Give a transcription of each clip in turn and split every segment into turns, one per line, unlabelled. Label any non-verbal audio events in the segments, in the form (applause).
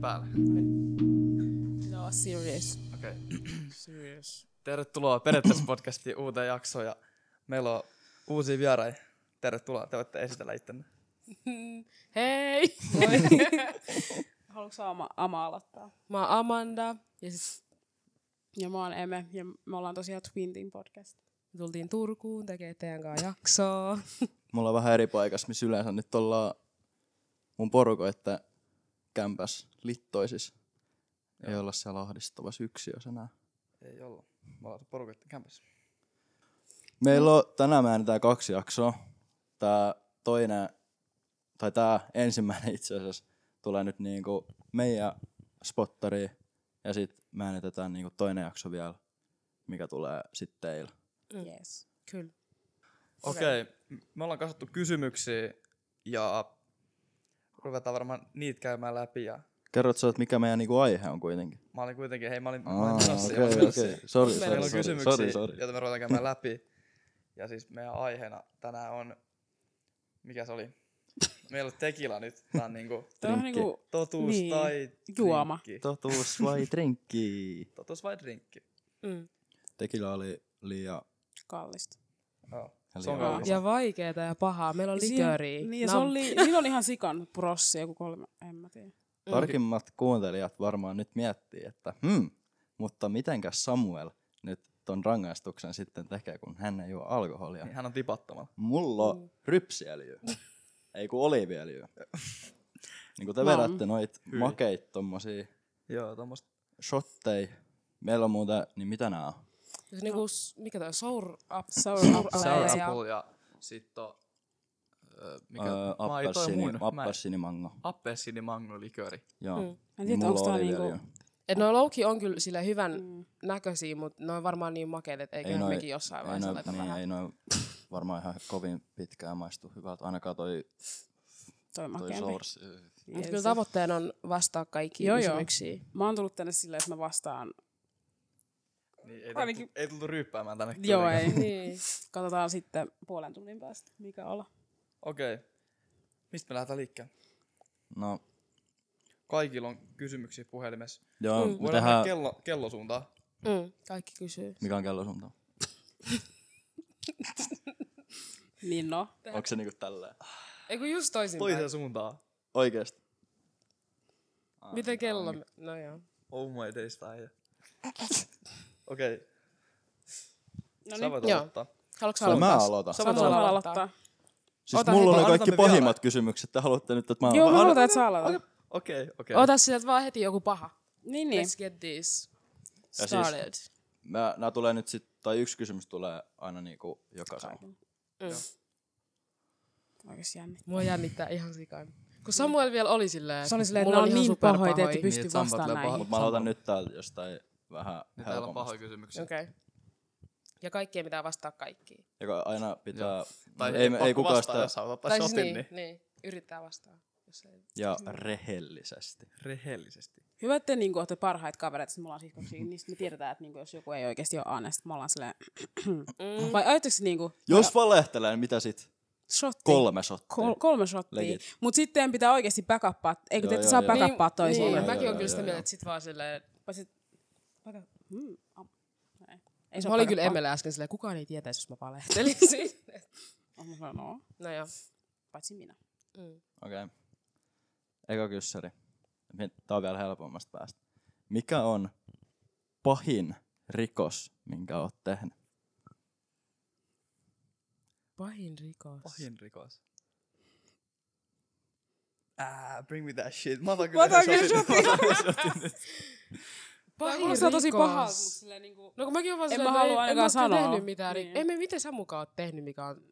päällä.
No, serious.
Okei. Okay.
Serious.
Tervetuloa Periaatteessa-podcastiin uuteen jaksoon ja meillä on uusia vieraita. Tervetuloa, te voitte esitellä ittenne.
Hei!
(laughs)
Haluatko sä ama, ama aloittaa?
Mä oon Amanda ja siis
Ja mä oon Eme, ja me ollaan tosiaan Twintin podcast.
me tultiin Turkuun tekee teidän kanssa jaksoa.
me ollaan vähän eri paikassa, missä yleensä nyt ollaan mun poruko, että kämpäs littoisis. Ei olla siellä ahdistavassa yksiössä enää.
Ei olla. Me ollaan porukoitten kämpässä.
Meillä on tänään mä tää kaksi jaksoa. Tää toinen, tai tää ensimmäinen itse asiassa tulee nyt niinku meidän spottariin. Ja sit mä äänitetään niinku toinen jakso vielä, mikä tulee sitten teillä.
Mm.
Yes.
Kyllä.
Okei, okay. me ollaan kasattu kysymyksiä ja ruvetaan varmaan niitä käymään läpi. Ja
Kerrot sä, että mikä meidän niinku aihe on kuitenkin?
mä olin kuitenkin, hei mä olin, mä
Aa,
olin menossa. ja mä olin
okei,
menossa.
okei. Sori,
Meillä
Meillä
sori,
on
sori,
kysymyksiä,
sori, sori.
joita me ruvetaan käymään läpi. Ja siis meidän aiheena tänään on, mikä se oli? Meillä on tekila nyt. Tää on niinku
Tämä on
Drinkki.
niinku,
totuus
Niin,
tai
juoma.
drinkki.
Totuus vai drinkki?
Totuus vai drinkki?
Mm.
Tekila oli liian...
kallista.
Joo.
Ja
Se on
liian
kallista.
Ja vaikeeta ja pahaa. Meillä on liköriä.
Siinä- Niin, ja se
Nam-
oli, siinä oli ihan sikan prossi, joku kolme, en mä tiedä.
Tarkimmat kuuntelijat varmaan nyt miettii, että hmm, mutta mitenkäs Samuel nyt ton rangaistuksen sitten tekee, kun hän ei juo alkoholia.
Niin, Hän on tipattomalla.
Mulla on rypsiöljyä. ei kun oliiviöljyä. niin kun te
Mam.
vedätte noit
Hyi.
makeit tommosia
Joo, tommoista.
shottei. Meillä on muuten, niin mitä nää on?
Se niinku, s- mikä toi on? Sour up.
Sour apple.
Sour
Sour
apple.
apple ja sit on... ö, Mikä?
Öö,
Öö,
appelsini,
Appelsini.
appelsinimango.
Appelsinimango-likööri.
Joo.
Mm.
En tiedä,
Mulla
onko
on
tää
oliiviöljyä.
niinku...
Et noi louki on kyllä sille hyvän
Mm.
näköisiä, mutta ne on varmaan niin makeita, että eiköhän
noi-
mekin jossain
ei
vaiheessa
noin,
aleta
niin,
vähän.
ei noin varmaan ihan kovin pitkään maistu hyvältä. Ainakaan toi,
Toi
toi
makeampi.
source.
Mutta kyllä tavoitteena on vastaa kaikkiin
Joo, joo.
kysymyksiin.
Mä oon tullut tänne silleen, että mä vastaan.
Niin, ei,
Ainakin-
tultu, ei tultu ryyppäämään tänne.
Joo,
kuitenkaan.
ei.
(laughs) Niin.
Katsotaan sitten puolen tunnin päästä, mikä olla.
Okei. Mistä me lähdetään liikkeelle?
No,
Kaikilla on kysymyksiä puhelimessa.
joo,
Mm.
mm. me
Voidaan
tehdään...
mennä kello, kellosuuntaan.
Mm. Kaikki kysyy.
Mikä on kellosuunta?
Niin no.
Onko se niinku tälleen?
Ei kun just toisinpäin.
Toiseen suuntaan.
Oikeesti?
Miten kello?
niin.
No joo.
Oh my days,
(laughs)
tää ei. Okei, okay,
No
sä
niin,
voit
Joo.
aloittaa.
Haluatko
Kyllä mä
aloittaa?
aloitan.
sä voit
Sä voit
samalla
aloittaa.
aloittaa.
Siis
Ota
mulla
heti,
oli kaikki
aloitamme vielä.
pahimmat kysymykset. Te haluatte nyt, että mä
Joo,
aloitan.
mä halutaan, että sä aloitat.
Okei, okei.
Ota sieltä vaan heti joku paha.
Niin, niin.
Let's get this
siis-
started.
Mä, nää tulee nyt sit, tai yksi kysymys tulee aina niinku jokaisella.
Mm.
Oikeesti jänni.
Mua jännittää ihan sikan. Kun Samuel vielä oli silleen,
Se oli silleen,
mulla
että ne on niin
superpahoja.
pahoja, te ette
Niin,
pysty
että sampat
vastaan
tulee
näihin.
pahoja.
Mut mä aloitan nyt täältä jostain vähän
Niin täällä on
helpommasta.
pahoja kysymyksiä.
Okei. Okay. Ja kaikkien pitää vastaa kaikkiin.
Joka aina pitää...
Tai
ei, ei
pakko
kukaan
vastaa,
sitä...
jos haluat ottaa tai
siis
shotin, niin.
niin, niin. Yrittää vastaa. Jos ei.
Ja rehellisesti.
Rehellisesti.
Hyvä, että te niinku olette parhaita kavereita, siis me ollaan siskoksia, niin sit me tiedetään, että niinku, jos joku ei oikeasti ole honest, me ollaan silleen,
Mm.
vai ajatteko se niinku
Jos valehtelee, niin mitä sit?
shotti?
Kolme shottia.
Kol- kolme shottia.
Legit.
Mut sitten pitää oikeasti backuppaa, eikö te
Joo,
ette
joo,
saa
joo.
backuppaa
Niin,
toisiaan?
niin,
Joo,
mäkin
joo,
on kyllä
joo,
sitä
joo.
mieltä, että sit vaan silleen...
Mm, am- ei. Ei saa
Mä olin kyllä
backuppaa.
Emelle äsken silleen, kukaan ei tietäisi, jos mä valehtelisin.
Oh, mä sanoin, (laughs) No,
no joo.
paitsi minä.
Mm.
Okei. Okay. Eka kyssäri. Tämä on vielä helpommasta päästä. Mikä on pahin rikos, minkä oot tehnyt? Siis
Pahin rikos.
Pahin rikos. Ah, bring me that shit. Mä otan
Mä
kyllä
otan
yhden
kyllä
shotin.
Tää
Pahin
kuulostaa tosi pahalta, mut
rikos.
silleen niinku...
No kun mäkin oon vaan
En
silleen,
mä
no
halua
en- en
ainakaan
oo kyllä
sanoa.
tehnyt mitään. Niin.
Niin.
Ei me miten sä mukaan oot tehnyt, mikä on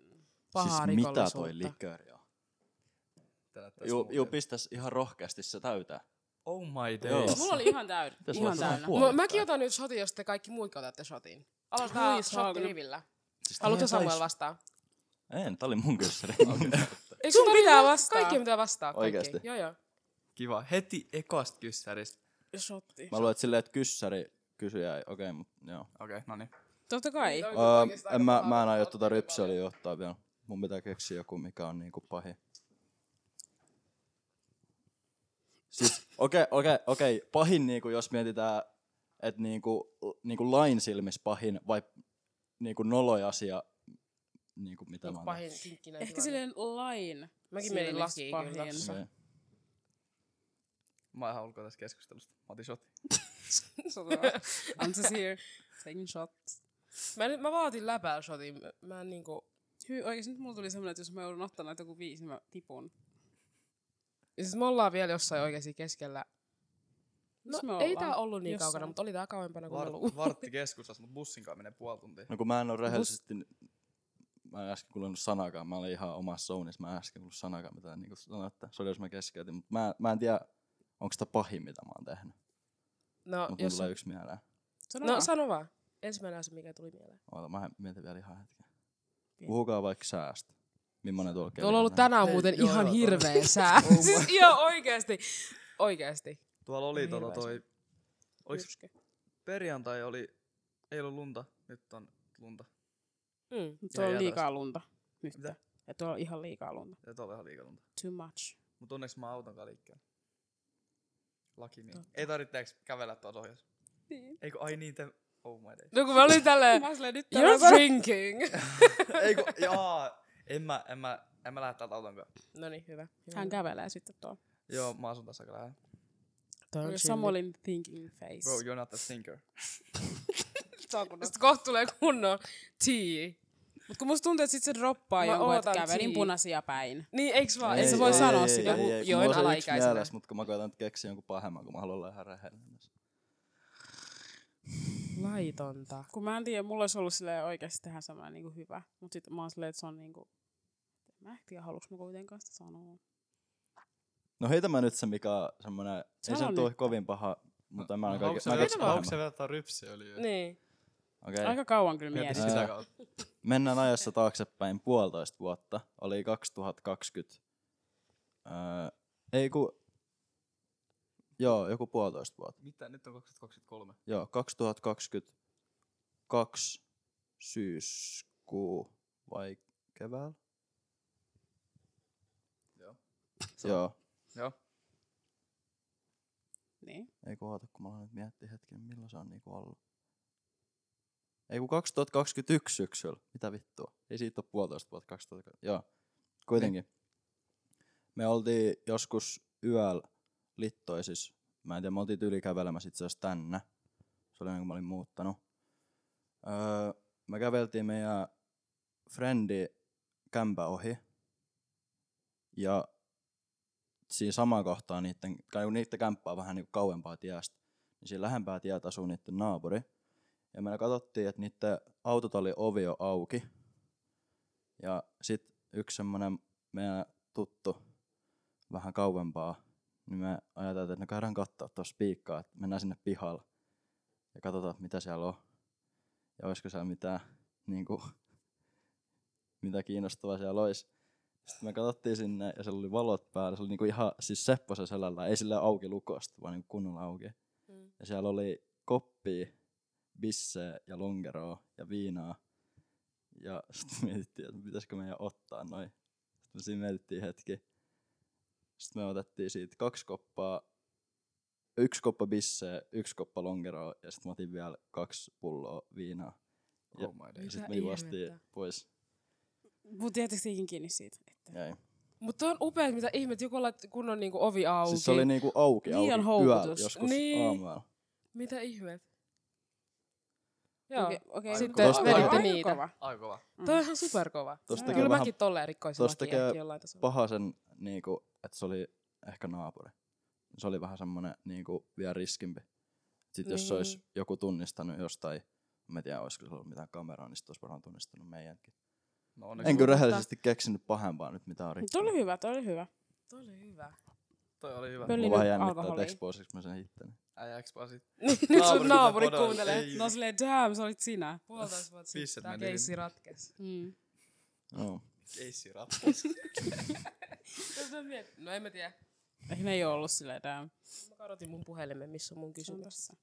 pahaa
siis mitä toi
rikollisuutta?
likööri on? Juu, juu, pistäs ihan rohkeasti se täytään.
Oh my
Joo.
days.
Siis Mulla oli ihan täynnä.
Pitäis
Ihan
laittaa
täynnä.
puolet
Mä, mäkin
päin.
otan nyt shotin, jos te kaikki muutkin otatte shotin.
Hui,
Aloitetaan
saakeli.
shotti rivillä.
Siis tää
Haluatko
on
Samuel
tais-
vastaa?
En, tää oli mun kyssäri.
Eikö
Sun
sulla
pitää
ole-
vastaa.
Kaikkien pitää vastaa. kaikki.
Oikeesti?
Joo, joo.
Kiva. Heti ekasta kyssäristä.
Shotti.
Mä luulen, että silleen, että kyssäri kysyjä ei. Okei, mut joo.
Okei, okay, no niin.
Totta kai.
Toi- Oikeesti
Öö,
aika
en mä,
paha,
mä en
kun
aio
oot
tota
niin
rypsiöljyä ottaa vielä. Mun pitää keksiä joku, mikä on niinku pahin. Siis okei, okay, okei, okay, okei. Okay. Pahin, niinku, jos mietitään, että niinku, niinku lain silmissä pahin vai niinku noloin asia, niinku, mitä
Onko
mä oon
pahin kinkkinen
Ehkä
tilanne?
silleen lain.
Mäkin menin
silmissä
lasta pahin.
kyllä.
tehnyt. Niin.
Mä oon ihan ulkoa tästä keskustelusta. Mä otin shotin.
(laughs) Answers here. Taking shots.
Mä, nyt- mä vaatin läpäällä shotin. Mä en niinku...
Hyi, oikeesti nyt mulla tuli semmonen, että jos mä joudun ottaa näitä joku viisi, niin mä tipun.
Siis me ollaan vielä jossain oikeasti keskellä. No,
Missä me
ei
ollaan?
tää ollut niin
Jossain.
kaukana, mutta oli tää kauempana kuin me
Var,
luulimme.
vartti keskustassa, mutta bussin kanssa menee puoli tuntia.
No kun mä en ole rehellisesti, mä en äsken kuullut sanakaan, mä olin ihan omassa zoonissa, mä en äsken kuullut sanakaan, mitä niin sanoitte. Sori, jos mä keskeytin, mutta mä, mä en tiedä, onko sitä pahin, mitä mä oon tehnyt.
No,
Mutta
jos...
mulla tulee yksi mieleen.
Sano
No
vaan.
sano vaan. Ensimmäinen asia, mikä tuli mieleen.
Oota, mä mietin vielä ihan hetken.
Okei.
Puhukaa vaikka säästä. Millainen tuolla
Tuolla on ollut
kelillä
tänään
Ei,
muuten
joo,
ihan
joo,
hirveä (laughs)
todella.
sää.
Oh my-
siis ihan oikeesti. Oikeesti.
Tuolla oli
Niin,
Ihan
tota
hirveä
toi... Oliks
Myrsky.
perjantai oli... Ei ollut lunta. Nyt on lunta.
Mm.
Nyt tuolla on
Ihan
liikaa lunta. Nyt.
Mitä?
Ja tuolla on ihan liikaa lunta.
Ja tuolla on ihan liikaa lunta.
Too much.
Mut onneksi mä oon auton kanssa liikkeellä. Laki niin. Ei tarvitse kävellä tuossa ohjassa.
Niin.
Eikö, ai niin te... Oh my
(laughs)
days.
No kun mä olin tälleen,
Mä oon silleen, nyt täällä
you're
on-
drinking.
Eikö, jaa. En mä, en mä, en mä lähde täältä auton kanssa.
no niin, hyvä.
Hän kävelee sitten tuolla.
Joo, mä asun tässä aika lähellä.
You're Samuelin thinking face.
Bro, you're not a thinker.
Sitten kohta tulee kunnon tea.
Mut kun musta tuntuu, että sit se droppaa
Mä
jonkun, että
ootan
kävelin
tea.
punaisia päin.
Niin, eiks vaan?
Ei,
Ei,
se
sä
voi
voi
ei,
sanoa.
sanoa sitä, kun
kun
join
mulla on se yksi
alaikäisenä.
Mielessä, mutta kun mä koitan nyt keksiä jonkun pahemman, kun mä haluan olla ihan rehellinen.
Laitonta.
Kun mä en tiedä, mulla olisi ollut silleen oikeasti tähän sama niinku hyvä. Mut sit mä oon silleen, että se on niinku... Mä en tiedä, haluuks mä kuitenkaan sitä sanoa.
No heitä mä nyt se, mikä on semmoinen, ei se
Sano
nyt ole
nyt.
kovin paha, mutta mä en
Haluatko
kaiken.
sä
Mä
vedä-
keksin
haluatko sä
pahemman.
vetää rypsiöljyä?
Niin.
Okei.
Aika kauan kyllä
Mieti
mietin.
Ää.
sitä kautta.
Mennään ajassa taaksepäin puolitoista vuotta. Oli 2020. Öö, ei ku... Joo, joku puolitoista vuotta.
Mitä? Nyt on 2023.
Joo, 2022 syyskuu vai keväällä?
Joo.
Se on- Joo.
Joo.
Niin.
Ei kun oota, kun mä aloin nyt miettiä hetken, milloin se on niinku ollut. Ei kun 2021 syksyllä. Mitä vittua? Ei siitä ole puolitoista vuotta 2000. Joo. Kuitenkin. Me oltiin joskus yöllä littoisis. Mä en tiedä, me oltiin tyyli kävelemässä itse asiassa tänne. Se oli ennen kuin mä olin muuttanut. Öö, me käveltiin meidän frendi kämpä ohi. Ja siinä samaan kohtaan niiden, tai kun niiden kämppää on vähän niin kauempaa tiestä, niin siinä lähempää tietä asuu niiden naapuri. Ja me katsottiin, että niiden autotallin ovi on auki. Ja sitten yksi semmoinen meidän tuttu vähän kauempaa, niin me ajateltiin, että no käydään katsoa tuossa piikkaa, että mennään sinne pihalle ja katsotaan, että mitä siellä on. Ja olisiko siellä mitään, niin kuin, (laughs) mitä kiinnostavaa siellä olisi. Sitten me katsottiin sinne ja siellä oli valot päällä. Se oli niinku ihan siis Sepposen selällä, ei sillä auki lukosta, vaan niinku kunnolla auki.
Mm.
Ja siellä oli koppi, bisse ja lonkeroa ja viinaa. Ja (laughs) sitten mietittiin, että pitäisikö meidän ottaa noin. Sitten me siinä mietittiin hetki. Sitten me otettiin siitä kaksi koppaa, yksi koppa bisseä, yksi koppa lonkeroa ja sitten mä otin vielä kaksi pulloa viinaa. Ja-
Oh my
Ja
days.
Mitä
sitten me juostiin
ihmettä?
pois.
Mut tietysti ikin kiinni siitä. Että...
Jäi.
Mutta on upea, mitä ihmet, joku lait, kun on niinku ovi auki.
Siis se oli niinku auki, auki
Niin on
yöllä,
houkutus.
joskus
Niin.
aamulla.
Mitä ihmet? Joo.
Okei, okei.
Sitten
Tosta-
veditte
Aika
niitä.
kova. Mm.
Aika kova.
Toi on ihan superkova.
Tuosta
Joo.
tekee
Kyllä
vähän
mäkin tolleen rikkoisin
tosta
lakia
tekee
ehkä jollain tasolla.
pahasen, niinku, että se oli ehkä naapuri. Se oli vähän semmonen niinku, vielä riskimpi. Sitten jos se olisi
Niin.
joku tunnistanut jostain, mä en tiedä olisiko se ollut mitään kameraa, niin sitten olisi varmaan tunnistanut meidänkin.
No
En
onneksi
kyllä
Enkö...
rehellisesti keksinyt pahempaa nyt, mitä on
Mut Toi oli
rikkinut.
hyvä, toi oli hyvä.
Toi oli hyvä.
toi oli hyvä.
Pöl-
Mua vähän jännittää, että
alkoholia.
exposiksi mä sen itteni.
Äijä expasit.
(laughs) Nyt sun
Naapuri
naapuri
kuuntelee.
kuuntelee.
Ei.
No silleen, damn, sä olit sinä.
Puolitoista vuotta
Pisset
sitten tää
meni yli.
keissi ratkes.
Mm.
No.
Ei sirap.
(laughs) No en mä tiedä.
Ehkä ne ei oo ollut silleen, damn.
Mä kadotin mun puhelimen, missä on mun
Se on
kysymys.
tossa.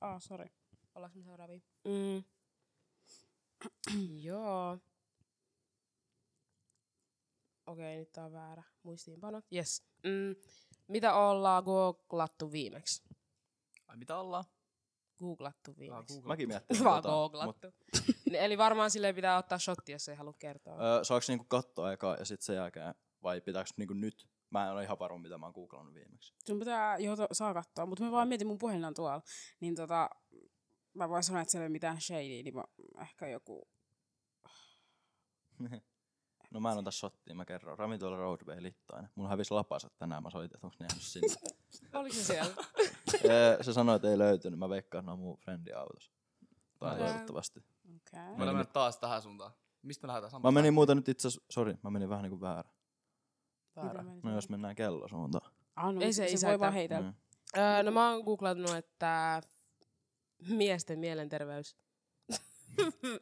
Ah, sori.
Ollaanko me seuraavia? Mm. (clears throat) Joo. Okei, nyt tää on väärä. Muistiinpanot. Yes. Mm. Mitä ollaan googlattu viimeksi?
Ai mitä ollaan?
Googlattu viimeksi.
Google.
Mäkin miettisin
Vaan
tota,
googlattu. (laughs) Ne- Eli varmaan sille pitää ottaa shotti, jos ei halua kertoa.
Öö, saako niinku katsoa eka ja sitten sen jälkeen? Vai pitääkö niinku nyt? Mä en ole ihan varma, mitä mä oon googlannut viimeksi.
Sun pitää, joo, to, saa katsoa, mutta mä vaan mietin, mun puhelin on tuolla. Niin tota, mä voin sanoa, että siellä ei ole mitään shadyä, niin mä, ehkä joku...
No mä en ota shottia, mä kerron. Ravintola Roadway Littoinen. Mun hävisi lapansa tänään, mä soitin, että onko ne jäänyt
(laughs)
sinne.
Oliko se siellä?
Öö, se sanoi, että ei löytynyt. Mä veikkaan, että ne on mun friendi autossa. Tai
Okei.
toivottavasti.
Okei.
Me
Mä
Okay.
olemme
olemme taas tähän suuntaan. Mistä me lähdetään
Mä menin muuten nyt itse asiassa, sori, mä menin vähän niinku väärä.
väärä.
No jos mennään kellosuuntaan.
Ah, no,
Ei
ei
se
se, se
isätä.
voi vaan heitellä.
Mm.
Öö, no mä oon googlannut, että miesten mielenterveys. (laughs)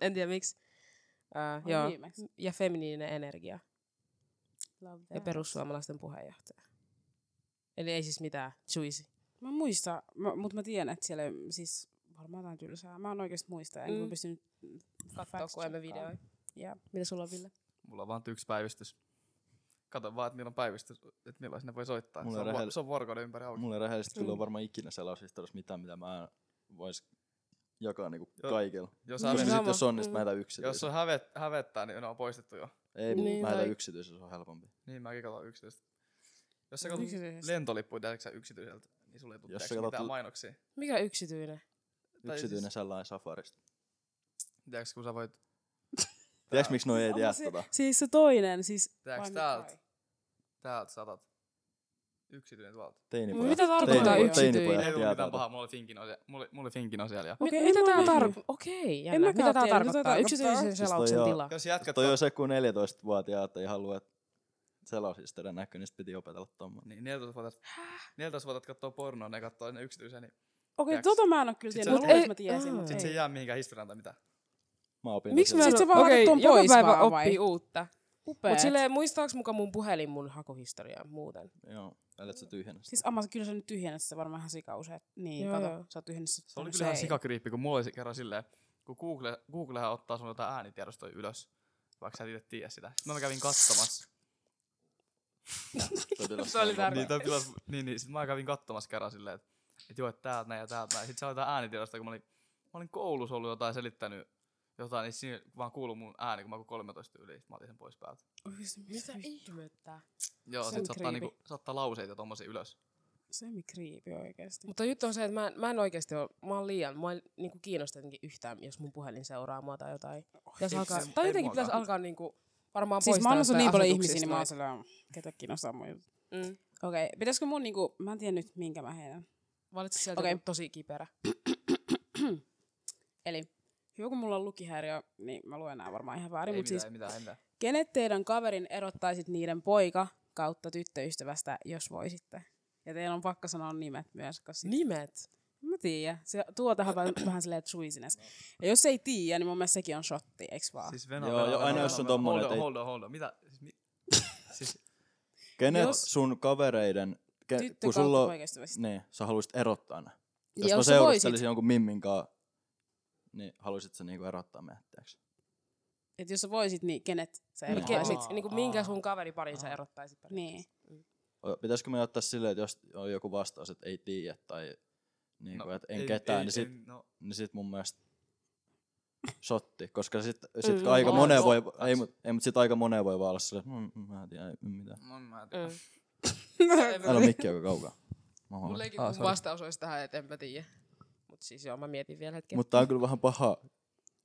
en tiedä miksi. Öö,
Ai
joo.
viimeksi.
Ja feminiininen energia.
Love
Ja
that.
perussuomalaisten puheenjohtaja. Eli ei siis mitään. Juicy.
Mä muistan, mä, mutta mä tiedän, että siellä ei, siis varmaan jotain tylsää. Mä en oikeasti muista, enkä
Mm.
mm. pystynyt
Katsoa, kun emme
videoita.
videoita.
Yeah.
Mitä sulla on, Ville?
Mulla on vaan yksi päivystys. Kato vaan, että milloin päivystys, että milloin sinne voi soittaa.
Mulla
se, on,
ei
rehell...
rehell-
se on vuorokauden ympäri auki.
Mulla ei rehellisesti kyllä
Mm.
ole varmaan ikinä sellaisista mitään, mitä mä en vois jakaa niinku
Joo.
kaikilla.
Jos,
Sama.
Niin
hävet,
sit jos on, niin sit
Mm.
mä jätän yksityisen.
jos on hävet, hävettää, niin ne on poistettu jo.
Ei,
Niin,
niin, mä
tai-
tai... yksityisen, se on helpompi.
Niin mäkin katson yksityistä. Jos sä katsot
Yksityisestä.
lentolippuja tiedätkö sä yksityiseltä, niin sulle ei tule
Jos sä
tiedätkö, mitään
katsot-
mainoksia.
Mikä yksityinen?
Tai
Yksityinen
siis-
sellainen safarista.
Tiedätkö, kun sä voit...
(laughs) Tiedätkö, miksi noi ei
Onko
tiedä
se-
tota?
Siis se toinen, siis...
Tehdäänkö
vai mitä
täältä?
vai?
Täältä satat. Yksityinen tuolta.
Teinipojat.
Mitä tarkoittaa
Teinipojat-
yksityinen?
teinipojat
Ei
tietää
ollut mitään
tota.
pahaa, mulla oli finkin osia, mulla, oli- mulla oli finkin osia siellä.
Okei,
Okei,
en
mitä
mä
tää
tiedä.
tarkoittaa? Okei, jännä.
mäkään
Mitä tää
tiedä, mitä
tarkoittaa?
tää
Yksityisen
tarkoittaa.
selauksen
Siis toi
tila.
Jos jätkät...
Toi on se, kun 14-vuotiaat ei halua, että selosista näkyy, niin sit piti opetella tommonen.
Niin, 14-vuotiaat 14 katsoo pornoa, ne katsoo ne yksityisen, niin
Okei,
Tiedätkö?
tota mä en oo kyllä
Sit
tiennyt. Mä
se-
luulen, että
Mut
mä
ei-
tiesin, mutta
sit se ei
ei.
jää mihinkään historiaan tai mitään.
Mä opin
Miksi mä
sen.
en
Sitten sä
ole...
vaan
Okei,
laitat ton
joka
pois
päivä
vaan, vai?
oppii uutta.
Upeet.
Mut silleen, muistaaks muka mun puhelin mun hakuhistoriaa muuten?
Joo, älä sä tyhjennä sitä.
Siis amma, kyllä sä nyt tyhjennät sitä varmaan ihan sika usein. Niin,
Joo,
joo, kato,
joo.
joo. sä oot tyhjennessä.
Se oli kyllä ihan sikakriippi, kun mulla oli se kerran silleen, kun Google, Googlehan ottaa sun jotain äänitiedostoja ylös, vaikka sä et itse tiedä sitä. Sitten mä kävin katsomassa.
Se oli tärkeä.
Niin, toi pilas, niin, niin sit mä kävin katsomassa kerran silleen, että et joo, että täältä näin ja täältä näin. Sitten se oli jotain äänitiedosta, kun mä olin, mä olin koulussa ollut jotain selittänyt jotain, niin siinä vaan kuului mun ääni, kun mä olin 13 yli, sit mä otin sen pois päältä.
Oikeesti,
Mitä
mitä?
ihmettä?
Joo,
Se
sit
on
saattaa,
creepy.
niinku, saattaa lauseita tommosia ylös.
Semikriipi oikeesti.
Mutta juttu on se, että mä en, mä en oikeesti oo, mä oon liian, mä en niinku kiinnosta jotenkin yhtään, jos mun puhelin seuraa mua tai jotain. Pitäis
ei
alkaa,
se-
tai
ei
jotenkin
muakaan.
pitäis alkaa niinku varmaan
Siis mä
poistaa
annan sun
jostain
niin paljon
asetuksista
ihmisiä, niin mä
noin.
oon sellainen, ketä kiinnostaa mun jutut.
Mm.
Okei, okay. pitäisikö mun niinku, mä en tiedä nyt minkä mä heitän.
Valitse sieltä
Okei.
okay. tosi kiperä.
Eli hyvä, kun mulla on lukihäiriö, niin mä luen nää varmaan ihan väärin,
ei
mutta
mitään,
siis
ei mitään, ei mitään.
kenet teidän kaverin erottaisit niiden poika kautta tyttöystävästä, jos voisitte? Ja teidän on pakko sanoa nimet myös, koska siis-
Nimet.
Mä tiedän. Se tuo tähän vähän, vähän silleen chuisiness. Ja jos ei tiedä, niin mun mielestä sekin on shotti, eiks vaan? Siis,
Siis Venä,
Joo,
Venä,
joo,
Venä,
aina
Venä,
jos on
Venä.
tommonen,
Hold on,
et ei-
hold on, hold on. Mitä? Siis, mi- siis,
Kenet
Jos-
sun kavereiden, ke,
Tyttö
kun
kautta
sulla on,
poikaystävästä.
niin, sä haluaisit erottaa ne.
Ja
Jos, mä
jos sä
seurustelisin jonkun mimmin kanssa, niin haluaisit sä niinku erottaa meidät, tiiäks?
Et jos sä voisit, niin kenet sä
Niin.
Mikä,
erottaisit? (laughs)
mit,
Aa,
niinku,
aa.
minkä sun kaveriparin sä erottaisit? pari?
Niin.
O- Pitäisikö me ottaa silleen, että jos on joku vastaus, että ei tiedä tai niinku, no, että en
ei-
ketään,
ei-
niin sit
ei- no,
niin sit mun mielestä sotti, koska
(laughs)
sit, sit
Mm,
mm, aika
joo,
moneen
joo.
voi, ei, mut, ei, mut sit aika moneen voi vaan olla silleen, mm, mm, mä en tiedä, ei mitään.
no, mä en tiedä.
Niin.
Mm.
Älä mikki aika kaukaa. Mä huomaan.
Mullekin
Ah,
mun
sorry.
vastaus olisi tähän, että enpä tiedä. Mut siis joo, mä mietin vielä hetken.
Mutta tää on kyllä vähän paha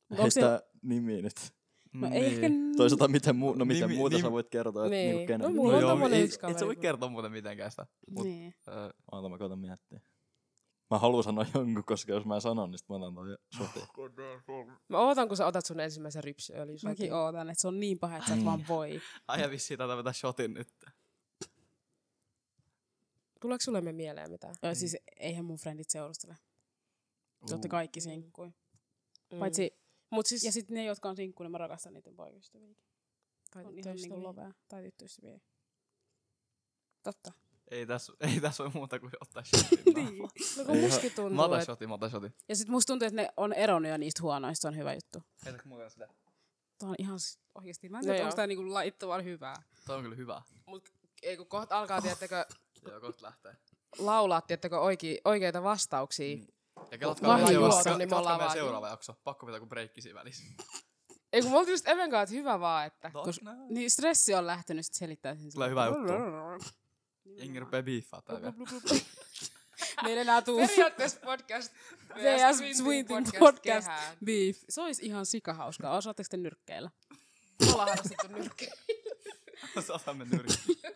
onko
heistää nimiä nyt.
No
Mm,
ei ehkä...
niin.
niin.
Toisaalta miten, muu, no miten
Nimi-
muuta
nimi-
sä voit kertoa, että
Niin.
niinku kenen.
No
No,
mulla on
joo,
tommonen-
ei,
yksi
et sä voi
kaveri.
kertoa muuten mitenkään sitä. Mut,
Niin.
öö,
Oota, mä koitan miettiä. Mä haluan sanoa jonkun, koska jos mä en sano, niin sit mä otan toi sotiin.
Mä ootan, kun sä otat sun ensimmäisen rypsiöljyn.
Mäkin ootan, että se on niin paha, että sä et vaan voi.
Äijä vissiin tätä vetää shotin nyt.
Tuleeko sulle me mieleen mitään?
Ö, siis eihän mun frendit seurustele. Te ootte
Uu.
kaikki sinkkuja.
Mm.
Paitsi,
Mut siis...
ja sitten ne, jotka on sinkkuja, niin mä rakastan niiden poikaystäviä.
tai
On ihan niinku
toista-
lovea. Tai tyttöystäviä. Totta.
Ei tässä (laughs) ei täs voi muuta kuin
(laughs)
ottaa shotin.
Niin.
No kun
Ei
mustakin
Mä
tuntuu,
otan
että...
shotin, mä otan shotin.
Ja sit musta tuntuu, että ne on eronnut jo niistä huonoista, se on hyvä juttu.
Heitäkö muuten sitä?
Tää on ihan s- oikeesti. Mä en
No
tiedä,
joo.
onko tää niinku laittoman hyvää.
Toi on kyllä hyvä.
Mut ei kun kohta alkaa, tiedättekö,
Joo, kohta lähtee.
laulaa, tiettäkö, oike- oikeita vastauksia. Mm.
Ja
Mä
kelatkaa
oon
meidän
juossut,
seuraava-
niin me ollaan
kelatkaa meidän
vaan-
seuraava jakso. Pakko pitää kun breikki siinä välissä.
Ei kun me oltiin just Even kanssa, että hyvä vaan, että...
No.
Kos...
Niin stressi on lähtenyt sit selittää sen.
Tulee
(laughs)
hyvä juttu. Jengi rupee biiffaa tää vielä.
Meillä enää tuu
Periaatteessa
(laughs)
podcast
VS Swintin podcast beef. Se olisi ihan sikahauskaa. Osaatteko te nyrkkeillä?
Me ollaan harrastettu
(laughs)
nyrkkiä.
(laughs) Osaamme nyrkkiä.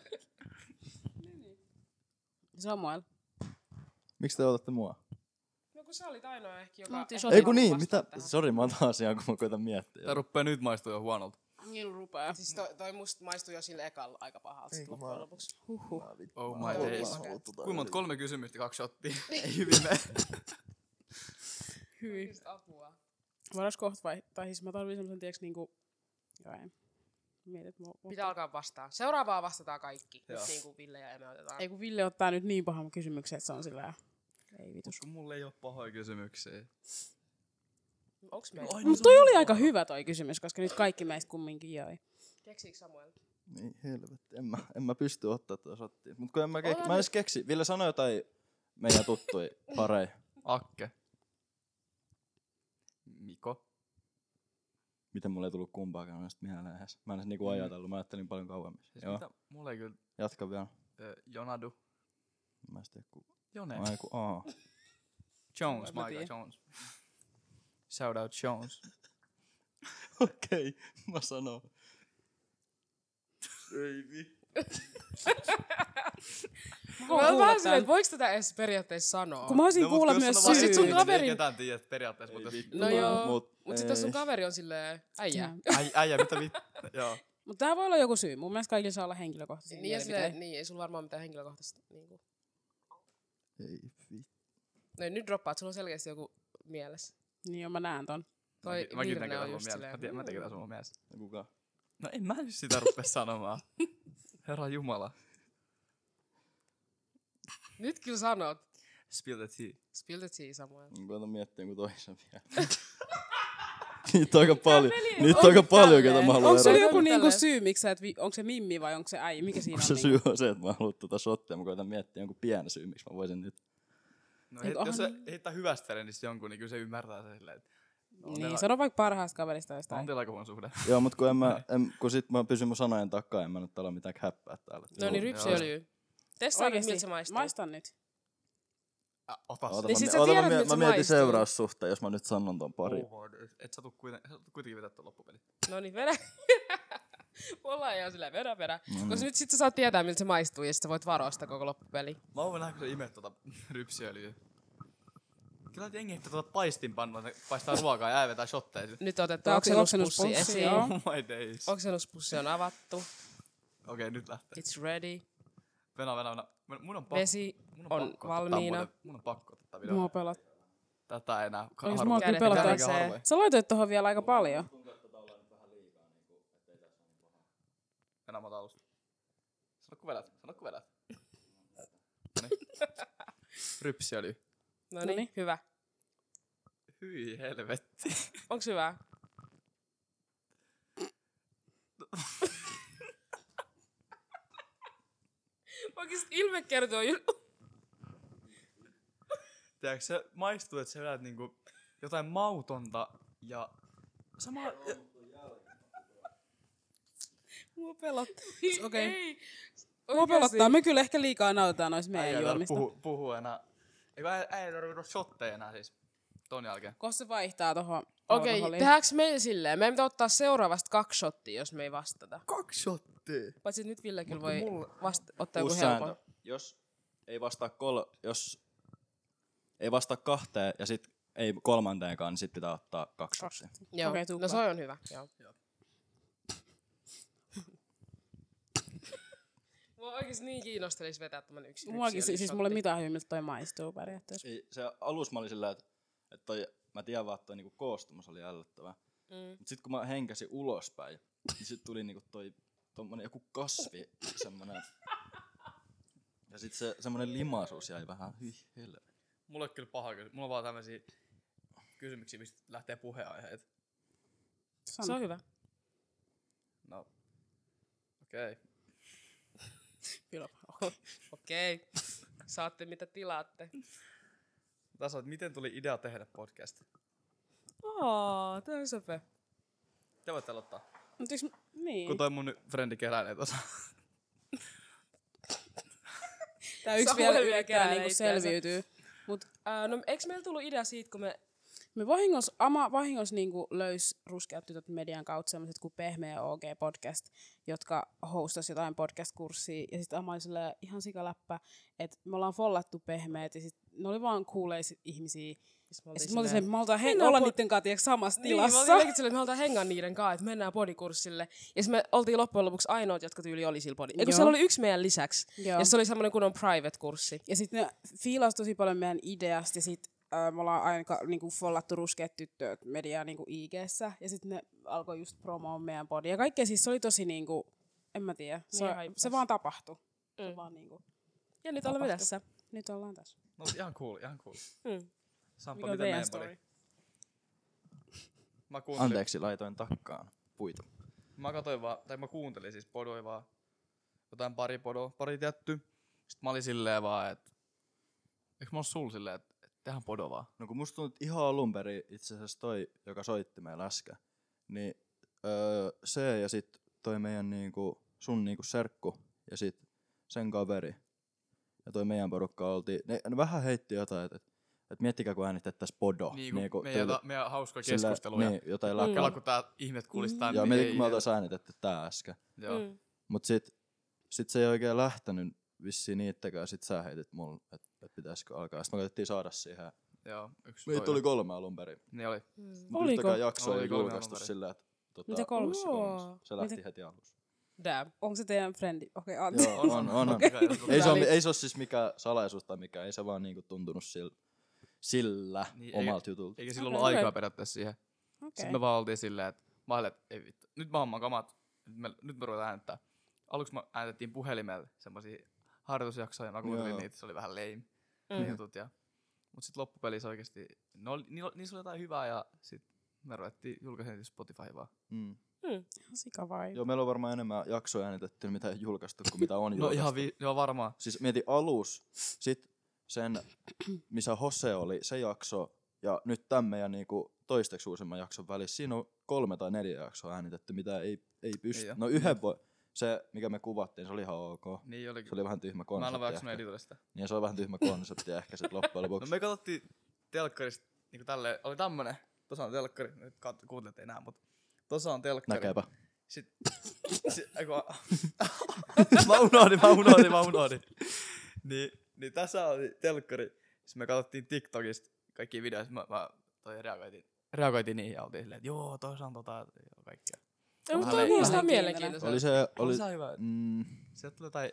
Samuel.
Miksi te otatte mua?
No kun sä olit ainoa ehkä,
Me
joka...
oltiin
ehti
sotilaita
Ei kun niin,
vastata
mitä?
tähän.
Sori, mä otan asiaan, kun mä koitan miettiä.
Tää ruppee nyt maistua jo huonolta.
Niin rupeaa.
Siis toi, toi musta maistui jo sille ekalla aika pahalta sit
Ei, kun
loppujen
mä-
lopuksi.
Huhhuh.
Oh
Mä
my
oon
days.
vaan ollut tota
Kuinka monta?
yli.
Kolme kysymystä, kaksi shottia. (laughs)
Niin.
Ei hyvin mene.
Hyi.
Just apua.
Varas kohta vai? Tai siis mä tarvitsen semmosen tiiäks niinku... Joo ei. Mietit mua.
Pitää alkaa vastaa. Seuraavaa vastataan kaikki. Nyt
Joo.
niin kuin Ville ja Eme otetaan.
Ei kun Ville ottaa nyt niin pahan kysymyksen, että se on sillä Ei vitus.
Kun mulla ei oo pahoja kysymyksiä.
Onks meillä?
Ai,
No.
niin se
Mutta
on
toi oli
helppoa.
aika hyvä toi kysymys, koska nyt kaikki meistä kumminkin joi.
Keksiikö Samuel?
Niin helvetti, en mä, en mä pysty ottaa tuota shottia. Mut kun en mä,
Ota
kek- mä edes keksi. Ville sanoi jotain meidän tuttui pareja.
Akke. Miko.
Miten mulle ei tullut kumpaakaan noista mieleen edes. Mä en edes niinku
Mm.
ajatellut, mä ajattelin paljon kauemmin.
Siis
Joo,
mitä? Mulla ei kyllä.
jatka vielä.
Ö, Jonadu.
Mä en tiedä ku...
Jone.
Ai ku
(laughs)
aa.
Jones,
Mä en tiedä.
Michael Jones. (laughs) Shout out Jones.
Okei, mä sanon. Baby.
Mä
Mä oon
kuulla
vähän silleen,
tän.
että voiks tätä edes periaatteessa sanoa?
Kun mä olisin
mut
kuulla
kun
myös
jos sano vaan
syyn.
sit sun
sen,
kaveri-
niin ei ketään tiedä periaatteessa, mutta jos...
No joo.
Mut,
Mut sit jos sun
ei.
kaveri on silleen äijä.
Joo.
Ai, äijä, mitä vittu? (laughs) Joo.
Mutta tää voi olla joku syy. Mun mielestä kaikilla saa olla henkilökohtaisia
Niin, ja
mielipiteitä.
silleen, niin ei sulla varmaan mitään henkilökohtaista. Niin kuin.
Ei vittu.
No nyt droppaa, että sulla on selkeästi joku mielessä.
Niin joo, mä näen ton.
Toi
Mäkin- mäkin
Virne
näkee
on
sun
just
mielessä.
silleen.
Mä tiedän, mä tiedän, ketä sun on mielessä.
Kuka?
No en mä nyt sitä rupea sanomaan. (laughs) Herra Jumala.
Nyt kyllä sanot.
Spill the tea.
Spill the tea, Samuel.
Mä koitan miettiä jonkun toisen vielä.
(laughs)
Niitä on aika paljon.
peli
Niitä on aika paljon,
tälleen.
ketä mä haluan
Onko se
erota.
eroa.
joku niinku
Tälleen.
syy, miksi sä et, vi- onko se mimmi vai onko se äi? Mikä siinä
Kun
on?
se
niinku?
syy on (laughs) se, että mä haluan tuota shottia, mä koitan miettiä jonkun pienen syyn, miksi mä voisin nyt.
No,
Et
heit,
onhan
jos se
niin.
heittää hyvästä trendistä jonkun, niin kyllä se ymmärtää se silleen, että no, on teillä-
Niin, sano vaikka parhaasta kaverista
on
jostain.
teillä aika huono suhde.
Joo, mut kun, en mä, en, kun sit mä pysyn mun sanojen takaa, en mä nyt ala mitään häppää täällä.
No niin,
Joo.
rypsiöljy. Testaa nyt,
Oikeesti,
miltä se maistuu.
Maistan nyt.
Äh, ota
Oota,
se.
mä,
Niin sit
mie-
sä
oota,
tiedät,
mä, mie-
miltä
mä
se
mietin
maistuu.
seuraussuhta, jos mä nyt sanon ton pari.
Forward. Et sä tuu kuitenkin, sä tuut kuitenkin vetää ton loppupeli.
No niin, vedä. (laughs) Me ollaan ihan silleen, vedä, vedä.
No niin.
Koska nyt sit sä saat tietää, miltä se maistuu, ja sit sä voit varoa sitä koko loppupeli.
Mä oon nähnyt, kun se imee tota (laughs) rypsiöljyä. Kyllä jengi heittää tota paistinpannua, ne paistaa ruokaa ja äävetää shotteja. sille. (laughs)
Nyt on otettu
Tää onko se
oksennuspussi
oksennuspussi,
esiin.
joo.
Oh my days. Okei,
Oksennuspussi on avattu.
okay, nyt lähtee.
It's ready.
Venä, venä, venä. Mun- Mun on pakko.
Vesi
mun
on
pakko ottaa
valmiina.
muuten- Mun on pakko ottaa tää video.
Mua pelot.
Tätä ei enää ka-
Oikeesti
harvoin.
mua kyllä
Kädet
pelottaa.
Tää on harvoin.
Sä laitoit tohon vielä aika paljon.
Venä, mä otan alusta. Sano kun vedät, sano kun vedät. Rypsiöljy.
No niin,
Noniin.
hyvä.
Hyi helvetti.
Onks hyvä? (laughs) Oikeesti ilme kertoo just...
Tiedätkö, se maistuu, että sä vedät niinku jotain mautonta ja sama... Ja,
Mua
(laughs)
pelottaa.
Okei.
Okei.
Niin, Ei.
Mua
Oikeesti.
pelottaa. Me kyllä ehkä liikaa nautitaan noista
äijä
meidän
ei tarvitse
juomista.
puhu, puhua enää. Eikö äijä äijä ei tarvitse ruveta shotteja enää siis ton jälkeen?
Koska se vaihtaa tohon
Okei,
alkoholiin.
tehdäänkö meillä silleen? Meidän pitää ottaa seuraavasta kaksi shottia, jos me ei vastata.
Kaksi shottia.
Paitsi että nyt Ville kyllä
Mut
voi
kun mulla-
vasta- ottaa joku
Uusi
helpon.
sääntö. Jos ei vastaa kol... Jos ei vastaa kahteen ja sit ei kolmanteenkaan, niin sit pitää ottaa kaksi shottia.
Joo.
Okei,
no
tuuppa.
se on hyvä. Joo. (laughs) Mua oikeesti niin kiinnostelis vetää tämän yksin.
Muakin, si- siis mulle mitään hyvin, miltä toi maistuu periaatteessa.
Ei, se alus mä olin sillä, että, että toi, mä tiedän vaan, että toi niinku koostumus oli ällöttävä.
Mm.
Mut sit kun mä henkäsin ulospäin, niin sit tuli niinku toi tommonen joku kasvi, semmonen. Ja sit se semmonen limaisuus jäi vähän, hyi helvetti.
Mulla on kyllä paha kysymys. Mulla on vaan tämmöisiä kysymyksiä, mistä lähtee puheenaiheet.
Se on hyvä.
No. Okei. Okay.
kyllä. Oh.
Okei, (laughs) okay. saatte mitä tilaatte.
Tässä on, että miten tuli idea tehdä podcast?
Aa, tää on söpö.
Te voitte aloittaa.
Mutta yks, niin.
Kun toi mun nyt frendi keräilee tuossa.
Tää yksi
Saa
vielä
huomenna
yrittää
käydä
niinku
itseänsä.
selviytyy. Mut
Ää, no eikö meillä tullut idea siitä, kun me...
me vahingos, ama vahingos niinku löys ruskeat tytöt median kautta sellaiset kuin Pehmeä OG podcast, jotka hostas jotain podcast-kurssia. Ja sitten Ama oli silleen ihan sikaläppä, että me ollaan follattu pehmeät ja sit ne oli vaan kuuleisia ihmisiä. Ja sit mä olin sen, me "Niin, oltaan he,
Mennään
olla
pod-
niiden kanssa tiedätkö, samassa
Niin,
tilassa.
mä olin silleen, että me oltaan hengaan niiden kanssa, että mennään podikurssille. Ja sitten me oltiin loppujen lopuksi ainoat, jotka tyyli oli sillä podi. Eikö
Joo.
siellä oli yksi meidän lisäksi.
Joo.
Ja se oli semmoinen kunnon private-kurssi.
Ja sitten ne fiilas tosi paljon meidän ideasta ja sitten äh, me ollaan aina ka- niinku follattu ruskeat tyttöt mediaa niinku IG-ssä ja sitten ne alkoi just promoa meidän podia. Ja kaikkea siis se oli tosi niinku, en mä tiedä, se,
Niin hyppäs.
se vaan tapahtui.
Mm.
Se vaan niinku,
Ja nyt olemme
Tapahtui.
tässä.
nyt ollaan tässä.
No mut ihan cool, ihan cool.
Mm.
Samppa,
Hmm. Mikä on teidän
mitä meidän
story?
pari? Mä kuuntelin,
Anteeksi, laitoin takkaan puita.
mä katsoin vaan, tai mä kuuntelin siis podoin vaan jotain pari podo, pari tietty. Sitten mä olin silleen vaan, että eikö mä ole sul silleen, että et tehdään podo vaan.
No kun musta tuntuu, että ihan alun perin itse asiassa toi, joka soitti meillä äsken, niin öö, se ja sit toi meidän niinku, sun niinku serkku ja sit sen kaveri ja toi meidän porukka oltiin, ne, ne vähän heitti jotain, että et, et miettikää kun äänitettäisiin podo.
Niin kuin meidän,
tyyli-
jota, meidän hauskoja
sillä-
keskusteluja. Niin.
Niin, jotain
Mm.
Kela,
läppää.
kun tää ihmet kuulisi tämän.
Joo, mietin, kun me oltais äänitetty tää äsken.
Joo.
Mm.
Mut sit, sit se ei oikein lähtenyt vissiin niittäkään, sit sä heitit mulle, että et pitäisikö alkaa. Sitten me koitettiin saada siihen.
Joo, yksi
Meitä oli
toinen.
kolme alun perin.
Niin oli.
Mm.
Mutta
Oliko?
yhtäkään jaksoa ei
Oli kolme
julkaistu
alun perin.
sillä, että tota,
Mitä kolmas?
se kolmas.
Joo.
Se lähti
Mitä-
heti alussa.
Damn.
Onko se teidän frendi? Okei, okay, anteeksi.
Joo, on, on. on.
Okei,
Ei, se
joo.
ole, ei se ole siis mikään salaisuus tai mikä, ei se vaan niinku tuntunut sillä, sillä
Niin,
niin,
ei-
omalta jutulta.
Eikä silloin
Okei,
ollut aikaa
okei.
periaatteessa siihen.
Okei. no
Sitten me vaan oltiin silleen, että mä ajattelin, että ei vittu, nyt mä homman kamat, nyt me, nyt me ruvetaan äänittää. Aluksi me äänitettiin puhelimella semmosia harjoitusjaksoja, ja mä kuuntelin
Joo.
niitä, se oli vähän lame, ne
Mm.
jutut. Ja, mut sit loppupelissä oikeesti, ne oli, niillä, niissä oli jotain hyvää ja sit me ruvettiin julkaisemaan niitä Spotify vaan.
Mm.
Sika vai?
Joo, meillä on varmaan enemmän jaksoja äänitetty, mitä ei julkaistu, kuin mitä on
(laughs) No
julkaistu.
ihan vi- joo, varmaan.
Siis mieti alus, sit sen, missä Hose oli, se jakso, ja nyt tämän meidän niinku toisteksi uusimman jakson välissä, siinä on kolme tai neljä jaksoa äänitetty, mitä ei, ei pysty.
Ei oo. Mm.
no yhden voi, se mikä me kuvattiin, se oli ihan ok.
Niin olikin.
Se oli vähän tyhmä
Mä en
konsepti
ole jaksanut
ehkä.
editoida sitä.
Niin ja se on vähän tyhmä konsepti ehkä sit loppujen
No
lopuksi.
me katsottiin telkkarista, niinku tälleen, oli tämmönen, tossa on telkkari, nyt kat- kuuntelette enää, mut tossa on telkkari.
Näkääpä.
Sit, sit aiku, (laughs) mä unohdin, mä unohdin, mä unohdin. Niin, niin tässä oli telkkari. Sitten me katsottiin TikTokista kaikki videoita. Mä, mä toi reagoitin, reagoitiin niihin ja oltiin silleen, että joo, tossa on tota ja kaikkea.
Ei, mutta
Vähän
toi kuulostaa
mielenkiintoinen.
mielenkiintoiselta.
Oli se,
Oli...
oli,
Se on hyvä.
mm,
Sieltä tuli jotain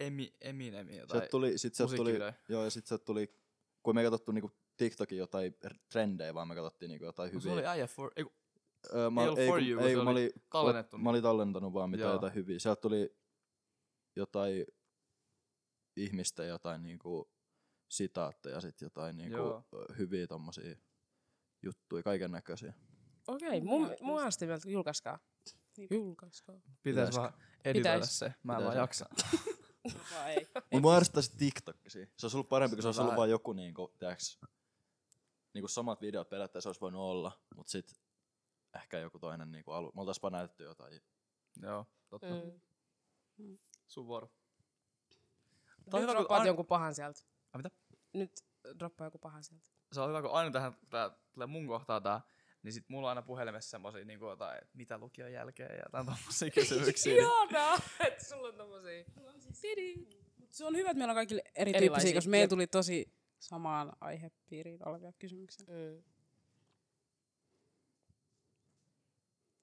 emi, eminemi jotain.
se tuli, sit se tuli,
musiikkivideoja.
joo ja sit se tuli, kun me ei katsottu niinku TikTokin jotain trendejä, vaan me katsottiin niinku jotain
Kun No se
hyviä
oli äijä for, ei, kun
Öö, mä,
Ei
ei
ollut
ei,
for
kun-
you, kun
ei,
se
kun mä,
oli
olin,
tallennettu.
mä olin tallentanut vaan mitä
Joo.
jotain hyviä. Sieltä tuli jotain ihmistä, jotain niinku sitaatteja, sit jotain niinku
Joo.
ö, hyviä tommosia juttuja, kaiken näköisiä.
Okei, mun, mun äästi mieltä, julkaiskaa.
Niin.
Julkaiskaa.
Mm.
pitäis
Pitäisikö?
vaan editoida
Pitäis.
se. Mä en vaan
Pitäis.
jaksa.
Vai ei.
Mut mua ärsyttää se TikTok siinä. Se olisi ollut parempi, kun se olisi ollut
Vähän.
vaan joku niinku, tiiäks, niinku samat videot periaatteessa olisi voinut olla, mut sit ehkä joku toinen niinku alu. Me oltais vaan näytetty jotain.
Joo, totta. Mm.
Mm.
Sun vuoro. Tää on
Nyt
hyvä, kun
droppaat
Ar-
jonkun pahan sieltä.
Ai mitä?
Nyt droppaa joku pahan sieltä.
se on hyvä, kun aina tähän tää, tulee mun kohtaan tää, niin sit mulla on aina puhelimessa semmosia niin jotain, että mitä lukion jälkeen ja jotain tommosia
(laughs)
kysymyksiä. niin
no.
Ihanaa, että sulla on tommosia. Tidi.
Mut se on hyvä, että meillä on kaikille
Erilaisia.
erityyppisiä, koska meillä
Jep.
tuli tosi samaan aihepiiriin olevia kysymyksiä.
Mm.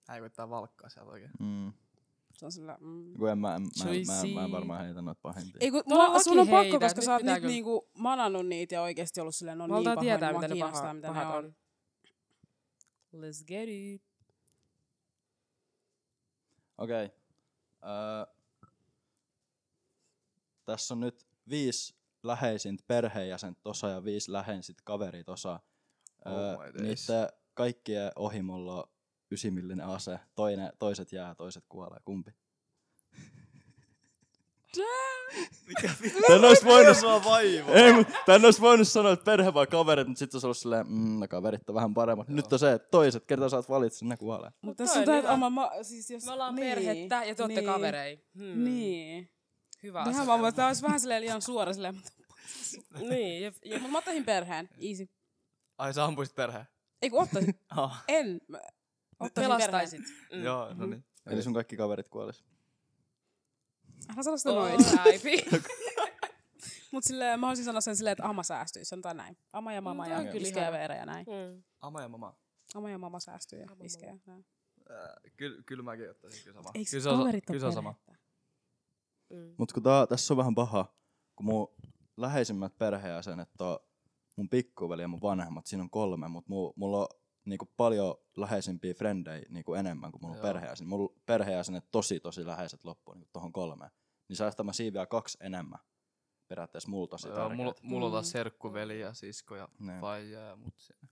Hän koittaa valkkaa sieltä oikein.
Mm.
Se on sillä, mm.
Kun en mä, en, mä, en- mä, en- mä,
Juicy.
en varmaan heitä noita pahimpia.
Ei kun
Tuolla
mulla,
Aki
sun on pakko,
heität,
koska
nyt
sä oot
pitää
nyt
kyllä.
niinku manannut niitä ja oikeesti ollut silleen, no
Mä
niin
halutaan
pahoin,
tietää,
mua
mitä ne
kiinnostaa,
paha,
mitä ne
pahat
on.
on. Let's get it.
Okei. Öö, tässä on nyt viisi läheisintä perheenjäsentä osa ja viisi läheisintä kaverit osa.
Oh my days.
niitä kaikkien ohi mulla on ysimillinen ase. Toinen, toiset jää, toiset kuolee. Kumpi?
Mikä vittu?
Tän olisi voinut,
Sua vaivaa.
ei, mut tän olisi voinut sanoa, että perhe vai kaverit, mutta sitten se olisi silleen, mm, no kaverit on vähän paremmat. Nyt on se, että toiset, kertaa sä oot valitsen, ne kuolee.
Mut
Mutta
tässä on
toi on
tää
hyvä.
oma... Ma- siis jos,
Me ollaan niin. perhettä ja te olette niin. kaverei. Hmm.
Niin.
Hyvä
Tähän
asia.
vaan, mutta tää olisi vähän silleen liian suora silleen, mutta
Niin, jep, jep.
Mut mä ottaisin perheen. Easy.
(laughs) Ai sä ampuisit perheen.
Ei kun ottaisin.
Oh.
En. Mä Ottaisin perheen.
Pelastaisit. Mm.
Joo, no niin.
Eli sun kaikki kaverit kuolis.
Älä sano sitä noin.
(laughs) Alright.
Mut silleen, mä haluaisin sanoa sen silleen, että ama säästyy. Sanotaan näin. Ama ja mama
Mm,
ja
toi on kyllä
iske ja
ihana.
veera ja näin.
Mm.
Ama ja mama.
Ama ja mama säästyy ja
mama.
iske ja näin.
Äh, Kyllä, kyllä mäkin ottaisin kyllä sama.
Eiks
Kyllä se on,
kaverit oo
kyllä se on sama.
perhettä?
Mm.
Mut kun tää, tässä on vähän paha, kun mun läheisimmät perheenjäsenet on mun pikkuveli ja mun vanhemmat, siinä on kolme, mut mu, mulla on niinku paljon läheisimpiä frendejä niinku enemmän kuin mulla on
Joo.
perheenjäsenet. Mulla on perheenjäsenet tosi tosi läheiset loppuun niinku tohon kolmeen. Niin säästä mä siiviä kaksi enemmän periaatteessa mulla tosi
Joo, mulla,
tärkeet.
mulla on taas
Mm.
serkkuveli ja sisko ja
Niin.
faija ja mut se.
Kyllä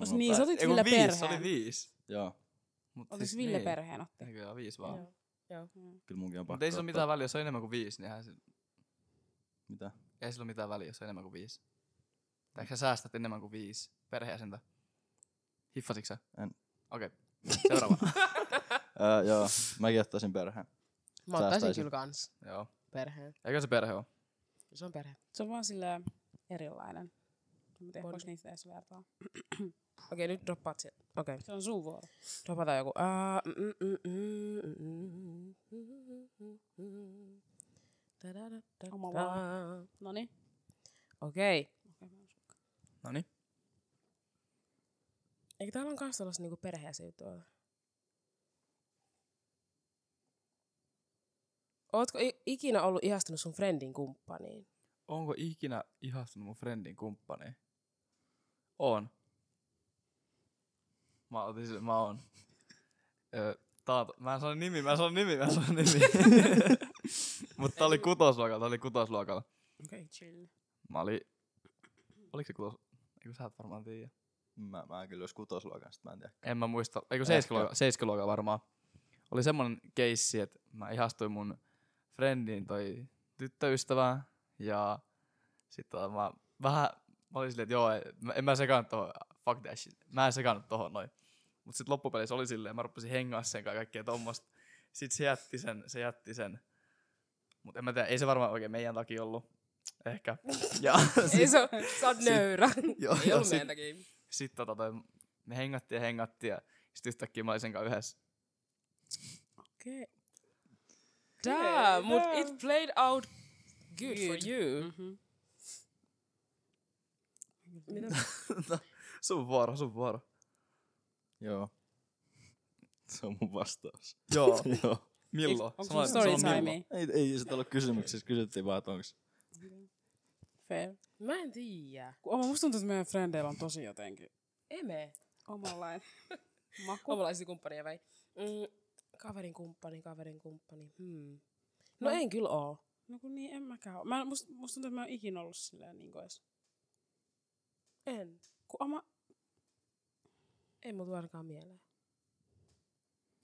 Ois
mulla on
niin, sä otit
Ei, kun
Ville
viisi, se oli
perheen.
viisi.
Joo,
Mut
Otis Ville
niin.
perheen otti.
Ei, Kyllä, viisi vaan.
Joo.
kyllä munkin on pakko
Mutta ei sillä ole
ottaa.
mitään väliä, jos on enemmän kuin viisi, niin eihän se,
Mitä?
ei sillä ole mitään väliä, jos on enemmän kuin viisi. Tai eikö sä säästät enemmän kuin viisi perheenjäsentä? Hiffasitko sä?
En.
Okei, seuraava.
Öö, joo, mäkin ottaisin perheen.
Mä ottaisin
Säästäisin.
kyllä kans
Joo.
perheen.
Eikö se perhe ole?
Se on perhe.
Se on vaan silleen erilainen. Mä tiedän,
On.
voiko niistä edes vertaa.
Okei, nyt droppaat sieltä. Okei,
Se on sun vuoro.
dropataan joku. Ah, mm, mm, mm, mm, mm, mm, mm, mm. Ta-da-da-da-da.
Oma vaan. Noniin.
Okei.
Okei, mä en usko.
Noniin.
Eikö täällä on kans tollas niinku perheessä juttua? Ootko i- ikinä ollut ihastunut sun friendin kumppaniin?
Onko ikinä ihastunut mun friendin kumppaniin? On. Mä otin sille, mä oon. Öö, taata. Mä en sano nimi, mä en sano nimi, mä en sano nimi. Mutta tää oli kutosluokalla, tää oli kutosluokalla.
Okei, chill.
Mä olin, oliko se kutos? Eikö sä et varmaan tiedä.
Mä, mä kyllä jos kutosluokan, sit mä en tiedä.
En mä muista, eikö
Ehkä.
70-luokka, 70-luokka varmaan. Oli semmonen keissi, että mä ihastuin mun friendiin toi tyttöystävää ja sit tota mä vähän, mä olin silleen, että joo, et mä- en mä sekaannu tohon, fuck that shit, mä en sekaannu tohon noin. Mut sit loppupelissä oli silleen, mä rupesin hengaa sen kanssa kaikkea tommosta. Sit se jätti sen, se jätti sen. Mut en mä tiedä, ei se varmaan oikein meidän takia ollut. Ehkä. Ja
Ei se on, sä oot nöyrä.
(laughs) Joo,
Ei
joo,
ollut
sit-
meidän takia.
sit tota toi, me hengattiin ja hengattiin ja sit yhtäkkiä mä olin sen kanssa yhdessä.
Okei.
Damn, mut
damn.
it played out good,
Good.
Mm-hmm. for you.
Mhm.
Mitä
no, sun vuoro, sun vuoro.
Joo. (laughs) Se on mun vastaus.
Joo.
Joo.
Milloin?
Onko
Sano-
sun story
sano milloin.
time?
Ei, ei sitä ollut kysymyksessä, kysyttiin vaan, että onks.
Fair.
Mä en tiedä.
Kun oma, musta tuntuu, että meidän frendeillä on tosi jotenkin
Eme.
omanlainen maku.
Omalaisia kumppaneja vai? Mm, kaverin kumppani, kaverin kumppani. Hmm.
No.
No, en kyllä oo.
No kun niin, en mäkään ole. Mä, en- musta, musta tuntuu, että mä en ikinä ollut silleen niin edes.
En.
Kun oma,
Ei mut ainakaan mieleen.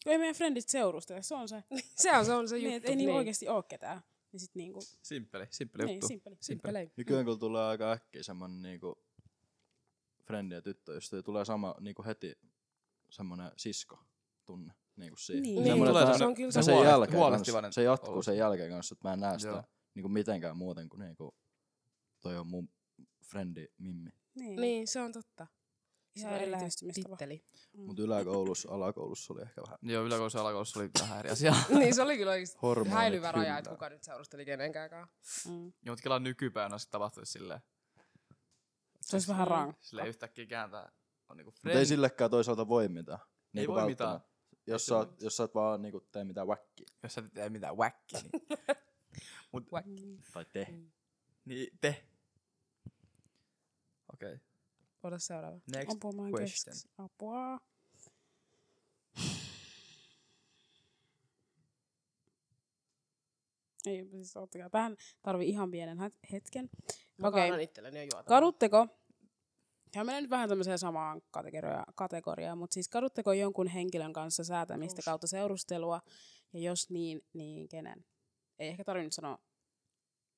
kun ei meidän frendit seurustele, se on se.
Se on se, on se juttu.
niin, et ei niinku oikeesti oo ketään. Niin sit niinku,
Simpeli, simpeli
niin,
juttu.
simpeli.
simpeli.
Nykyään kun tulee aika äkkiä semmonen niinku frendi ja tyttöystävä, tulee sama niinku heti semmonen sisko tunne niinku siihen.
Niin.
Niin,
Semmonen,
tulee
että-
semmonen-
on kyllä
ja
se
sen
huolehti-
jälkeen
huolehtivainen
kans, se jatkuu
olo.
sen jälkeen kanssa, että mä en näe sitä
Joo.
niinku mitenkään muuten kuin niinku toi on mun frendi Mimmi.
Niin. niin.
Niin, se on totta.
Ihan
on
eri
erityis-
lähestymistapa.
titteli. (laughs)
Mm.
Mut yläkoulussa, alakoulussa oli ehkä vähän
Joo, yläkoulussa ja alakoulussa oli vähän eri asia.
niin, se oli kyllä oikeesti
hormonit.
häilyvä raja,
yllä.
että kuka nyt seurusteli kenenkäänkaan.
Mm.
Joo, mutta kyllä nykypäivänä se tapahtuisi silleen.
Se olisi vähän rank.
Silleen yhtäkkiä kääntää. On niinku
Mutta ei
friend.
sillekään toisaalta voi mitään. Niinku
voi
välttämättä.
mitään.
Jos
se
sä,
voi
oot, jos sä oot vaan niinku tee mitään wackia.
Jos sä et tee mitään wackia, niin,
(laughs) Mm.
Tai te.
niin te. Okei, okay.
Ota seuraava.
next
Ampumaan
question.
keskeksi. Apua. Ei, siis ottakaa. Tähän tarvii ihan pienen hät- hetken.
Mä
Okei.
okay. annan itselleni jo juotavaa.
Kadutteko, tämä menee nyt vähän tämmöiseen samaan kategoriaan, kategoriaan mutta siis kadutteko jonkun henkilön kanssa säätämistä
Jous.
kautta seurustelua, ja jos niin, niin kenen? Ei ehkä tarvinnut sanoa.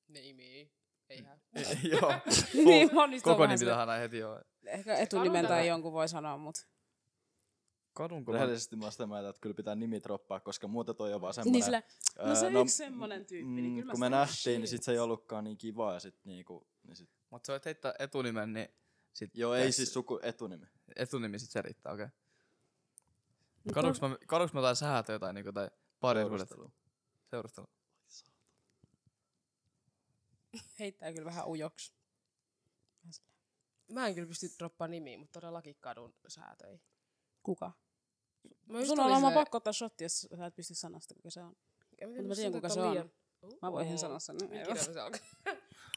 Nimi.
Mm.
Eihän.
(laughs)
(laughs)
joo.
niin, mä oon nyt
Koko
vähän
nimi
sille-
tähän näin heti joo.
Ehkä etunimen tai
Kannattaa.
jonkun voi sanoa, mutta...
Kadunko mä?
Rehellisesti mä oon sitä mieltä, että kyllä pitää nimi droppaa, koska muuta toi on vaan semmoinen.
Niin sillä,
ää,
no se on yksi semmonen tyyppi, niin
mm,
kyllä
Kun me nähtiin, niin sit se ei ollutkaan niin kivaa ja sit niinku... Niin sit,
Mut sä voit heittää etunimen, niin sit
joo, ei
tässä-
siis suku etunimi.
etunimi sit se riittää, okei. Okay. Kaduks mä, kaduks mä jotain sähätä jotain niinku tai parisuudet?
Seurustelu.
Seurustelu.
Heittää kyllä vähän ujoksi.
Mä en kyllä pysty droppaa nimiä, mutta todellakin kadun säätöi.
Kuka?
Mä
Sun on oma pakko ottaa shotti, jos sä et pysty sanoa sitä, kuka se on.
En
Mut mä tiedän,
tuota
kuka se on. Mä voin ihan sanoa sen.
Millä kirjaimella se alkaa?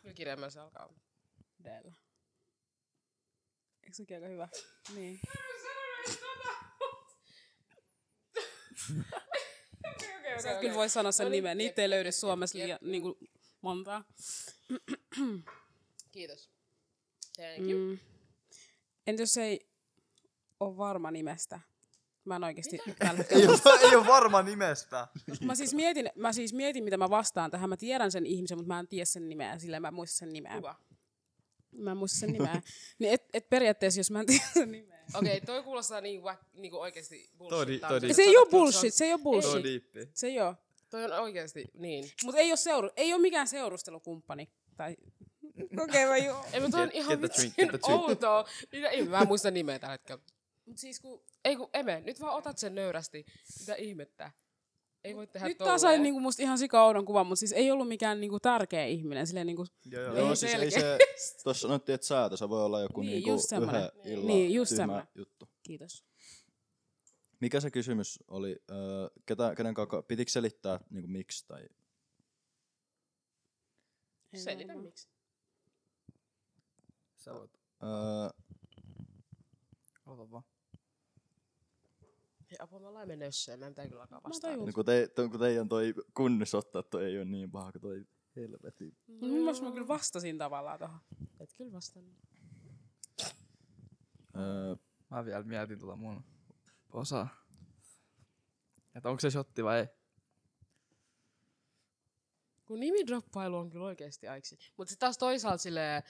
Millä kirjaimella se alkaa?
Dellä. Eikö sekin aika hyvä? (laughs) Niin. Sä et kyllä voi sanoa sen
No niin,
nimen. Niitä ei löydy Suomessa liian niin kuin montaa.
Kiitos. Thank you.
Mm. Entä jos ei ole varma nimestä? Mä en oikeesti (laughs) tällä hetkellä
Ei oo, (laughs) ei oo varma nimestä.
Mä siis, mietin, mä siis mietin, mitä mä vastaan tähän. Mä tiedän sen ihmisen, mutta mä en tiedä sen nimeä, sillä mä en muista sen nimeä.
Kuka?
Mä en muista sen nimeä. Niin et, et periaatteessa, jos mä en tiedä sen nimeä.
Okei, okay, toi kuulostaa niin, whack, niin kuin oikeesti bullshit.
di- toi
(laughs)
di-
Se ei ole bullshit, se ei ole
Se on
bullshit.
diippi.
Se ei ole.
Toi on oikeesti, niin.
Mutta ei ole, seuru, ei ole mikään seurustelukumppani. Tai... Okei, okay, joo.
Ei, mutta toi on
Get- get
ihan
the drink,
vitsin
get the drink.
outoa. Mitä ihme, mä en muista nimeä tällä hetkellä.
Mut siis kun,
Ei kun eme, nyt vaan otat sen nöyrästi. Mitä ihmettä? Ei voi tehdä
nyt
tolleen.
taas sai niinku musta ihan sika oudon kuvan, mutta siis ei ollut mikään niinku tärkeä ihminen. Silleen niinku,
Joo, joo.
Joo,
Ei
siis ei se... Tuossa sanottiin, että säätö, se voi olla joku
Niin,
niinku
just semmonen.
yhden
Niin.
illan
Niin, just
tyhmä
semmonen.
juttu.
kiitos.
Mikä se kysymys oli? Öö, ketä, kenen kanssa, pitikö selittää niinku miksi tai...
Ei
Selitä
varmaan.
miksi.
Sä voit.
Öö,
Aloita vaan.
Hei, apua, mä laimen nössöön. Mä en pitää kyllä alkaa
Mä
vastaan.
tajun.
no kun, te, to, kun teidän toi kunnes ottaa, toi ei ole niin paha kuin toi helvetin.
Mut Mun mielestä mä kyllä vastasin tavallaan tohon.
Et kyllä vastannut.
Öö,
Mä vielä mietin tota mun osaa. Että onko se shotti vai ei.
Kun nimidroppailu on kyllä oikeasti aiksi. Mutta sitten taas toisaalta silleen,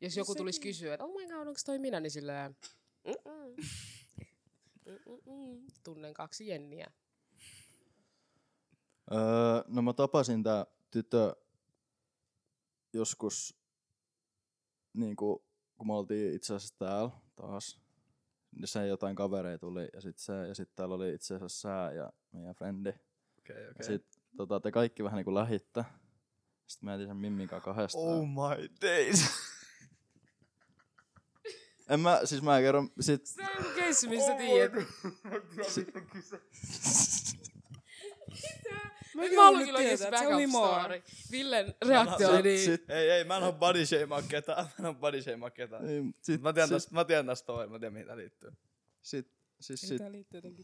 jos
No
joku tulisi
sekin.
kysyä, että oh my god, onko toi minä, niin silleen, "Mm-mm. (laughs) Mm-mm-mm. tunnen kaksi jenniä.
Öö, no mä tapasin tää tytö joskus, niinku, kun me oltiin itse asiassa täällä taas. Niin se jotain kavereita tuli ja sit, se, ja sit täällä oli itse asiassa sää ja meidän frendi. Okay.
Okei, okay,
Ja sit tota, te kaikki vähän niinku lähitte. Sitten mä jätin sen Mimmin kanssa kahdestaan.
Oh my days. (laughs)
En mä, siis mä kerron, sit
Se on keissi, mistä oh tiedät.
(laughs)
(laughs)
Mä,
Mä haluan kyllä oikeasti backup story. Villen reaktio oli
sit,
niin.
sit,
ei, ei, mä en oo body shameaa ketään. Mä en oo body shameaa ketään.
ei, niin, sit,
Mä tiedän
sit,
tästä, mä tiedän tästä story, mä tiedän mihin tää liittyy.
sit, siis, sit,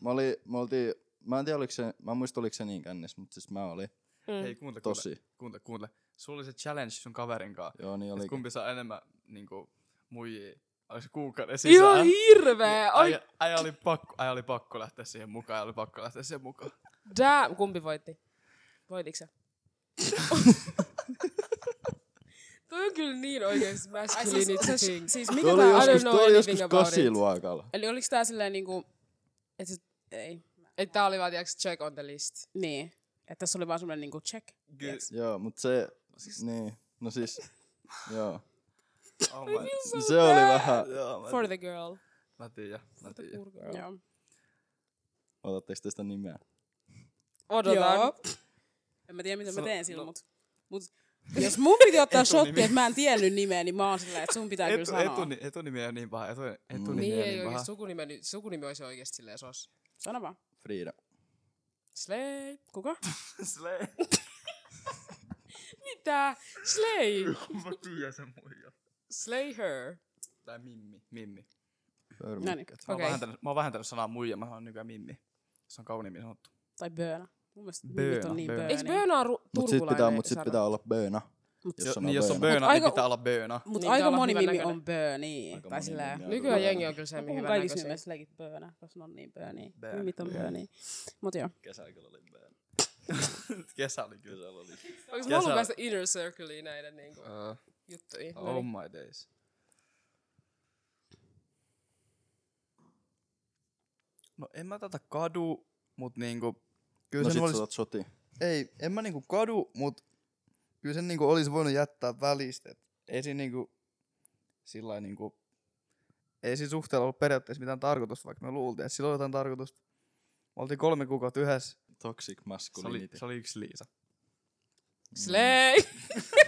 mä, oli, mä, oltiin, mä en tiedä oliko se, mä en muista oliko se niin kännis, mutta siis mä olin
Mm.
Hei, kuuntele, kuuntele,
tosi.
kuuntele, kuuntele. Sulla oli se challenge sun kaverin kanssa.
Joo, niin
Et
oli.
Siis kumpi saa enemmän niinku muijia. Oliko se kuukauden sisään?
Ihan hirveä. Ai,
Äijä, äijä, oli pakko, äijä oli pakko lähteä siihen mukaan, äijä oli pakko lähteä siihen mukaan.
damn. Kumpi voitti? Voititko
(laughs)
sä? Toi on kyllä niin oikeesti masculinity thing.
Siis
Tuo
mitä
oli
tää
jos-
on?
joskus,
don't know
tuo oli
anything
joskus
about it.
kasiluokalla.
Eli oliks tää silleen niinku, et se, ei,
Että tää oli vaan, tiiäks, check on the list.
niin. Että tässä oli vaan semmonen niinku check.
Kyllä.
tiiäks?
Joo, mutta se, niin, no siis, joo.
(laughs) Oh my.
Se oli vähän,
Joo, mä,
For the girl.
mä tiedän, mä tiedän.
Poor girl.
Joo.
otatteko te sitä nimeä?
Odotan.
Joo. En mä tiedä, mitä mä
Sano-
teen
no.
silloin, mut. Mut jos Siis mun piti ottaa
Etunimi.
shotti, että mä en tiennyt nimeä, niin mä oon silleen, että sun pitää kyllä
Etu,
sanoa.
etuni, etunimi on niin paha, etu, etunimi
Niin
on
ei
niin paha.
oikeesti, sukunimi, nyt- sukunimi olisi oikeesti silleen sos.
Sano vaan.
Frida.
Slay.
Kuka?
(laughs) Slay.
Mitä? Slay.
(laughs) mä tiedän sen muija.
Slay her.
Tai Mimmi. Mimmi.
Pörmi.
No niin.
Mä, oon
Okei.
vähentänyt, mä oon vähentänyt sanaa muija, mä sanon nykyään Mimmi. Se on kauniimmin sanottu.
Tai Böönä. Mun mielestä
Böönä,
nimit on niin
Böönä.
Böönä.
Eiks Böna on ru-
Mut sit
turkulainen
pitää, mut sit
sana?
pitää olla böönä.
Mut-
Jo, niin, jos
böönä.
on böönä,
Mut
niin
aika-
pitää olla böönä.
Mut
Niin,
aika
pitää olla
moni
hyvän
nimi
näköinen.
on Bööni.
Aika
Tai
moni
silleen.
nimi on.
Nykyään jengi on kyllä se,
Mä
mihin niinku
puhun
hyvän
kaikissa
näköisiä.
nimessä legit Böönä, koska ne on niin Bööni.
Böönä.
Nimit on Bööni. Mut joo.
Kesällä kyllä oli böönä.
Kesä oli kyllä.
oli.
Onko
Kesä-
mä ollut päästä inner circleiin näiden niinku
Uh,
juttuihin? No
oh
niin.
my days. No en mä tätä kadu, mut niinku... Kyllä
No
sen
sit
olis...
sä oot soti.
Ei, en mä niinku kadu, mut kyllä sen niinku olis voinut jättää välistä. et Ei siinä niinku... Sillä niinku... Ei siinä suhteella ollut periaatteessa mitään tarkoitusta, vaikka me luultiin, että sillä oli jotain tarkoitusta. Me oltiin kolme kuukautta yhdessä.
Toxic
Se oli,
masculinity.
se oli yksi Liisa.
Slay!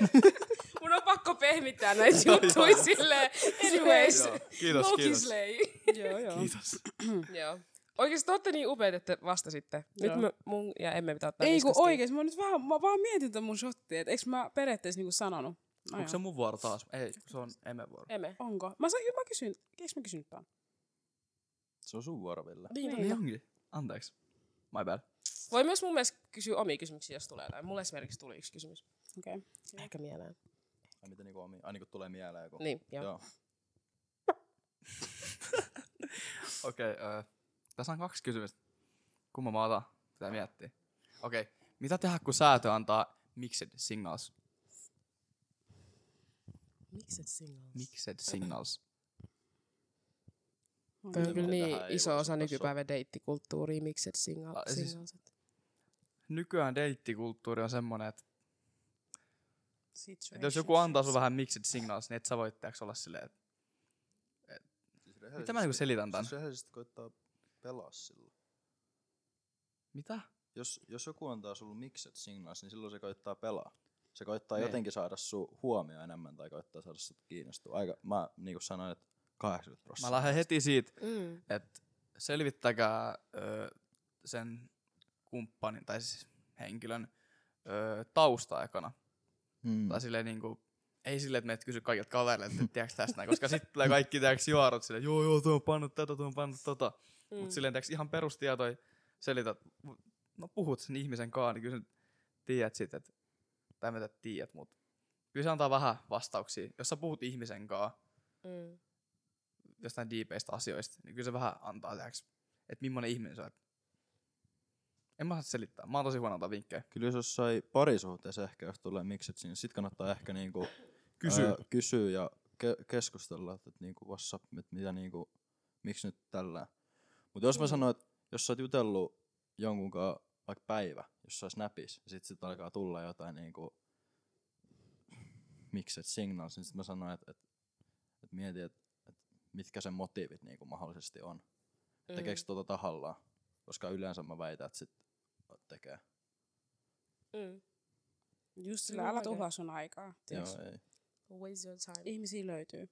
(laughs) Mun on pakko pehmittää näitä juttuja silleen. Anyways.
Joo, kiitos,
Loki
kiitos.
slay.
joo, joo.
Kiitos.
Joo. Oikeesti te ootte niin upeat, että vastasitte. Nyt
Joo.
me, mun ja emme pitää ottaa
Ei kun
niskasta kiinni.
oikeesti, mä nyt vähän, mä vaan mietin tätä mun shottia, että eikö mä periaatteessa niinku sanonut? No
Onko se
joo.
mun vuoro taas? Ei, se on Emme vuoro.
Emme.
Onko? Mä, sain, mä kysyn, eikö mä kysyn tämän?
Se on sun vuoro, Ville.
Niin.
Niin onkin. Anteeksi. My bad.
Voi myös mun mielestä kysyä omia kysymyksiä, jos tulee jotain. Mulle esimerkiksi tuli yksi kysymys.
Okei. Okay.
Ehkä mieleen.
Ai mitä niinku omi, ai niinku tulee mieleen joku.
Niin, joo.
Joo.
Okei, okay, äh, tässä on kaksi kysymystä. Kumma mä otan? Pitää miettiä. Okei, okay. mitä tehdä kun säätö antaa mixed signals?
Miksi et single?
Mixed signals.
Toi on
Kyllä
kyllä
me
niin
tähän ei
iso
voida
osa
sanoa.
nykypäivän deittikulttuuria, miksi et single,
Ah, siis-
singles.
Nykyään deittikulttuuri on semmonen, että
Situation.
et jos joku antaa sun vähän mixed signals, niin et sä voi tiiäks, olla silleen, että
Siis
mitä mä niinku selitän tän?
rehellisesti koittaa pelaa sillä.
Mitä?
Jos, jos joku antaa sulle mixet signals, niin silloin se koittaa pelaa. Se koittaa
Niin.
jotenkin saada sun huomioon enemmän tai koittaa saada sut kiinnostua. Aika, mä niinku sanoin, että 80
Mä
prosenttia.
lähden heti siitä,
Mm.
että selvittäkää ö, sen kumppanin tai siis henkilön ö, tausta ekana.
Hmm.
Tai silleen niinku, ei silleen, että meet kysy kaikilta kavereilta, että tiedätkö tästä näin, koska sitten tulee kaikki tiedätkö juorut silleen, joo joo, tuo on pannut tätä, tuo on pannut tota. Mm. Mut silleen tiedätkö ihan perustietoja selität, mu- no puhut sen ihmisen kanssa, niin kyllä sä tiedät sit, että, tai mitä tiedät, mut kyllä se antaa vähän vastauksia. Jos sä puhut ihmisen kanssa
Mm.
jostain diipeistä asioista, niin kyllä se vähän antaa tiedätkö, että millainen ihminen sä oot. En mä saa selittää, mä oon tosi huono antaa vinkkejä.
Kyllä jos jossain parisuhteessa ehkä, jos tulee mixet signals, sit kannattaa ehkä niinku
Kysy.
ää, kysyä ja ke- keskustella, että niinku what's up, että mitä niinku, miksi nyt tällä. Mutta
Mm.
jos mä sanon, että jos sä oot jutellut jonkun kanssa vaikka päivä, jos sä snapis, ja sit sit alkaa tulla jotain niinku, mixed signals, niin sit mä sanon, että et, et mieti, että et mitkä sen motiivit niinku mahdollisesti on. Mm. Tekeekö se tota tahallaan? Koska yleensä mä väitän, että sit tekee.
Mm.
Just
Joo,
sillä, älä
oikein.
tuhlaa sun aikaa. tiiäks.
Joo, ei.
Waste your time.
Ihmisiä löytyy.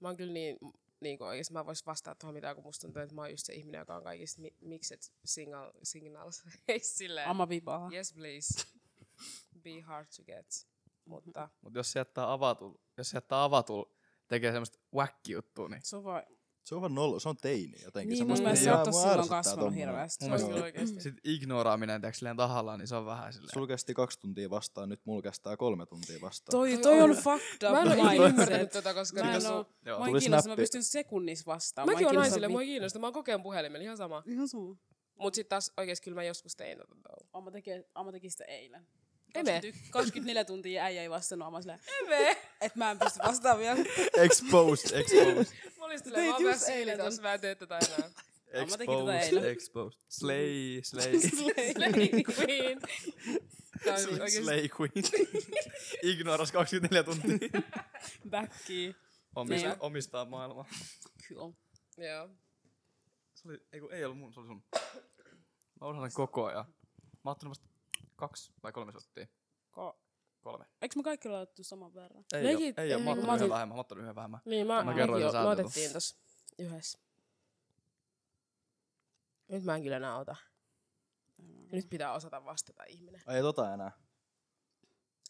Mä oon kyllä niin, niin kuin oikeesti mä vois vastata tuohon mitään, kun musta tuntuu, että mä oon just se ihminen, joka on kaikista mi- mikset single, (laughs) signals. Ei silleen.
Ama vibaa.
Yes, please. Be hard to get. Mutta
Mut jos se jättää avatul, jos se jättää avatul, tekee semmoista whack-juttua, niin
Se on vaan...
Se on vaan nollo, se on teini jotenkin.
Niin, mun
semmoista,
mielestä se
jää,
on tossa
mua
silloin
ärsyttää
kasvanut
tommonen.
hirveästi.
se on
Mun
kyllä oikeesti.
Sitten ignoraaminen tiiäks, silleen tahallaan, niin se on vähän silleen.
Sulla kesti kaksi tuntia vastaan, nyt mulla kestää kolme tuntia vastaan.
Toi,
Toi
toi
on-
on fucked up
mä en oo ikinä ymmärtänyt
mindset.
tota, koska
Mä en
niinku-
oo...
Joo.
Mä en
Tuli
kiinnostunut, mä
snappi.
pystyn sekunnissa vastaan.
Mäkin on
oon
naisille, mua ei kiinnosta. Mä oon kokeen puhelimen, ihan sama.
Ihan sama.
Mut sit taas oikeesti kyllä mä joskus tein tota. though.
Amma teki, Amma teki sitä eilen.
Eme.
21 24 tuntia äijä ei vastannut. Amma silleen,
Eve!
että mä en pysty vastaamaan vielä.
(laughs) Exposed, exposed,
Mä olin silleen,
Teit
mä oon
just
myös
eilen
siilitys, mä en tee tätä enää.
Joo, mä tekin tota eilen.
exposed, exposed. Slay,
(laughs)
slay,
Slay
niin
queen. Tää on oikeesti-
(laughs) slay
(laughs)
queen. Ignoras 24 tuntia.
Backiin.
Omista,
Niin.
omistaa maailmaa.
Kyllä.
Joo.
Se oli, ei, kun ei ollut mun, se oli sun. Mä unohdan sen koko ajan. Mä oon ottanut vasta kaksi vai kolme shottia.
Ko-
Kolme.
Eikö me kaikki olla otettu saman verran?
Ei,
Legit-
oo, ei oo,
ei,
mä oon
kun
ottanut
mä otin-
yhden vähemmän, mä oon ottanut yhden vähemmän.
Niin, mä,
Mä
mä,
kerroin
kerroin,
sen
me
säätelun.
otettiin tossa yhdessä. Nyt mä en kyllä enää ota. Nyt pitää osata vastata ihminen.
Ai ei tota enää.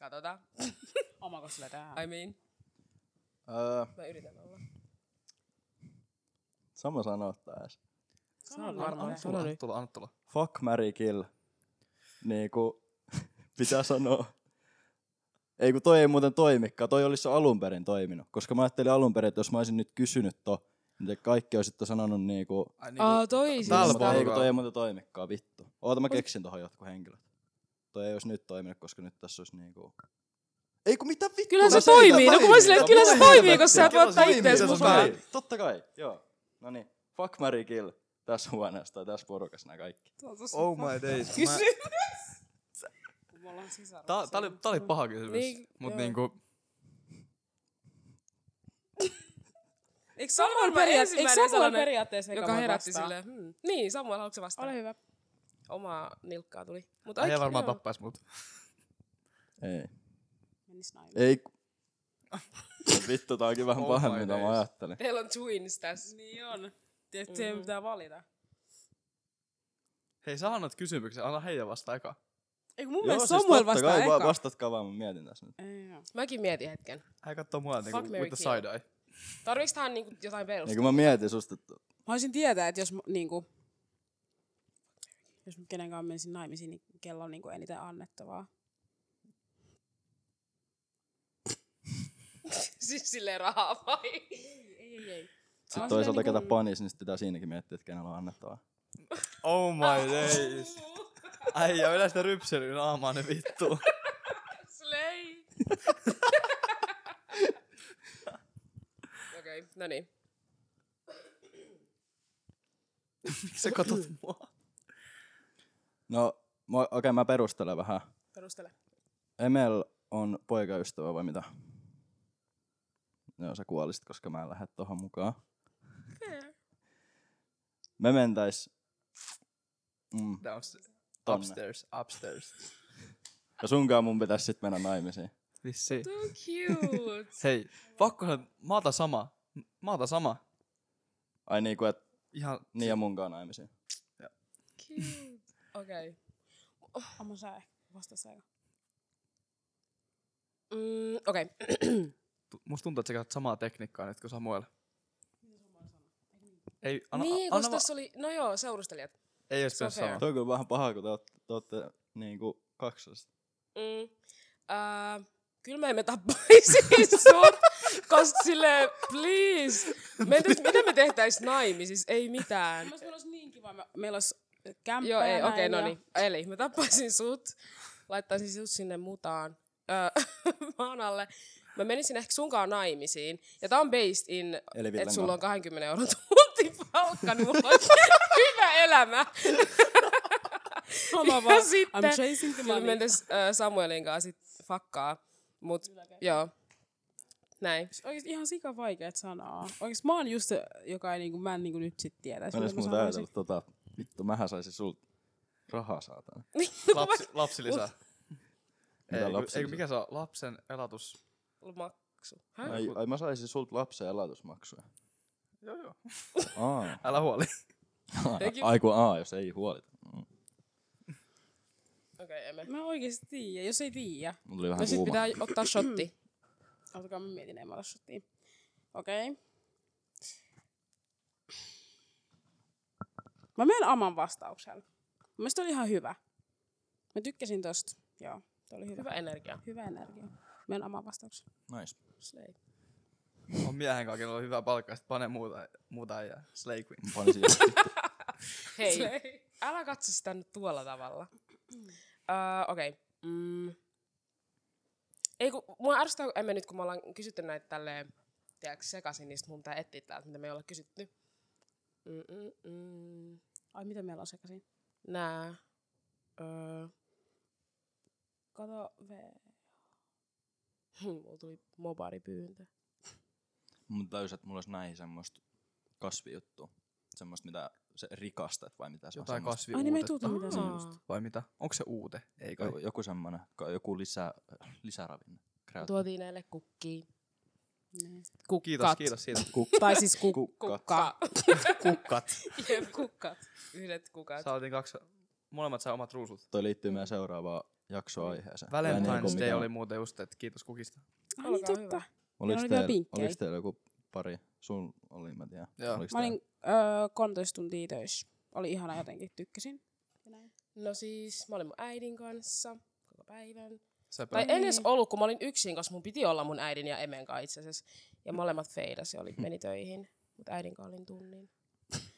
Katsotaan.
Omako sillä tää.
I mean,
Öö,
mä yritän olla.
sama sanoo taas.
Sano
varmaan.
varmaan.
Tulla,
Sano
anna
nyt.
tulla, anna tulla.
Fuck, marry, kill. Niinku, (laughs) pitää sanoa. Ei kun toi ei muuten toimikaan, toi olisi alun perin toiminut. Koska mä ajattelin alun perin, että jos mä olisin nyt kysynyt to, niin te kaikki olisitte sanonut niinku...
Ai, niin,
Aa, toi
siis-
Täällä
siis Ei kun
porukalla.
toi ei muuten toimikaan, vittu. Oota mä keksin tohon jotkut henkilöt. Toi ei olisi nyt toiminut, koska nyt tässä olisi niinku... Ei kun mitä vittua?
Kyllähän se
mä selitän
toimii. No kun mä
väliin.
silleen,
että
kyllä se
Mitä
toimii, kun sä et
helvettiä?
voi ottaa
Kyllä se
ittees
toimii,
mukaan.
totta kai, Totta kai, joo. No niin, fuck, marry, kill. Tässä huoneessa tai tässä porukassa nämä kaikki.
Oh my days. Mä...
Kysy.
Tää, tää, oli, tää oli paha kysymys.
Niin,
Niin, mut
joo.
niinku,
Eikö
Samuel
Samuel
periaatteessa,
periaatteessa,
eikö Samuel periaatteessa,
joka herätti silleen, hmm. niin Samuel, haluatko se vastaa?
Ole hyvä.
Omaa nilkkaa tuli. Mut
äijä
oikein,
varmaan
joo.
tappais mut.
Ei.
Menis naimisiin.
Ei. ku- (laughs) Vittu, tää onkin vähän
Oh
pahemmin,
my
mitä mä
days.
ajattelin.
Teillä on twins tässä.
Niin on. Tietysti siihen pitää valita.
Hei, sä annat kysymyksen, anna heidän vasta eka.
Eikö mun
Joo, siis
mielestä
siis
Samuel
totta
vastaa
kai, vaan
eka?
vastatkaa vaan, mä mietin tässä nyt.
Ei, joo.
Mäkin mietin hetken.
Hän kattoo mua niinku
Fuck, marry,
with the
kill.
side eye.
Tarviiks tähän niinku jotain
Niin
perustaa?
kun mä mietin susta, että
Mä haluaisin tietää, että jos mä, niinku, jos mä kenen kanssa menisin naimisiin, niin kello on niinku eniten annettavaa.
(laughs) siis silleen rahaa vai?
Ei, ei.
sit
on
toisaalta
silleen
ketä
niinku-
panis, niin sit pitää siinäkin miettiä, että kenellä on annettavaa.
Oh my (laughs) days. Äijä, yleensä sitä rypselyyn aamaan ne (laughs) vittu. (laughs)
Slay! Okei, no niin.
Miksi sä katot mua?
No, mä- okei, okay, mä perustelen vähän.
Perustele.
Emel on poikaystävä vai mitä? No sä kuolisit, koska mä en lähde tohon mukaan. Me mentäis mm,
Downs,
Tonne.
upstairs, upstairs.
ja sunkaan mun pitäis sit mennä naimisiin.
Vissiin.
Too cute.
Hei, pakkohan, mä otan sama. Mä otan sama.
Ai niinku, et
Ihan,
niin ja munkaan naimisiin.
cute. Okei. Okay.
Amma sä ehkä vastassa eka.
Mm, Okei. Okay.
tu- musta tuntuu, että sä käytät samaa tekniikkaa nyt kuin Samuel. Ei, anna,
Niin,
anna,
koska
anna
tässä oli... No joo, seurustelijat.
ei edes
se on
pitänyt sanoa.
fair.
Toi on kyllä vähän pahaa, kun te ootte, te ootte niinku kaksosista.
Mm. Äh, kyllä me emme
(laughs)
tappaisi sut, koska sille please. Me entäs, mitä me tehtäis naimisissa? Ei mitään.
Mielestäni meillä olisi niin kiva. me- Meillä olisi kämppä
Joo, ei,
ja
okei, okay,
näin
no
ja-
niin. Eli mä tappaisin sut, laittaisin sut sinne mutaan öö, (laughs) maan alle. Mä menisin ehkä sunkaan naimisiin. Ja tää on based in,
Eli
että
Villen
sulla on 20 euron tuntipalkka, niin mulla olisi (laughs) hyvä elämä. (laughs)
Sama
Ja
vaan.
sitten-
I'm chasing the
Kyllä me
money.
mentäis öö, Samuelin kanssa sit fakkaa. Mut joo, näin.
Oikeesti ihan sika vaikeet sanaa. Oikeesti mä oon just se, joka ei niinku, mä en niinku nyt sit tietäis.
Mä en edes
mitä mä
muuta
sanoisin.
ajatellut tota, vittu, mähän saisin sulta rahaa saatana.
(laughs) Lapsi, lapsilisä.
Mitä
ei, lapsilisä? Ei,
lapsilisä?
mikä se on? Lapsen elatus.
Maksu. Häh?
Ai, ai mä saisin sulta lapsen elatusmaksuja.
Joo, joo.
Aa.
Älä huoli.
Thank you.
Ai kun aa, jos ei huolita. Mm.
Okei, okay, emme.
Mä oikeesti tiiä, jos ei tiiä.
Mulla oli
No
vähän
sit
kuuma.
pitää ottaa shotti.
Otakaa mä mietin, ei mä ole shottia. Okei. Okay. Mä menen Aman vastauksella. Mun mielestä oli ihan hyvä. Mä tykkäsin tosta. Joo, toi oli hyvä.
Hyvä
Hyvä,
energia.
hyvä energia. Menen Aman vastauksella.
Nice.
Slay.
On miehen kanssa, kenellä on hyvä palkka, sit pane muuta, muuta äijää. Slay queen.
Mä panin siihen.
Hei,
Slay.
älä katso sitä nyt tuolla tavalla. Uh, Okei. Okay. Mm. Ei kun, mua ärsyttää, kun emme nyt, kun me ollaan kysytty näitä tälleen, tiedätkö, sekaisin, niin sit mun pitää etsiä täältä, mitä me ei olla kysytty. Mm-mm-mm.
Ai, mitä meillä on sekaisin?
Nää. Öö,
Kato V.
(laughs) mulla tuli mobaaripyyntö.
(laughs) Mun täys, että mulla olisi näihin semmoista kasvijuttua. Semmoista, mitä se rikastat vai mitä se on.
Jotain
semmoista-
Ai, niin me ei
kasviuutetta.
tuutu mitään
Aa.
semmoista.
Vai mitä? Onko se uute? Ei kai.
Joku- Joku semmoinen, joku lisä, lisäravinne. Kraut.
Tuotiin näille kukkii.
Niin.
Kukkat.
Kiitos, kiitos siitä.
Tai siis ku-
Kukka.
kukka.
(laughs)
Kukkat.
Jep, kukkat. Yhdet kukat.
Saatiin kaksi, molemmat sai omat ruusut.
Toi liittyy meidän seuraavaan jaksoaiheeseen. niinku
Valentine's Day oli muuten just, että kiitos kukista.
Ai niin,
Olkaa
totta.
Oliko
oli vielä
teillä,
pinkkejä.
oliko teillä joku pari? Sun oli, mä tiedän.
Joo.
Oliks
Mä
teillä?
olin öö, 13 tuntia töissä. Oli ihana jotenkin, tykkäsin.
No siis, mä olin mun äidin kanssa koko päivän.
Sepä.
Tai en edes
Niin.
ollut, kun mä olin yksin, koska mun piti olla mun äidin ja
Mm.
emen kanssa itse asiassa. Ja molemmat feidas ja oli, meni töihin. Mutta äidin kanssa olin tunnin.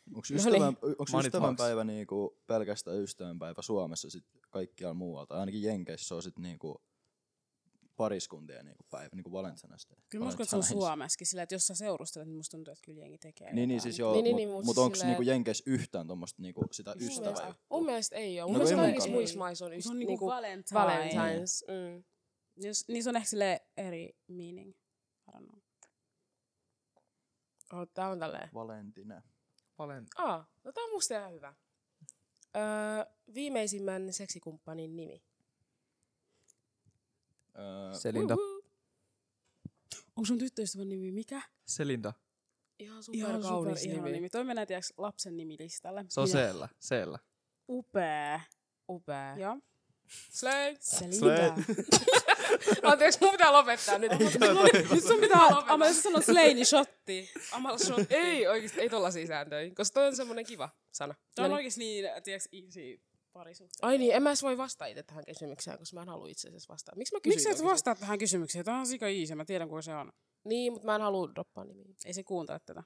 Onko
No
ystävän,
niin.
onks
Money
ystävänpäivä niinku pelkästään ystävänpäivä Suomessa sit kaikkialla muualta? Ainakin Jenkeissä se on sit niinku pariskuntien niinku päivä, niinku Valentine's Day.
Kyllä mä uskon, että se on
Valentine's.
Suomessakin sillä, että jos sä seurustelet, niin musta tuntuu, että kyllä jengi tekee
Niin, niin
jotain.
siis joo,
Niin,
niin,
niin,
mut,
niin, mut
mut, onks
silleen-
niinku Jenkeissä yhtään tommosta niinku sitä
Mun
ystävää?
mielestä-
juttua?
Mun mielestä ei oo.
No kun
Mun mielestä
ei
kaikissa
munkaan.
muissa maissa on
Se
yst,
on
niinku
niinku Valentine.
Valentines. Mm.
Jos, niin se on ehkä sille eri meaning. I don't know.
Oh, tää on tälleen.
Valentine.
Valen...
Aa, no tää on musta ihan hyvä. Öö, viimeisimmän seksikumppanin nimi.
Öö,
Selinda.
Uhu.
Onko sun tyttöystävän nimi mikä?
Selinda.
Ihan
Ihan super
superkaunis
ihana
nimi.
nimi. Toi menee tiiäks lapsen nimilistalle.
Se on
Minä-
seellä. Seellä.
Upea.
Upea.
Joo.
Slay.
(laughs)
(laughs)
(laughs)
Selinda.
Anteeksi, mun pitää
(laughs)
lopettaa nyt.
No niin, Nyt sun pitää Amel, sä sanot Sleini shotti. No niin. Amel shot.
ei oikeesti, ei tollasia sääntöjä, koska toi on semmonen kiva sana.
Tämä on
No niin.
oikeesti niin, tiiäks, easy parisuhteen.
Ai niin, en mä edes voi vastata itse tähän kysymykseen, koska mä en halua itse asiassa vastata. Miksi mä kysyin?
Miksi sä et
oikeesti?
vastaa tähän kysymykseen? Tämä on sika easy, mä tiedän kuka se on.
Niin, mutta mä en halua droppaa nimiä.
Ei se kuuntele tätä.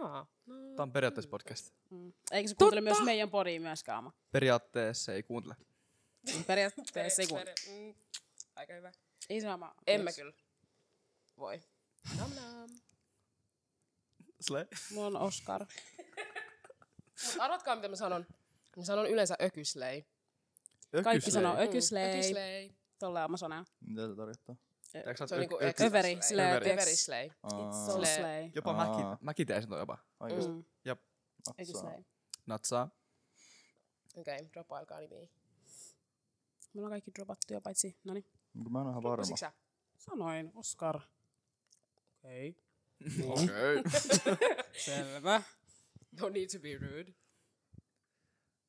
Aa.
no.
Tää on periaatteessa podcast.
Mm. Eikä se kuuntele myös meidän podiin myöskään. Ama.
Periaatteessa ei kuuntele.
Periaatteessa ei kuuntele.
Mm, aika hyvä.
Ei sama.
En mä kyllä. Voi. Nam nam.
Slay.
Mulla on Oscar.
Mut arvatkaa, mitä mä sanon. Mä sanon yleensä ökyslei.
Mm, Kaikki sanoo
Mm,
ökyslei.
Ökyslei.
Tolleen oma sana.
Mitä se tarkoittaa?
Se on niinku
Överi, silleen,
Överi.
tiiäks,
Överislei.
Aa,
It's so
Silleen-
slay.
Jopa
Aa.
mäki, mäki tein sen toi jopa.
oikeesti
Mm.
Jep.
Eikö
natsaa.
slay?
Natsaa.
Okei, okay, droppailkaa nimiä.
Mulla on kaikki dropattu jo paitsi. no niin. Noni.
Niinku Mä en ole ihan varma.
Ositko sä?
Sanoin Oscar. Okei.
Okei. Okay.
Selvä.
Don't need to be rude.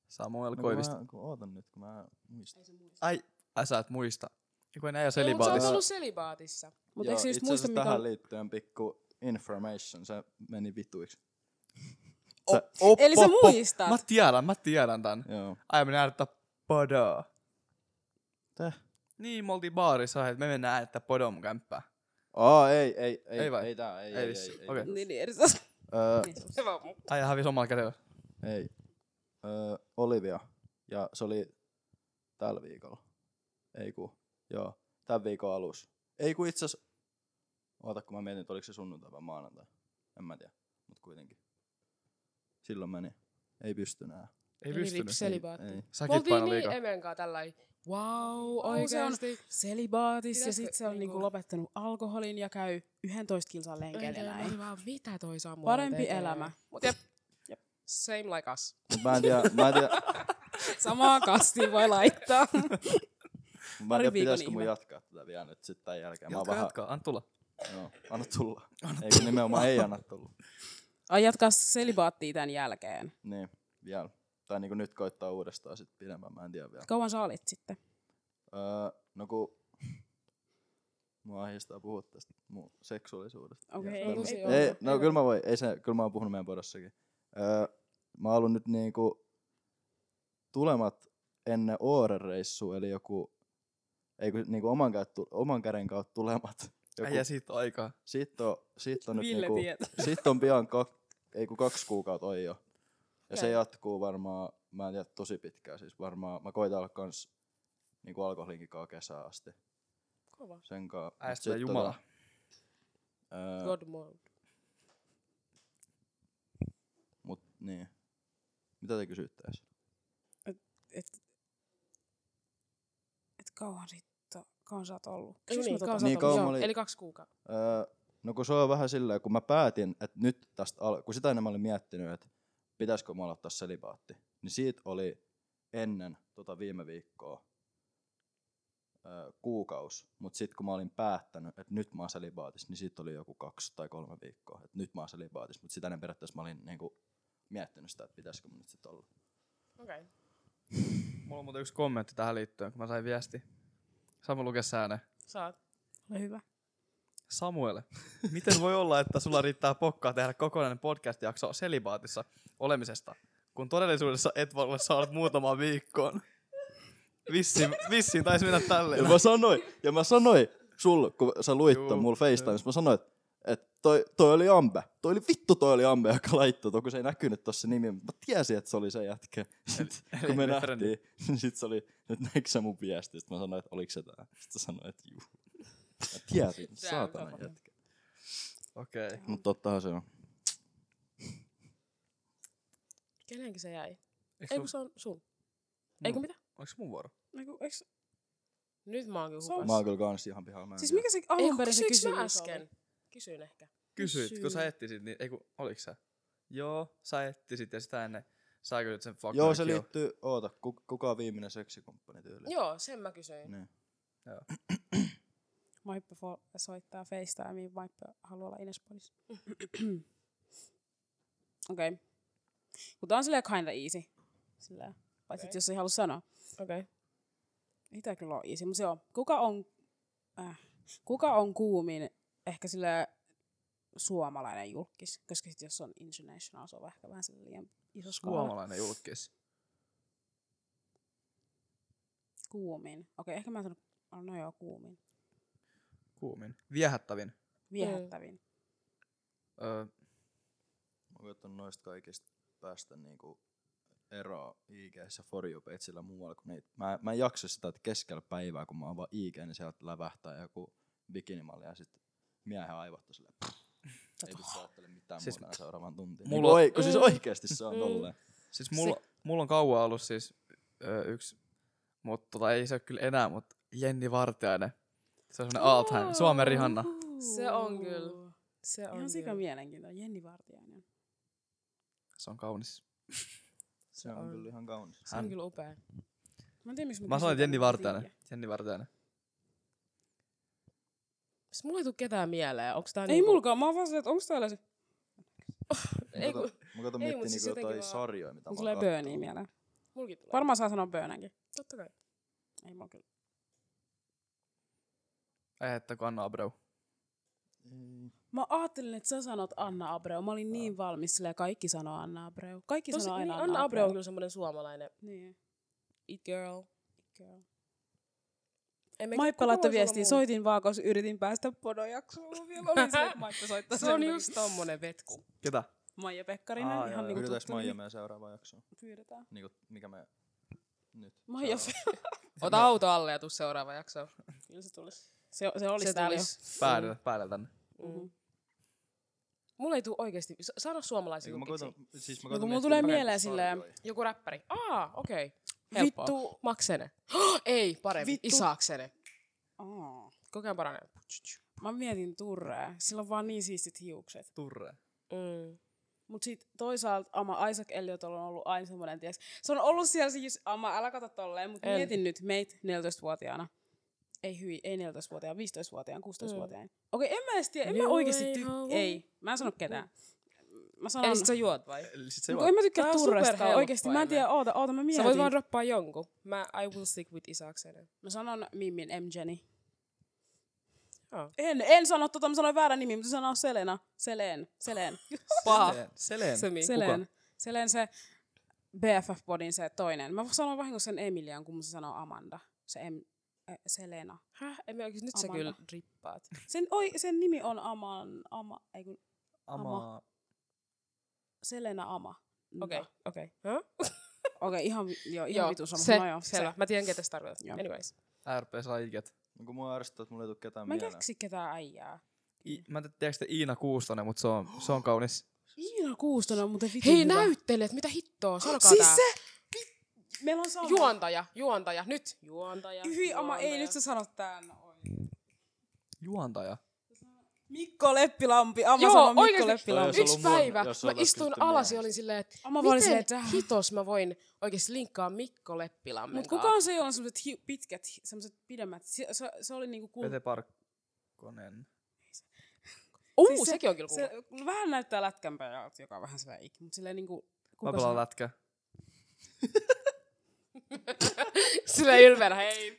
Samuel
No kun
Koivisto.
mä- kun Ootan nyt, kun mä muistan.
Ai, ai sä et muista. Joku enää ei ole
Ei, mut sä oot
selibaatissa.
ollut selibaatissa.
Mut
Joo,
eikö se just
itse
muista
asiassa
mikä
tähän
on...
liittyen pikku information, se meni vituiksi.
Op, op,
Eli sä
op, op.
muistat.
Mä tiedän, mä tiedän tän.
Joo.
Aiemmin äänettää podoa.
Täh?
Niin, me oltiin baarissa, että me mennään äänettää podon mun kämppää.
Aa, ei, ei, ei,
Ei
ei,
vai?
ei tää, ei,
Ei
ei, ei,
vissi.
ei,
Okei.
Niin, niin, eri
Öö,
Se vaan mun.
Ai, hävisi omalla kädellä.
ei. Öö, Olivia. Ja se oli tällä viikolla. Ei ku, joo, tämän viikon alus. Ei ku itse asiassa, oota kun mä mietin, että oliko se sunnuntai vai maanantai. En mä tiedä, mut kuitenkin. Silloin meni. Ei pysty nää.
Ei
Eli
pystynyt.
rips selibaatti.
Ei.
Me
Säkin
oltiin
paino
niin
liikaa.
Emen kanssa tällain. Wow,
se on
oikeesti.
Selibaatis ja
Pitäisikö
sit se on
niinku-
niinku lopettanut alkoholin ja käy 11 kilsan lenkeillä ja näin.
Vaan mitä toi Samuel
Parempi
tekee?
elämä.
Mut jep. Same like us.
Mut mä en tiedä, mä
(laughs)
en tiedä,
Samaa (laughs) kastiin voi laittaa.
mä en
Parin viikon
tiedä pitäisikö mun
ihme.
jatkaa tätä vielä nyt sit tän jälkeen. Mä oon
Jatkaa,
vähän,
jatkaa. Anna tulla.
Joo, anna tulla. Ei kun nimenomaan ei anna tulla.
Ai jatkaa selibaattia tämän jälkeen.
Niin, vielä. Tai niinku nyt koittaa uudestaan sit pidemmän, mä en tiedä vielä.
Kauan sä olit sitten?
Öö, no ku... (laughs) Mua ahistaa puhua tästä mun seksuaalisuudesta.
Okei,
Ja
ei,
tämmöstä.
ei,
ei,
ei,
no
ei.
kyllä mä voin, ei se, kyllä mä oon puhunut meidän podossakin. Öö, mä oon ollut nyt niinku tulemat ennen Oore-reissua, eli joku, ei kun niinku oman, kädet, tu- oman käden kautta tulemat. Joku,
Äijä siitä on aikaa.
sit on, sit on nyt
Ville
niinku,
tietää.
sit on pian kak, ei kun kaksi kuukautta on jo. Ja se
Joo.
jatkuu varmaan, mä en tiedä tosi pitkään, siis varmaan, mä koitan olla kans niinku alkoholinkin kaa kesää asti.
Kova.
Sen kaa. mut
Äijä
sit
Jumala.
Tota, öö,
God mode.
mut niin. Mitä te kysytte edes?
Et kauan sitten, kauan sä oot ollut.
Ei
Kysymys
niin,
tota-
kauan sä
Niin,
oot
kauan
ollut.
mä
Joo,
olin-
Eli kaksi kuukautta.
Öö, no kun se on vähän silleen, kun mä päätin, että nyt tästä, al- kun sitä ennen mä olin miettinyt, että pitäisikö mä aloittaa selibaatti, niin siitä oli ennen tota viime viikkoa öö, kuukaus, mutta sitten kun mä olin päättänyt, että nyt mä oon selibaatissa, niin siitä oli joku kaksi tai kolme viikkoa, että nyt mä oon selibaatissa, mutta sitä ennen periaatteessa mä olin niinku miettinyt sitä, että pitäisikö mä nyt sitten olla.
Okei. Okay.
Mulla on muuten yksi kommentti tähän liittyen, kun mä sain viesti. Samu lukee sääne.
Saat.
Ole hyvä.
Samuel, miten voi olla, että sulla riittää pokkaa tehdä kokonainen podcast-jakso selibaatissa olemisesta, kun todellisuudessa et voi olla saanut muutamaan viikkoon? Vissiin, vissiin taisi mennä tälleen.
Ja mä sanoin, ja mä sanoin sul, kun sä luit
Juu,
ton mulla FaceTimeissa, mä sanoin, että et, toi, toi oli Ambe. Toi oli vittu toi oli Ambe, joka laittoi tuon, kun se ei näkynyt tuossa nimi. Mä tiesin, että se oli se jätkä. (laughs) Sitten
eli
kun me
meidän frendi.
nähtiin, niin (laughs) sit se oli, että näikö sä mun viesti? Sitten mä sanoin, että oliko se tää? Sitten sanoi, että juu. Mä tiesin,
Tää on
saatana
kova.
jätkä.
Okei. Okay.
Mutta tottahan se on.
Kenenkin se jäi? Ei
Eikö
kun
se
se on sun. Ei kun mitä?
Mm. Onks mun vuoro?
Eiku, eiks,
Nyt mä oonkin
Se on-
Mä
hukassa.
oon kyllä kans ihan pihalla. mä en
siis
tiedä.
mikä se... Oh,
Ei kun
kysyykö
kysyin
mä
äsken. Kysyin ehkä.
Kysyit, kun sä
Kysyin.
ettisit, niin eiku, oliks sä? Joo, sä ettisit ja sitä ennen sä kysyit sen fuck
Joo,
Mary,
se
kill.
liittyy, oota, ku- kuka on viimeinen seksikumppani tyyli?
Joo, sen mä kysyin.
Niin.
Maippe fo- soittaa FaceTimeen, Maippe haluaa olla Inespolis. (clears throat) Okei. Okay. Mutta on silleen kinda easy. Silleen. Paitsi
Okei.
okay. jos ei halua sanoa.
Okei. Okay.
Ei tää kyllä ole easy, mutta se on. Kuka on, äh, kuka on kuumin ehkä sille suomalainen julkis? Koska sit jos on international, se on ehkä vähän sille liian iso skaala.
Suomalainen julkis.
Kuumin. Okei, okay, ehkä mä sanon, oh, no joo, kuumin.
Kuumin. Viehättävin.
Viehättävin. Mm.
Öö,
Mä oon koittanut noista kaikista päästä niinku eroa IG ja For you pageillä muualla. Kun niitä. Mä, mä en jaksa sitä, että keskellä päivää, kun mä avaan IG, niin sieltä lävähtää joku bikinimalli ja sitten miehen aivot on silleen. pff, Ei pysty ajattelemaan mitään
Siis-
siis, muuta seuraavan tuntiin.
Mulla
Mulla... Niin, oi,
on-
kun siis
Mm.
oikeesti se on
Mm.
tolleen.
siis mulla, mulla on kauan ollut siis öö, yksi, mutta tota, ei se ole kyllä enää, mutta Jenni Vartiainen. Se on semmonen alt hän. Suomen Rihanna.
Se on kyllä. Se on
Ihan sika
kyllä.
mielenkiintoinen. Jenni Vartiainen.
Se on kaunis.
Se on
on.
kyllä ihan kaunis.
Se on kyllä upea.
Mä en tiedä, miksi
Mä sanoin,
kysyin
että Jenni
tätä, mä en
Vartiainen.
tiedä.
Jenni Vartiainen.
Siis mulla ei tuu ketään mieleen. Onks tää
Ei
niinku...
mulkaan, mä oon vaan silleen, että onks täällä se...
Ei kun...
Mä katon
ei,
miettiä
mut siis
niinku
jotenkin
jotain
vaan-
sarjoja, mitä
Mulla
mä
tulee
oon
Burnia mieleen.
Mulkin tulee.
Varmaan saa sanoa Burnankin.
Totta kai.
Ei mulla kyllä.
Ei, että kun Anna Abreu.
kattonut.
Mä ajattelin, että sä sanot Anna Abreu. Mä olin niin valmis silleen, kaikki sanoo Anna Abreu. Kaikki
Tosi,
sanoo
niin,
aina
Anna Abreu on kyllä semmonen suomalainen.
Niin.
It girl.
Girl.
Ei me-
Maippa
kuka
laittoi
voisi olla
viestiä,
muu?
soitin vaan, koska yritin päästä podojaksoon. Mulla Vielä oli
(laughs)
se, että Maippa soittaa
Se on
sen
just
takia.
tommonen vetku.
Ketä?
Maija Pekkarinen,
Aa, joo,
ihan niinku
Pyydetäänkö
tuttu.
Maija
Maija.
meidän seuraavaan jaksoon?
Pyydetään.
Niinku, mikä me nyt?
Maija, (laughs)
seuraava-
Ota auto alle ja tuu seuraava jakso.
kyllä se tulisi. Se, se olisi
Se
täällä jo.
tulis.
Päädellä, päädellä tänne.
Mm. Mulla ei tuu oikeesti. s- Sano suomalaisia
Eikö mä
julkiksi.
koitan, siis mä
No kun mulla
koitan miettiä
tulee
parempia
mieleen silleen-
sarjoja.
Joku räppäri. Aa, okei. Okay. Helppoa.
Vittu.
Maksene. (gasps) ei, parempi.
Vittu.
Vittu. Isaaksene.
Aa.
Koko ajan paranee.
Mä mietin Turrea. Sillä on vaan niin siistit hiukset.
Turre.
Mm.
Mut sit toisaalta Ama Isaac Elliot on ollut aina semmoinen, tiiäks. Se on ollut siellä siis, Ama, älä kato tolleen, mut
En.
mietin nyt meitä 14-vuotiaana. Ei hyi, ei 14-vuotiaana, 15-vuotiaana,
Mm.
16-vuotiaana. Okei, en mä edes tiedä, en mä
Joo,
oikeesti
ei
tykkää.
halua.
Ei, mä en sano ketään. Mä sanon,
Eli sit sä juot vai?
Eli sit se
Mut
juo.
kun No en mä tykkää
Tää on
turresta
superhelppo
oikeesti. Mä en tiedä, oota, oota, mä mietin.
Sä voit vaan droppaa jonkun. Mä I will stick with Isaaksene.
Mä sanon Mimmin M. Jenny.
Joo.
En, en sano tota, mä sanoin väärän nimi, mutta sanon Selena. Selen, Selen.
Paha.
Seleen. Seleen.
Se mi-
Ah, Selen. Selen se BFF-bodin se toinen. Mä sanoin vahingossa sen Emilian, kun mun se sanoo Amanda. Se em, äh, Selena.
Häh? En mä oikeesti. Nyt sä
Amanda.
kyllä
(laughs)
drippaat.
Sen, oi, sen nimi on Aman, Ama, ei kun,
Ama.
Selena Ama.
Okei, okei. Häh?
Okei, ihan, vi- joo, No. ihan
Joo,
vitu sama.
se,
no joo,
selvä.
se.
Mä tiedän, ketä sä tarkoitat.
Joo.
Anyways.
RP Saiket.
No Kun mua ärsyttää, että mulla ei tule ketään
Mä en
mieleen.
keksi ketään äijää.
I, mä en tiedä, tiedätkö te Iina Kuustonen, mutta se on, se on kaunis.
Iina Kuustonen on muuten vitu
Hei,
hyvä.
näyttelijät, mitä hittoa? Sanokaa
Siis
tää.
se! Vi- Meillä on sama.
Juontaja, juontaja, nyt. Juontaja.
Hyi, Ama, ei
juontaja.
nyt sä sanot tän. Oi.
Juontaja.
Mikko Leppilampi, Ama
Joo,
sanoo Mikko
oikeesti.
Leppilampi.
Toi olisi
Yksi
ollut mun,
päivä
jos
mä
oltais
istuin
kysytty
alas
mieleen.
ja olin silleen, että
Ama vaan oli silleen,
miten
että-
hitos mä voin oikeesti linkkaa Mikko Leppilammen
Mut
Mut
kuka on se, jolla on semmoset hi- pitkät, hi- semmoset pidemmät? Se, se, se oli niinku kult...
Pete Parkkonen.
Uu,
Siis
siis
se-
sekin on kyllä kuva.
Se no, vähän näyttää lätkänpäjältä, joka on vähän sellainen ikki, mutta silleen niinku...
Mä pelaan
se,
lätkää.
Sillä ylpeänä, hei.
no,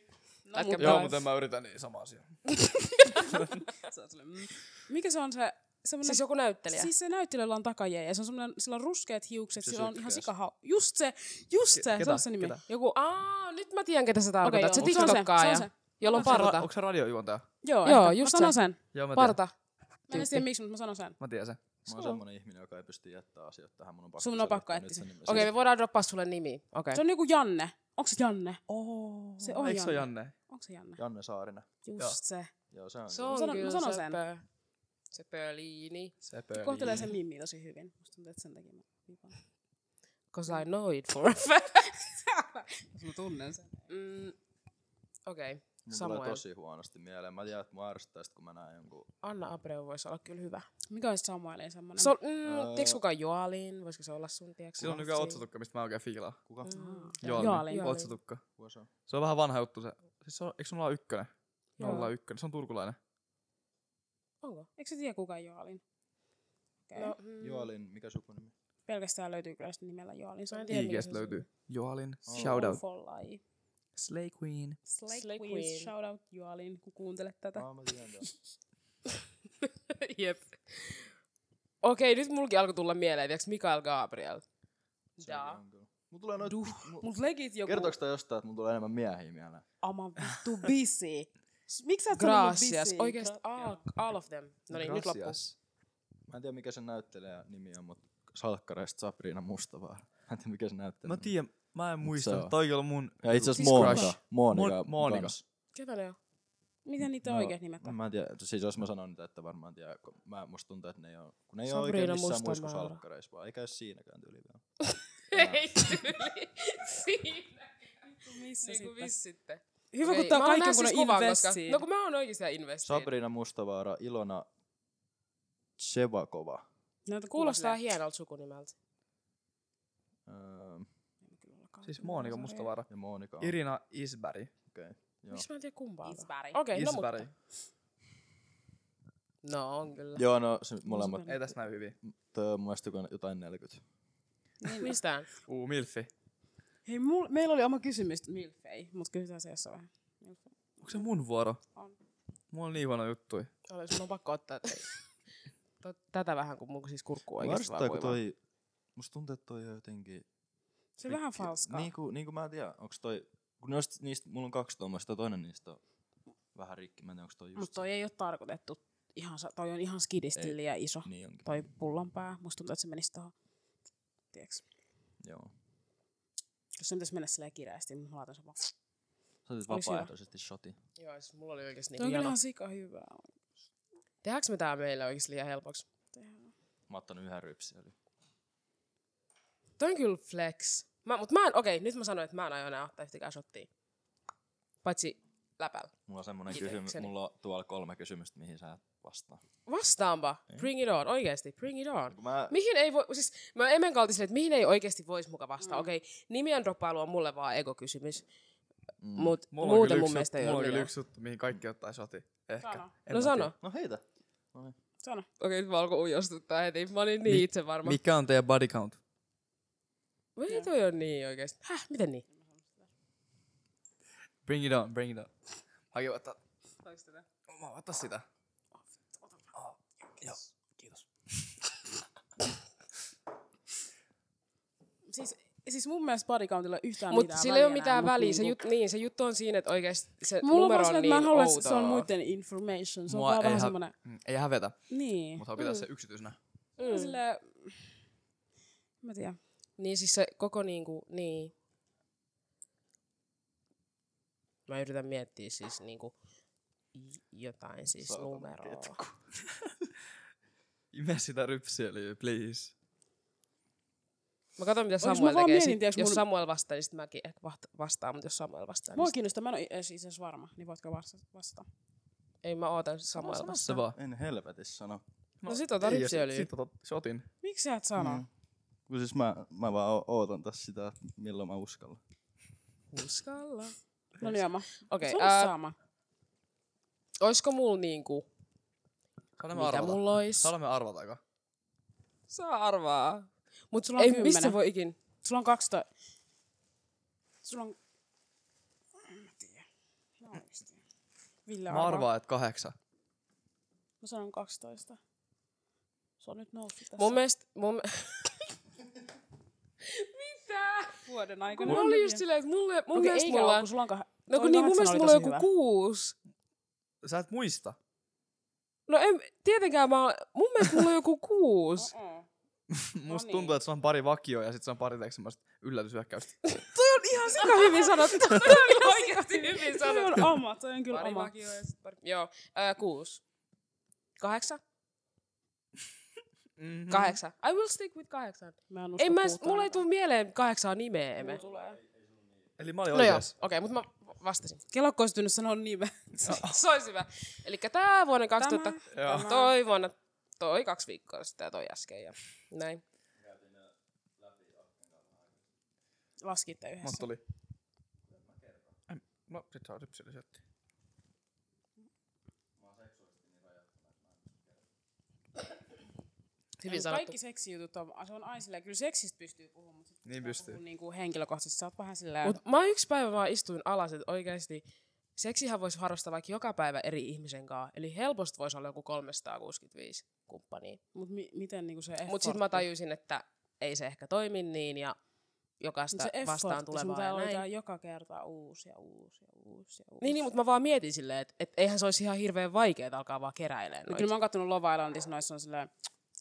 lätkä-
mutta-
Joo, mutta en mä yritä niin sama asia.
se on silleen, mm. Mikä se on se... Semmoinen,
Siis joku näyttelijä.
Siis se näyttelijällä on takajäi ja se on semmoinen, sillä on ruskeat hiukset,
Se
sillä on
sytkäys.
ihan sikahau. Just se, just se, se
ketä?
on se nimi.
Ketä?
Joku,
Aa, nyt mä tiedän, ketä sä
Okei,
tarkoitat.
joo.
se
Mut se on se, se on
TikTokkaaja,
se.
jolla on
Onko se ra-
parta.
Onko se radiojuontaja?
joo,
Joo,
ehkä.
just
Mä sanon
se.
sen.
Joo, mä tiedän.
Parta.
Mä en tiedä miksi, mutta mä sanon sen.
Mä tiedän sen.
Mä oon
Sulla-
semmonen ihminen, joka ei pysty jättää asioita tähän. Mun on pakko
Sun on pakko
selittää nyt
etsiä.
sen nimen.
Okei,
Siis-
me voidaan droppaa sulle nimi. Okei.
Se on niinku Janne. Onko se Janne?
Oh,
Se on
Eikö se ole
Janne?
Janne?
Onko se Janne?
Janne Saarinen.
Just
Joo.
se.
Joo, se on.
Se
kyllä.
on
sanon- mä
kyllä
sanon
se
sen.
pö- Se pöliini.
Sepö.
Kohtelee sen mimmiä tosi hyvin. Musta tuntuu, että sen takia mä vihaan.
Cause I know it for a fact.
Mä tunnen sen.
Mm, Okei, okay.
Mun tulee
Samuel.
tosi huonosti mieleen. Mä tiedän, että mä ärsyttää sit, kun mä näen jonkun...
Anna Abreu voisi olla kyllä hyvä.
Mikä olisi Samuelin semmonen?
Se on, mm,
Ää.
tiedätkö kuka on Joalin? Voisiko se olla sun, tiedätkö?
Sillä on nykyään otsatukka, mistä mä oikein fiilaan.
Kuka?
Ah.
Joo,
Jaalin.
Jaalin. otsatukka.
Kuka se on?
Se on vähän vanha juttu se. Siis se on, eikö se olla ykkönen?
Joo.
Nolla ykkönen, se on turkulainen.
Onko?
Oh. Eikö sä tiedä kuka on Joalin? Okei.
No, mm,
Joelin, mikä sukunimi?
Pelkästään löytyy kyllä sitä nimellä Joalin. Se
Mä
on
en tiedä. mikä se
IGstä
on.
löytyy. Joalin,
Oh.
shout out.
awful laji.
Slay Queen.
Slay,
Slay
Queen.
Queen.
Shout out Joalin, kun kuuntelet tätä.
Ah, mä
(laughs)
tiedän tämän.
(laughs) Jep. Okei, nyt mulkin alkoi tulla mieleen, tiedätkö Mikael Gabriel?
Sekin on kyllä. Mun tulee noit...
Duh.
mu-
Mut legit joku
Kertooks tää jostain, että mun tulee enemmän miehiä mieleen?
ama vittu bisi. S- Miksi sä et sanonut
Gracias.
bisi?
Oikeesti,
Gra-
all, all of them. No niin, nyt loppuu.
Gracias.
Mä en tiedä, mikä sen näyttelijä nimi on, mutta salkkareista Sabrina Mustavaara. Mä en tiedä, mikä se näyttelijä
Mä tiedän, mä en
se
muista.
on.
Toi on mun...
Ja itse
Siis
asiassa Monika.
crush.
Monika.
Mon- Monika.
kans.
Ketä ne on?
Miten niitä on
No,
oikeat nimet on?
Mä en tiedä, siis jos mä sanon niitä, että varmaan tiedä, kun mä, musta tuntuu, että ne ei oo, kun ne ei oo
Sabrina
oikein missään
Mustamaara.
muissa kuin salkkareissa, vaan eikä edes siinäkään tyyli vielä.
Ei tyyli. (laughs) Siinä.
Missä
Niin
sitten?
kuin vissitte.
Hyvä, kun
Okei,
tää on
mä oon
kaiken
nähnyt
kun
siis kuvan, koska-
investiin.
No kun mä oon oikeesti investiin.
Sabrina Mustavaara, Ilona Tsevakova.
Näitä
Kuulostaa
kuvia.
hienolta sukunimeltä.
Öö,
Siis Monika Mustavara.
ja Monika. on-
Irina Isberg.
Okei. Joo.
Miksi mä en tiedä kumpaa? on?
Isberg.
Okei, no mutta.
Isberg.
No on kyllä.
Joo, no se, molemmat.
Ei tässä näy hyvin.
Toi on mun mielestä joku- jotain 40.
Mistään?
Uu, Milfi.
Hei, mul, meillä oli oma kysymys milfei, mut kysytään se jossain vähän. Milfei.
Onko se mun vuoro?
On.
Mulla on niin huono juttui.
Olisi, mun on pakko ottaa tot- tätä vähän, kun mun siis kurkku oikeesti vaan
Varsinkin
voimaa. Toi...
toi, musta tuntuu, että toi on jotenkin
Se on vähän
rikki.
falskaa.
Niin kuin, niin kuin mä en tiedä, onko toi... Kun noista, niistä, mulla on kaksi tuommoista, toinen niistä on vähän rikki. Mä en tiedä, onko toi just...
Mutta toi ei ole tarkoitettu. Ihan, sa- toi on ihan skidisti
Ei.
liian iso.
se. Niin onkin.
Toi pullon pää. Musta tuntuu, että se menisi tohon. Tiedätkö?
Joo.
Jos se pitäisi mennä silleen kireästi, niin mä laitan sen vaan.
Sä otit
Olis hyvä.
vapaaehtoisesti shotin.
Joo, siis mulla oli oikeesti
Toi on
niinku
kyllä
jano.
ihan sika hyvää.
Tehdäänkö me tää meille oikeesti liian helpoksi?
Mä ottanut yhden rypsin. Eli.
Toi on kyllä flex. Mä, mut mä en, okei, nyt mä sanoin, että mä en aio enää ottaa yhtäkään shottia. Paitsi läpällä.
Mulla on semmonen
Itsekseni.
kysymys. Mulla on tuolla kolme kysymystä, mihin sä et vastaa.
Vastaanpa.
Niin.
Bring it on, oikeesti. Bring it on.
Kun mä...
Mihin ei voi, siis mä emän kautta silleen, että mihin ei oikeasti voisi muka vastaa.
Mm.
Mm. Okei, nimien droppailu on mulle vaan ekokysymys,
Mm.
mutta
Mulla on
muuten
kyllä
mun
yksi
mielestä
juttu-
ei
Mulla on
ole
kyllä
mitään.
yksi juttu, mihin kaikki ottaa shoti. Ehkä.
Sano.
En
No
mä
sano.
tiedä.
No heitä.
Sano.
Okei, nyt mä alkoi ujostuttaa heti. Mä olin niin
Mi-
itse varma. Mi-
Mikä on teidän body count?
Voi toi on niin oikeesti. Häh, miten niin?
Bring it on, bring it on. Mäkin voin ottaa. Mä voin ottaa sitä. Oh, Joo, kiitos.
Siis, siis mun mielestä bodycountilla ei ole yhtään
Mutta
mitään
sillä ei ole
enää,
mitään
mut
väliä. Se,
niinku-
jut, niin, se juttu on siinä, että oikeasti se
Mulla on
numero
vaan silleen,
on niin
että mä en halua, että
outoa.
se on muiden information. Se on
Mua
vaan
ei
vähän
hä-
semmonen...
Mm, Ei hävetä,
Niin.
mutta on pitää se yksityisenä.
Mm.
Mm.
Silleen... Mä tiedän.
Niin siis se koko niinku, niin. Mä yritän miettiä siis niinku j- jotain siis
Saatana
numeroa.
ketku.
Ime sitä rypsiöljyä, please.
Mä katson, mitä
mä
Samuel
vaan
tekee.
mietin,
sit,
tiiäks,
jos
mun-
Samuel vastaa, niin sit mäkin ehkä vaht- vastaan, mutta jos Samuel vastaa, niin
Mua
sit...
kiinnostaa, mä en ole edes itse asiassa varma, niin voitko vasta- vastata?
ei mä ootan sit Samuel
Sano
vastaa.
se vaan.
En helvetissä sano.
No sit ota
ei, ja
rypsiöljy.
Sit sit ota shotin.
Miksi sä et sano? Mm.
Kun siis mä, mä vaan o- ootan tässä sitä, että milloin mä uskallan.
Uskalla.
No lyömä.
Okei,
Sun
ää,
saama.
oisko mulla niinku,
Saada me
mitä
arvata.
mulla ois?
Saada me arvata aika.
Saa arvaa. Mut
Sulla on
ei,
kymmenen.
mistä voi ikin?
Sulla on 12. Sulla on... En mä tiedä. Mä oikeesti. Ville
Mä
arvaa.
arvaan, että kahdeksan.
Mä sanon 12. Se on nyt noussut tässä
Mun mielestä, mun,
vuoden
kun
aikana. siis-
mulla oli just silleen, että mulle, mun okay, mielestä mulla on,
Kun sulla on kah-
no
toi
kun niin, mun
kahdeksan
mielestä
oli
mulla on
tosi
joku
hyvä.
kuusi.
Sä et muista.
No en, tietenkään mä oon, mun mielestä mulla on joku
(laughs)
kuusi.
Mm-mm.
(laughs) Musta
niin.
tuntuu, että se on pari vakioa ja sitten se on pari teeksi semmoista yllätyshyökkäystä.
Toi on ihan sika hyvin sanottu. Toi on oikeasti
Toi
hyvin sanottu.
on oma, toi on kyllä
Pari
oma.
vakioa ja sit pari... Joo, äh, kuusi. Kahdeksan?
Mm-hmm.
Kahdeksan. I will stick with kahdeksan.
Mä en usko
Ei mä,
puutaan.
mulla ei tule mieleen kahdeksaa nimeä, emme.
Mulla tulee.
Eli mä olin
No joo, okei,
oikeas.
okay, mutta mä vastasin.
Kelakko olisi tyynyt sanoa nimen.
(laughs) Se olisi hyvä. Eli tää vuonna 2000,
Tämä,
Joo.
tämä.
toi vuonna, toi kaksi viikkoa sitten ja toi äsken ja näin.
Laskitte
Mut
yhdessä. No,
tuli. En- No sit saa rypsillä sieltä.
Hyvin
Mut
sanottu.
Kaikki seksijutut on, se on aina silleen, kyllä seksistä pystyy puhumaan, mutta sitten
Niin pystyy.
Niin kuin henkilökohtaisesti, sä oot vähän silleen,
Mut mä yksi päivä vaan istuin alas, että oikeasti seksihän voisi harrastaa vaikka joka päivä eri ihmisen kanssa. Eli helposti voisi olla joku 365 kumppania.
mut mi- miten niinku se effortti?
Mutta sitten mä tajusin, että ei se ehkä toimi niin ja jokaista
se effortti,
vastaan
sun
tulevaa
pitää
ja näin.
löytää joka kerta uusi ja uusi ja uusi ja uusi.
Niin, niin mutta mä vaan mietin silleen, että et eihän se olisi ihan hirveän vaikeaa alkaa vaan keräilemään
No
noita.
kyllä mä oon kattonut Love Islandissa, noissa on silleen,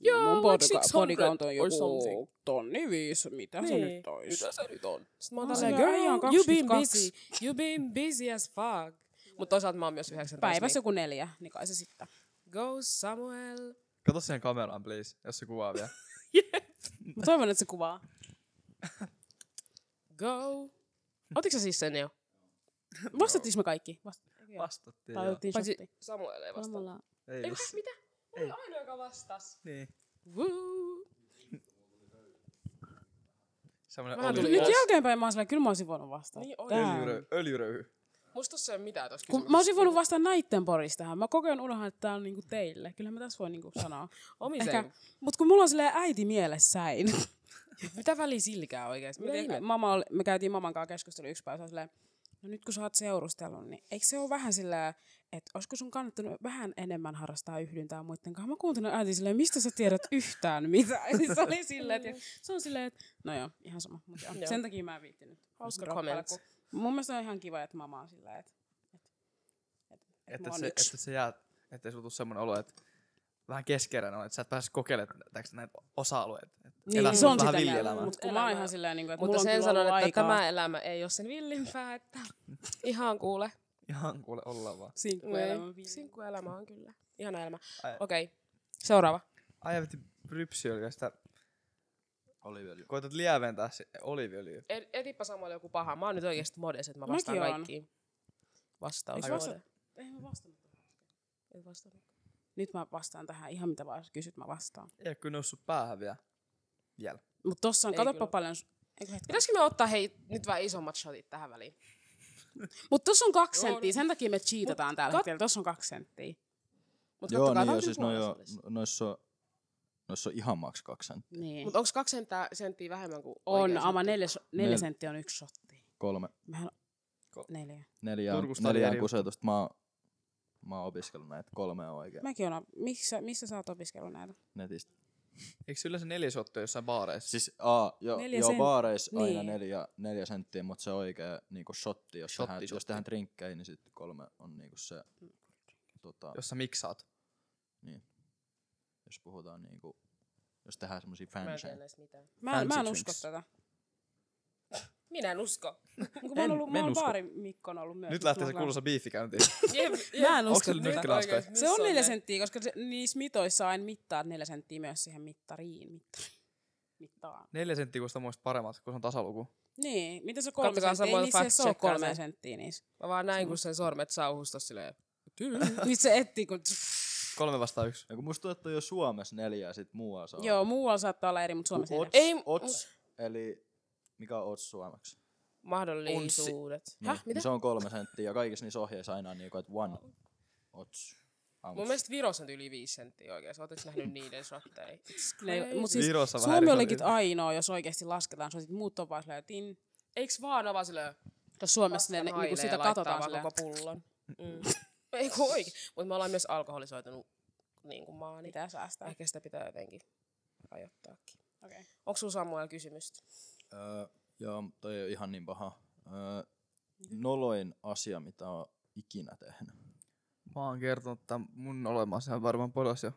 Joo,
mun
like
bodyga-
600
bodycount on
or
joku
something.
tonni viisi, mitä se
Niin.
nyt ois?
se nyt on? Sitten mä oon
No,
tälleen,
se on ihan
girl, you been
22.
busy. You been busy as fuck. Mutta toisaalta mä oon myös 19.
Päivässä
niin
joku neljä, niin kai se sitten.
Go Samuel.
Kato siihen kameraan, please, jos se kuvaa vielä.
Mä toivon, että se kuvaa.
Go. Otitko sä siis sen jo?
Vastattiinko me kaikki? Vast-
Vastattiin
tai
joo.
otettiin
Paitsi
shotti.
Samuel ei vastaa.
Samalla-
Ei
Ei,
vissi.
mitä? Mä olin ainoa, joka vastasi.
Niin.
Woo.
Semmoinen
Vähän
oli.
tuli
Nyt
Jos-
jälkeenpäin mä oon silleen, kyllä mä oisin voinut vastata.
Niin
Tää
oikein.
on-
Öljyrö, öljyröyhy.
Musta tossa ei ole mitään tossa
Kun mä olisin voinut vastata näitten parissa tähän. Mä kokeen unohan, että tää on niinku teille. Kyllä mä tässä voin niinku sanoa.
Omiseen.
Ehkä, mut kun mulla on silleen äiti mielessäin.
Mitä väliä silkää oikeesti?
Mitä
Mitä
ihme?
ihmettä?
Mama oli, me käytiin maman kanssa keskustelua yksi päivä. se oli Silleen, no nyt kun sä oot seurustellut, niin eikö se ole vähän silleen, että olisiko sun kannattanut vähän enemmän harrastaa yhdyntää muiden kanssa? Mä kuuntelin äiti silleen, mistä sä
(laughs)
tiedät yhtään mitä? (laughs) Ja siis se oli silleen, että se on silleen, että no joo, ihan sama. Mut joo.
Mm. Joo.
Sen takia mä en viittinyt.
Hauska
droppailla,
comment.
kun Mun mielestä on ihan kiva, että mama on silleen, että
Että
Mä oon
se,
yksi.
että se jää, että ei sulla tule semmoinen olo, että vähän keskeräinen on, että sä et pääse kokeilemaan täks näitä osa-alueita. Et elää
Niin, se on
vähän
sitä
villielämää.
Mutta kun mä oon
Elämää.
ihan silleen, niin kuin, että
Mutta
mulla on
sen
kyllä
sanon,
ollut
että
aikaa.
tämä elämä ei ole sen villimpää, että ihan kuule.
Ihan kuule ollaan vaan.
Niin.
sinkkuelämä.
Sinkkuelämä on kyllä. Ihana elämä.
Ai-
Okei, seuraava.
Ai vitti rypsiöljyä, sitä
Oliviöljy.
koetat lieventää se oliiviöljyä.
Et, etipä Samuel joku paha. Mä oon nyt oikeesti modes, että mä
Mäkin
vastaan
oon.
kaikkiin. Vastaus.
Eikö vasta-
mode.
Eihän mä vastannut.
Et vastannut.
Nyt mä vastaan tähän ihan mitä vaan kysyt, mä vastaan.
Ei ole kyllä noussut päähän vielä. Vielä.
Mutta tossa on,
Ei
katoppa
kyllä.
paljon... su- Eikö hetki?
Pitäisikö me ottaa hei nyt vähän isommat shotit tähän väliin?
Mutta tossa on kaksi
Joo,
senttiä, sen takia me cheatataan tällä
kat-
hetkellä. Tossa on kaksi senttiä.
Mut
Joo,
kattokaa,
niin
tää on
joo,
kyllä
siis no joo,
puolessa välissä.
noissa on, noissa on ihan maks kaksi senttiä.
Niin.
Mut onks kaksi senttiä, senttiä vähemmän kuin
on,
oikea
ama neljä, neljä
Nel-
senttiä on yksi shotti.
Kolme,
Mehän
Ko-
neljä.
neljään,
Turkusta oli
neljään
eri-
kusetusta. Mä, oon, mä oon opiskellut näitä kolmea oikein
Mäkin on, missä, missä sä oot opiskellut näitä?
netistä.
Eikö se yleensä neljäs ottaa jossain baareissa?
Siis aa, jo,
Neljä
joo,
sen-
baareissa aina
niin.
neljä, neljä senttiä, mutta se oikea niinku shotti, jos,
Shotti,
shotti, tehdään, jos
shotti.
tehdään trinkkejä, niin sitten kolme on niinku se, tota, jos,
Jos sä miksaat.
jos puhutaan niinku, jos tehdään semmosia
Mä en
fanseja.
tiedä edes mitään.
Mä, en- mä en
Fancy
usko
drinks.
tätä. Niin
Minä en usko.
(laughs) Kun mä oon
En-
ollut,
mä
mä
en
oon
usko.
baari Mikko on ollut myös.
Nyt
mä
lähtee se
oon
kuuluisa biifi käyntiin.
Jep,
sellainen- Mä en
Onks
usko.
se nyt
tätä.
kyllä
oikeesti,
hauska?
Se on
missä
neljä
ne?
senttiä, koska se, niissä mitoissa aina mittaa neljä senttiä myös siihen mittariin. Mittariin. Mittaan.
Neljä senttiä kuulostaa muista paremmat, kun se on tasaluku.
Niin, mitä se on kolme
Kattokaa,
senttiä? Niin siis Ei
Samuel
niissä edes
fact
ole
checkaa
kolme
sen.
senttiä niissä.
Mä vaan näin, kun sen sormet sauhustas silleen.
Nyt Niin se etsii, kun...
Kolme vastaan yksi.
Ja kun musta tuntuu, että on jo Suomessa neljä ja sitten muualla saa.
Joo, muualla saattaa olla eri, mutta Suomessa
ots,
ei.
Ei-
ei. Ots, eli mikä on ots suomeksi?
(laughs) Mahdollisuudet.
Niin,
Häh, mitä?
Se on kolme senttiä ja kaikissa niissä ohjeissa aina on niinku, että one ots. ounce.
Mun mielestä Virossa on yli viisi senttiä oikeesti. Ootteko nähnyt niiden shotteja?
Ne, mut siis
Virossa vähän
Suomi
eri
olikin
malli.
ainoa, jos oikeasti lasketaan. Se on sit muut on vaan silleen, tin.
Eiks vaan ole vaan silleen,
Jos Suomessa ne, ne,
niinku
niinku sitä katsotaan
vaan
silleen.
koko pullon. Mm. (laughs) Ei kun oikein. Mut me ollaan myös alkoholisoitunut niin kuin maa, niin
Pitää säästää.
ehkä sitä pitää jotenkin rajoittaakin.
Okay.
Onko sulla Samuel kysymystä?
Öö, joo, toi ei ole ihan niin paha. Öö, noloin asia, mitä on ikinä tehnyt.
Mä oon kertonut tämän mun olemassa varmaan podas jo.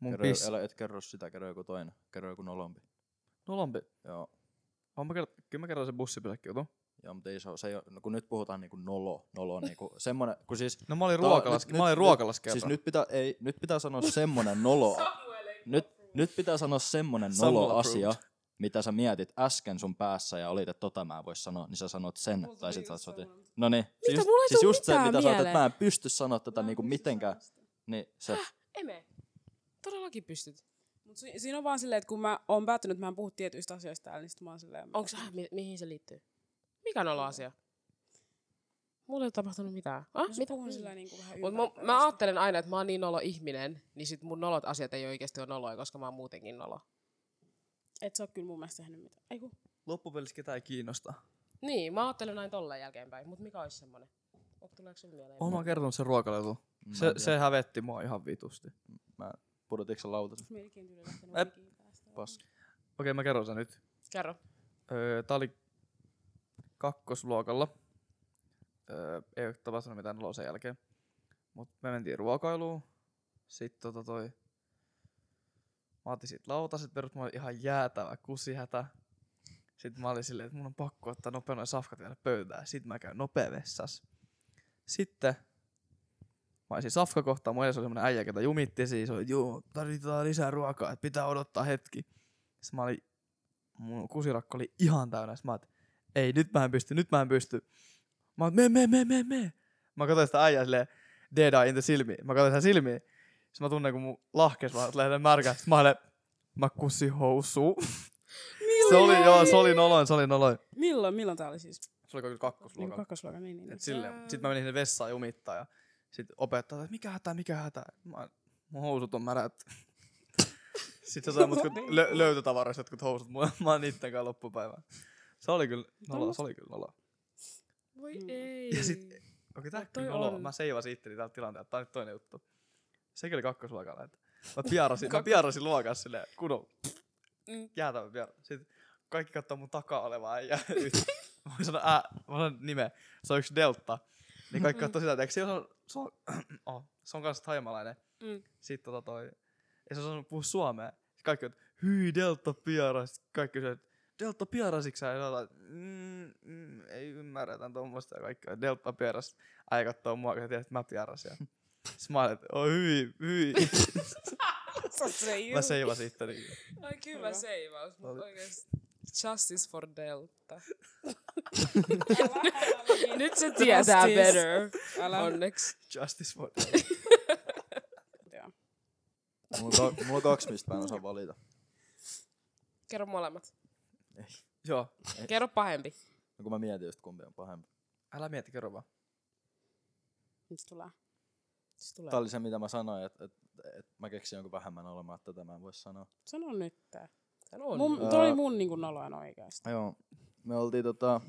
Mun
Kerro,
pis...
älä et kerro sitä, kerro joku toinen. Kerro joku nolompi.
Nolompi.
Joo.
Oon mä kert... Kyllä mä kerron sen bussipysäkki jutun.
Joo, mutta ei se, oo- se ei oo- no, kun nyt puhutaan niinku nolo, nolo niinku
(laughs)
semmonen, kun siis...
No mä olin
Tää-
ruokalas,
nyt-
mä olin
nyt-
ruokalas kerran.
Siis nyt pitää, ei, nyt pitää sanoa
(laughs)
semmonen nolo. nyt, nyt pitää sanoa semmonen
Samuel
nolo asia, mitä sä mietit äsken sun päässä ja olit, että tota mä en voi sanoa, niin sä sanot sen. tai sit sä oot No niin, siis,
Mulla ei
siis
tuu
just se,
mitään
mitä sä oot, että
mieleen.
mä en pysty sanoa tätä niinku mitenkään. Niin se,
Eme. Todellakin pystyt.
Mut si- siinä on vaan silleen, että kun mä oon päättänyt, että mä en puhu tietyistä asioista täällä, niin sit mä oon silleen...
Onko se, ah, mi- mihin se liittyy? Mikä on ollut asia? Mulla ei ole tapahtunut mitään. Ah,
Mä
mitä?
puhun silleen niin kuin vähän
Mut mä,
ymmärrettävästi.
mä ajattelen aina, että mä oon niin nolo ihminen, niin sit mun nolot asiat ei oikeasti ole noloja, koska mä oon muutenkin nolo.
Et sä oo kyllä mun mielestä tehnyt mitään. Ei kun.
Loppupelissä ketään ei kiinnosta.
Niin, mä ajattelen aina tolleen jälkeenpäin, mut mikä olisi semmonen? Onko tuleeko sun mieleen?
Oon mä kertonut sen ruokalajutun.
Mm, Mä
Se,
en
se hävetti mua ihan vitusti. Okei,
pudotitko sä lautas?
Melkein tyyli
Ep.
lähtenyt omikin päästä.
Paska.
mä kerron sen nyt.
Kerro.
Öö, tää oli kakkosluokalla. Öö, ei ole tapahtunut mitään oloa sen jälkeen. Mut me mentiin ruokailuun. Sitten tota toi... Mä otin sit lautaset perus, mä olin ihan jäätävä kusihätä. Sitten mä olin silleen, että mun on pakko ottaa nopea noin safkat vielä pöytään. Sitten mä käyn nopea vessas. Sitten Mä olisin safkakohtaan, mun edessä oli semmonen äijä, ketä jumitti siis, oli, joo, tarvitaan lisää ruokaa, että pitää odottaa hetki. Sitten mä olin mun kusirakko oli ihan täynnä. Sitten mä oot, ei, nyt mä en pysty, nyt mä en pysty. Mä oot, me, me, me, me, me. Mä katsoin sitä äijää silleen, dead eye in the silmiin. Mä katsoin sitä silmiin. Sitten mä tunnen, kun mun lahkes vaan lähden märkään. Sitten mä olen, mä kussi housuu. se oli, joo, se oli noloin, se oli noloin.
Milloin, milloin tää oli siis?
Se oli kyllä
Niin
kakkosluokan.
kakkosluokan, niin, niin. niin.
Et silleen. Sitten mä menin sinne vessaan ja umittaa ja sitten opettaja, sanoi, että mikä hätä, mikä hätä. Mä, oon, mun housut on märät. (laughs) sitten se sai mut kun lö- löytötavaroista jotkut housut. Mä, mä oon niitten kanssa loppupäivää. Se oli kyllä nolo, se oli kyllä nolo.
Voi
Mm.
ei.
Ja sit- Onko tää
No toi
kyllä nolo?
on.
Mä seivasin itteni tältä tilanteelta. Tää on nyt toinen juttu. Sekin oli kakkosluokalla. Että mä piarasin, mä piarasin luokassa silleen kunnon
Mm.
jäätävä piara. Sitten kaikki katsoo mun takaa olevaa äijää. yhtä. mä voin sanoa, ää, mä sanon nimeä. Se on yksi delta. Niin kaikki katsoo sitä, että eikö se on, se on, (clears throat) oh, se on kans taimalainen.
Mm.
Sitten tota toi, ei se osannut puhua suomea. Sitten kaikki on, että hyi delta piara. Sitten kaikki kysyy, että delta piarasiksä? Ja sanotaan, että mm, mm, ei ymmärretä tuommoista. Ja kaikki on, delta piaras. Äijä katsoo mua, kun tiedät, että mä piarasin. Ja Sitten mä olin, että oi hyi, hyi.
Sä oot se
mä seivasin itteni.
Ai kyllä seivaus,
Oli.
mutta oikeesti. Justice for Delta. (laughs) Nyt se tietää
Justice.
better.
Älä.
Onneksi.
Justice for
Joo.
Mulla, on ka- mulla on kaksi, mistä mä en osaa valita.
Kerro molemmat.
Joo,
Kerro pahempi.
No, kun mä mietin just kumpi on pahempi.
älä mieti, kerro vaan.
Nyt tulee.
Se tulee.
Tää oli se, mitä mä sanoin, että et, et mä keksin jonkun vähemmän olemaan, että tätä mä en voi sanoa.
Sano nyt tää.
Tän on.
Mun,
Ää.
toi oli mun niinku noloin oikeesti.
Joo, me oltiin tota,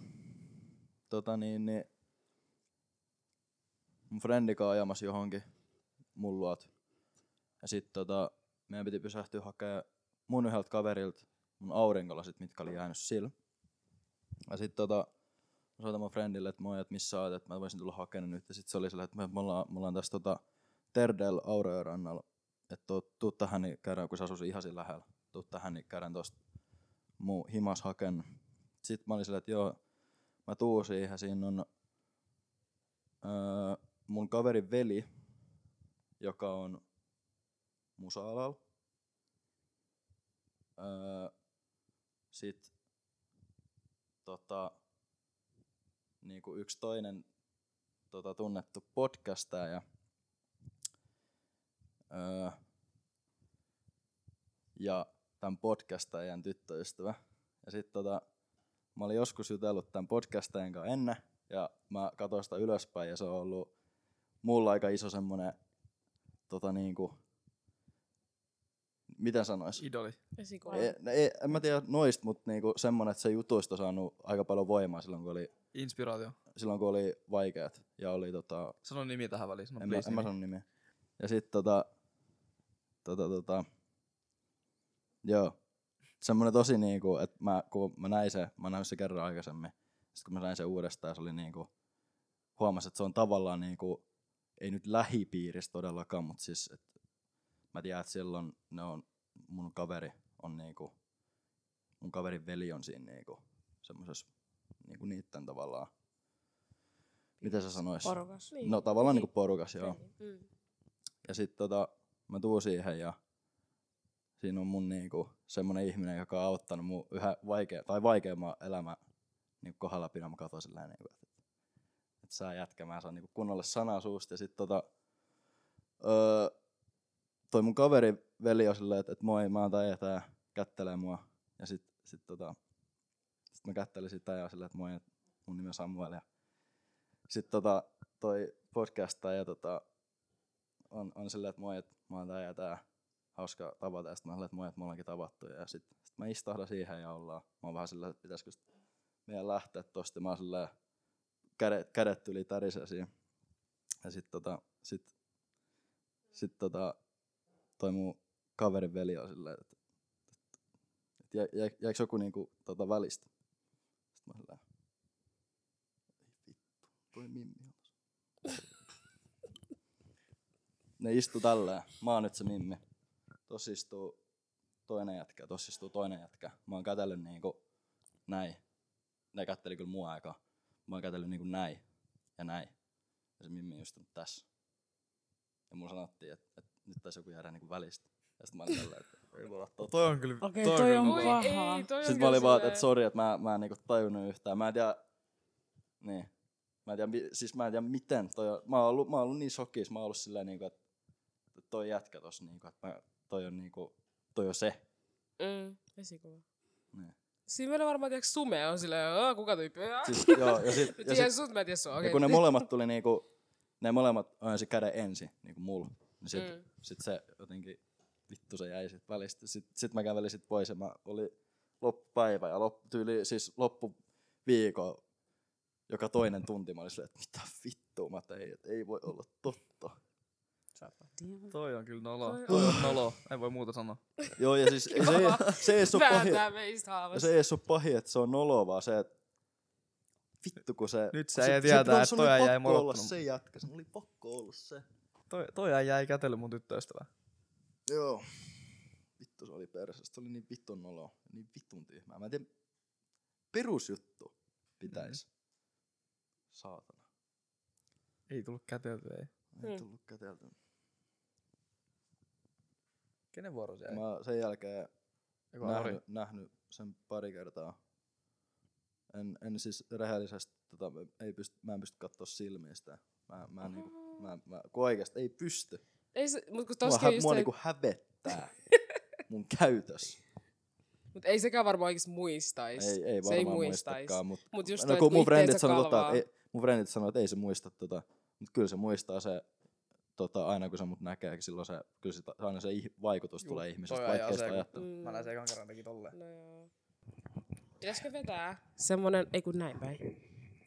tota niin, niin mun frendi kaa ajamassa johonkin mun luot. Ja sit tota, meidän piti pysähtyä hakea mun yhdeltä kaverilta mun aurinkolasit, mitkä oli jäänyt sillä. Ja sit tota, mä soitan mun friendille, että moi, että missä oot, että mä voisin tulla hakemaan nyt. Ja sit se oli sillä, että me, me, ollaan, me ollaan tässä tota Terdel Auroja rannalla. Että tuu, tuu tähän, niin käydään, kun se asuisi ihan siinä lähellä. Tuu tähän, niin käydään tosta mun himas hakenut. Sitten mä olin silleen, että joo, mä tuun siihen. Siinä on öö, mun kaverin veli, joka on musa-alalla. Öö, sit tota, niinku yksi toinen tota, tunnettu podcastaja. Öö, ja tämän podcastajan tyttöystävä. Ja sit tota, mä olin joskus jutellut tämän podcastajan kanssa ennen, ja mä katsoin sitä ylöspäin, ja se on ollut mulla aika iso semmonen, tota niinku, mitä sanois?
Idoli.
Esikuva.
Ei, no ei, en mä tiedä noista, mutta niinku semmonen, että se jutuista on saanut aika paljon voimaa silloin, kun oli,
Inspiraatio.
silloin, kun oli vaikeat ja oli tota,
Sano nimi tähän väliin. Sano
en, mä,
please
en mä
nimi.
sano nimeä. Ja sit tota, tota, tota, joo, semmonen tosi niinku, että mä, kun mä näin se, mä näin se kerran aikaisemmin, sit kun mä näin se uudestaan, se oli niinku, huomasin, että se on tavallaan niinku ei nyt lähipiirissä todellakaan, mutta siis et, mä tiedän, että silloin ne on, mun kaveri on niinku, mun kaverin veli on siinä niinku, semmoisessa niinku niitten tavallaan, mitä sä sanois?
Porukas.
Niin.
No tavallaan niinku porukas,
Niin.
joo.
Mm.
Ja sit tota, mä tuun siihen ja siinä on mun niinku semmonen ihminen, joka on auttanut mun yhä vaikea, tai vaikeamman elämä niinku kohdalla pidän. Mä katsoin sillä niinku, että et sä jätkä, mä saan niinku kunnolle sanaa suusta. Ja sit tota, öö, toi mun kaveri veli on silleen, että et moi, mä oon tää ja tää, kättelee mua. Ja sit, sit tota, sit mä kättelin sitä ja silleen, että moi, et mun nimi on Samuel. Ja sit tota, toi podcastaja tota, on, on silleen, että moi, että mä oon tää ja tää, hauska tavata, ja sit mä silleen, että moi, että me ollaankin tavattu, ja sit, sit mä istahdan siihen ja ollaan. Mä oon vähän silleen, että pitäisikö sit meidän lähteä tosta, ja mä oon silleen, kädet, kädet yli tärisee siinä. Ja sit tota, sit, sit tota, toi mun kaverin veli on silleen, että, että jä, jä, jäikö joku niinku tota välistä? Sit mä silleen, ei vittu, toi Mimmi on tossa." Ne istu tälleen, mä oon nyt se Mimmi. Tossa istuu toinen jätkä, tossa istuu toinen jätkä. Mä oon kätellyt niinku näin. Ne kätteli kyllä mua aika. Mä oon kätellyt niinku näin ja näin. Ja se Mimmi on istunut tässä. Ja mun sanottiin, että, että nyt taisi joku jäädä niinku välistä. Ja sit mä olin tälleen, että ei voi olla totta.
Toi on kyllä...
Okei, toi
kyllä
on
kova.
paha.
ei, toi
Sitten
on
mä
kyllä
olin vaan,
silleen-
että sori, että mä, mä en niinku tajunnut yhtään. Mä en tiedä, niin. Mä en tiedä, mi- siis mä en tiedä miten. Toi, on- mä, oon ollut, mä oon ollut niin shokissa, mä oon ollut silleen, niinku, että toi jätkä tossa, niinku, että mä, toi on, niinku, toi on se.
Mm. Vesikuva.
Niin.
Siinä meillä varmaan tiedätkö, sume on silleen, "Aa, kuka tyyppi? Siis,
Siis, joo, ja sit,
mä
ja
tiedän
sit,
sut, mä en tiedä sua.
ja
Okei.
kun ne molemmat tuli niinku, ne molemmat ojensi käden ensin, niinku mulla. Niin sit,
Mm.
mm. sit se jotenkin, vittu se jäi sit välistä. Sit, sit mä kävelin sit pois ja mä oli loppupäivä ja lop, tyyli, siis loppuviikko, joka toinen tunti mä olin silleen, että mitä vittua mä tein, että ei voi olla totta.
Toi on kyllä nolo.
Toi on-
Toi on nolo. Ei voi muuta sanoa.
Joo ja siis ei se, se ei ole pahin,
Vääntää meistä haavassa.
se ei ole pahin, että se on noloa, vaan se, että vittu kun se...
Nyt sä
se-
ei
se-
tiedä,
se-
että
sun
toi
oli
jäi
pakko olla
molottanut.
se jätkä, se oli pakko olla se.
Toi, toi äijä ei kätellyt mun tyttöystävää.
Joo. Vittu se oli persästä. Se oli niin vittun nolo. Niin vittun tyhmää. Mä en tiedä. Perusjuttu pitäis. Mm-hmm. Saatana.
Ei tullut käteltyä, ei.
Ei
Mm.
mm. tullut kätelty.
Kenen vuoro se jäi?
Mä oon sen jälkeen
Joku Ari.
nähnyt, nähnyt, sen pari kertaa. En, en siis rehellisesti, tota, ei pysty, mä en pysty katsoa silmiä sitä. Mä, mä, en niinku, mä, mä kun oikeasti ei pysty.
Ei se, mut kun
Mua,
toskin
hä,
on just
mua
se,
niinku
(laughs)
hävettää mun käytös.
mut ei sekään varmaan oikeesti muistais.
Ei, ei
se ei
varmaan
muistais.
muistakaan, mutta
Mut just
no,
toi,
kun
kun
mun
itteensä
frendit sanoo, tota,
kalvaa.
että ei, mun frendit sanoo, että ei se muista tota, mutta kyllä se muistaa se tota, aina kun se mut näkee, silloin se, kyllä se, aina se ih- vaikutus
Juu,
tulee ihmisestä,
toi ajaa
vaikkei sitä
se, kun-
ajattele.
Mm.
Mä näin se ekan kerran teki tolleen.
No joo. Pitäisikö vetää semmonen, ei kun näin päin.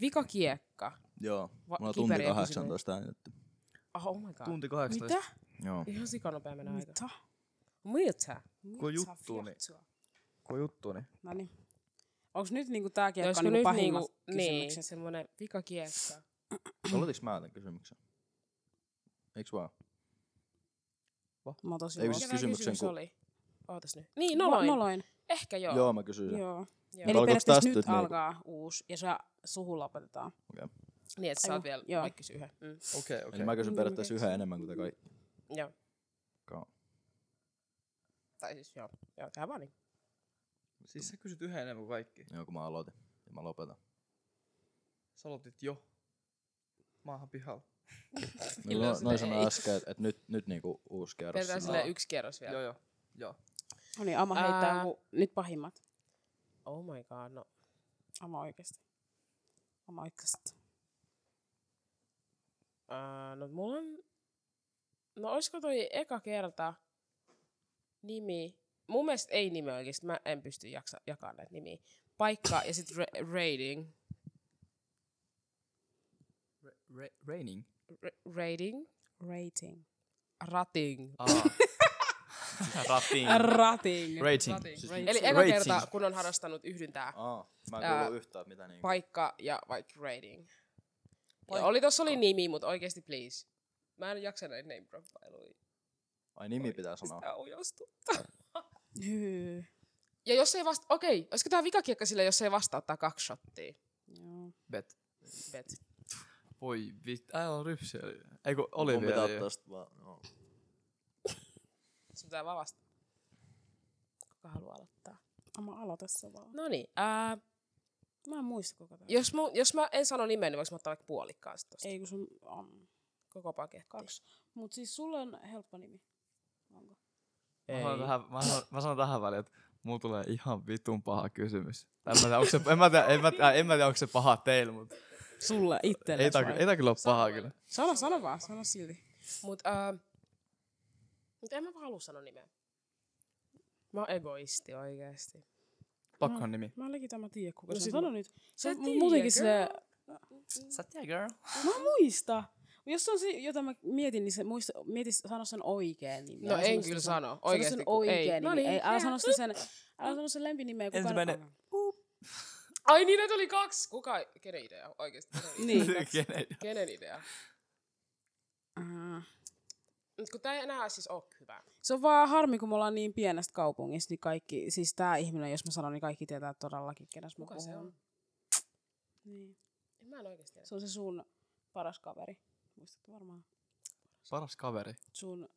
Vikakiekka.
Joo,
Va-
mulla on
kiperiä
tunti
kysymyksiä.
18 äänitetty.
Oh, oh my god.
Tunti 18.
Mitä?
Joo.
Ihan sikanopea menee aika.
Mitä?
Mitä?
Kun juttuu, niin- Kun juttu, niin.
No niin. Onks nyt niinku tää kiekko
Olisiko
niinku
nyt
pahimmat
niinku,
niinku,
niin,
kysymykset?
semmonen vikakiekka.
Aloitiks mä tämän kysymyksen? Eiks vaan?
Mä oon tosi
Ei
noloin.
siis
Mikä tää
kysymyksen
kysymys
ku-
oli? Ootas nyt. Niin, noloin.
noloin.
Ehkä joo.
Joo, joo mä kysyin sen.
Joo.
Joo.
Eli
alkoiko
periaatteessa
tästä
nyt
nyt niinku-
alkaa uusi ja sä suhu lopetetaan.
Niin, että
Aiku,
sä oot vielä,
joo.
joo. vaikka yhden. Mm.
Okei,
Eli mä kysyn
Mm,
periaatteessa
okei.
yhä enemmän kuin te kaikki.
Joo.
Joo.
Tai siis joo. Joo, tää vaan niin.
Siis sä kysyt yhä enemmän kuin kaikki.
Joo, niin kun mä aloitin. Ja mä lopetan.
Sä aloitit jo. Maahan pihalla.
No,
Kyllä
no,
sitä
noin sanoi
ei.
äsken, että et nyt, nyt niinku uusi kerros.
Pidetään
sinä-
silleen yksi kierros vielä.
Joo, joo. Joo.
No niin, Ama heittää
Ää.
joku- nyt pahimmat.
Oh my god, no.
Ama oikeesti. Ama oikeesti.
Uh, no mulla on... No olisiko toi eka kerta nimi... Mun mielestä ei nimi oikeesti, mä en pysty jaksa, jakaa näitä nimiä. Paikka ja sit ra- rating.
Raining.
Ra- rating?
Rating.
Rating.
(laughs)
Rating.
Rating. Rating.
rating.
Siis-
Eli eka
Rating.
kerta, kun on harrastanut yhdyntää.
Aa, mä en
Ää,
kuullut yhtään mitä niinku.
Paikka ja vaikka rating. Ja oli, tossa oli nimi, mutta oikeesti please. Mä en jaksa näitä name profiluja.
Ai nimi pitää sanoa.
Sitä ujostuu.
Hyy.
Ja jos ei vasta... Okei, olisiko tää vikakiekka sille, jos ei vastaa ottaa kaksi shottia?
Joo.
Bet.
Bet.
Voi vittu. Älä on rypsiä. Ei kun oli
Mun pitää
vielä. jo.
ottaa sit vaan. No.
Sun pitää vaan vastata. Kuka haluaa aloittaa?
Ama aloita se vaan.
No niin. Äh,
Mä en muista koko tämän.
jos, mu, jos mä en sano nimeä, niin voinko mä ottaa vaikka puolikkaan sit tosta?
Ei kun sun on.
Koko paketti.
Kaksi. Mut siis sulla on helppo nimi. Onko?
Mä sanon, tähän, mä, sanon, mä sanon tähän väliin, että mulla tulee ihan vitun paha kysymys. En mä tiedä, onko se, en mä tiedä, en mä tiedä, en mä tiedä onko se paha teillä, mutta
Sulla
ei
itsellesi
tää, ei tää kyllä ole paha kyllä.
Sano, sano vaan, sano silti.
Mut, äh, mut en mä vaan halua sanoa nimeä. Mä oon egoisti oikeesti.
Pakkohan nimi.
Mä ainakin tämä tiedä, kuka
No
no, se
sit
on. Sano
mu-
nyt.
Sä
Se
et
on
tiedä,
muutenkin
girl.
se...
Sä tiedät, (laughs) girl.
Mä muista. Jos se on se, jota mä mietin, niin se muista, mieti, sano sen oikeen nimen.
No
Älä
en
sano
kyllä
sitä-
sano.
Sano
Oikeesti.
sen
kun ei.
oikeen
No
nimen.
niin,
Ei, älä
jää.
sano sitä sen, älä sano sen lempinimeä. Kukaan...
Ensimmäinen-
Ai niin, näitä oli kaksi. Kuka, kenen idea oikeesti? Kenen idea?
Niin.
Kenen?
Kenen idea?
Ah.
Mut kun tää ei enää siis oo hyvä.
Se on vaan harmi, kun me ollaan niin pienestä kaupungista, niin kaikki, siis tää ihminen, jos mä sanon, niin kaikki tietää todellakin, kenes mä
Kuka
puhun.
se on?
Niin.
En mä en oikeesti tiedä.
Se on se sun paras kaveri. Muistatko varmaan?
Paras kaveri.
Sun,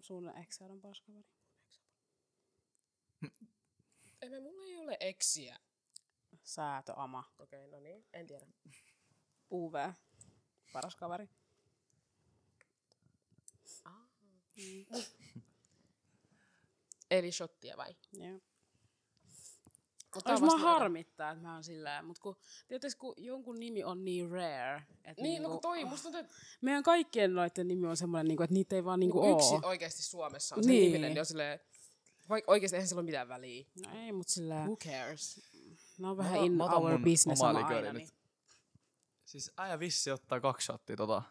sun ex on paras kaveri.
Ei, me, mulla ei ole eksiä.
Säätöama.
Okei, okay, no niin. En tiedä.
UV. Paras kaveri.
Ah.
Mm.
Eli shottia vai?
Joo.
Mutta
Olisi mua harmittaa, että mä oon sillä mutta kun, tietysti kun jonkun nimi on niin rare, että
Niin,
niinku,
no kun toi, musta tuntuu, että
meidän kaikkien noiden nimi on semmoinen, niinku, että niitä ei vaan niinku
yksi
oo.
oikeesti Suomessa on se
Niin.
niin. niminen, niin on silleen, vaikka oikeesti eihän sillä ole mitään väliä.
No ei, mutta sillä...
Who cares?
No on vähän
otan-
in
mä otan
our
mun
business
omaa
on
likööriä
aina.
nyt.
Niin.
Siis äijä vissi ottaa kaksi shottia tota.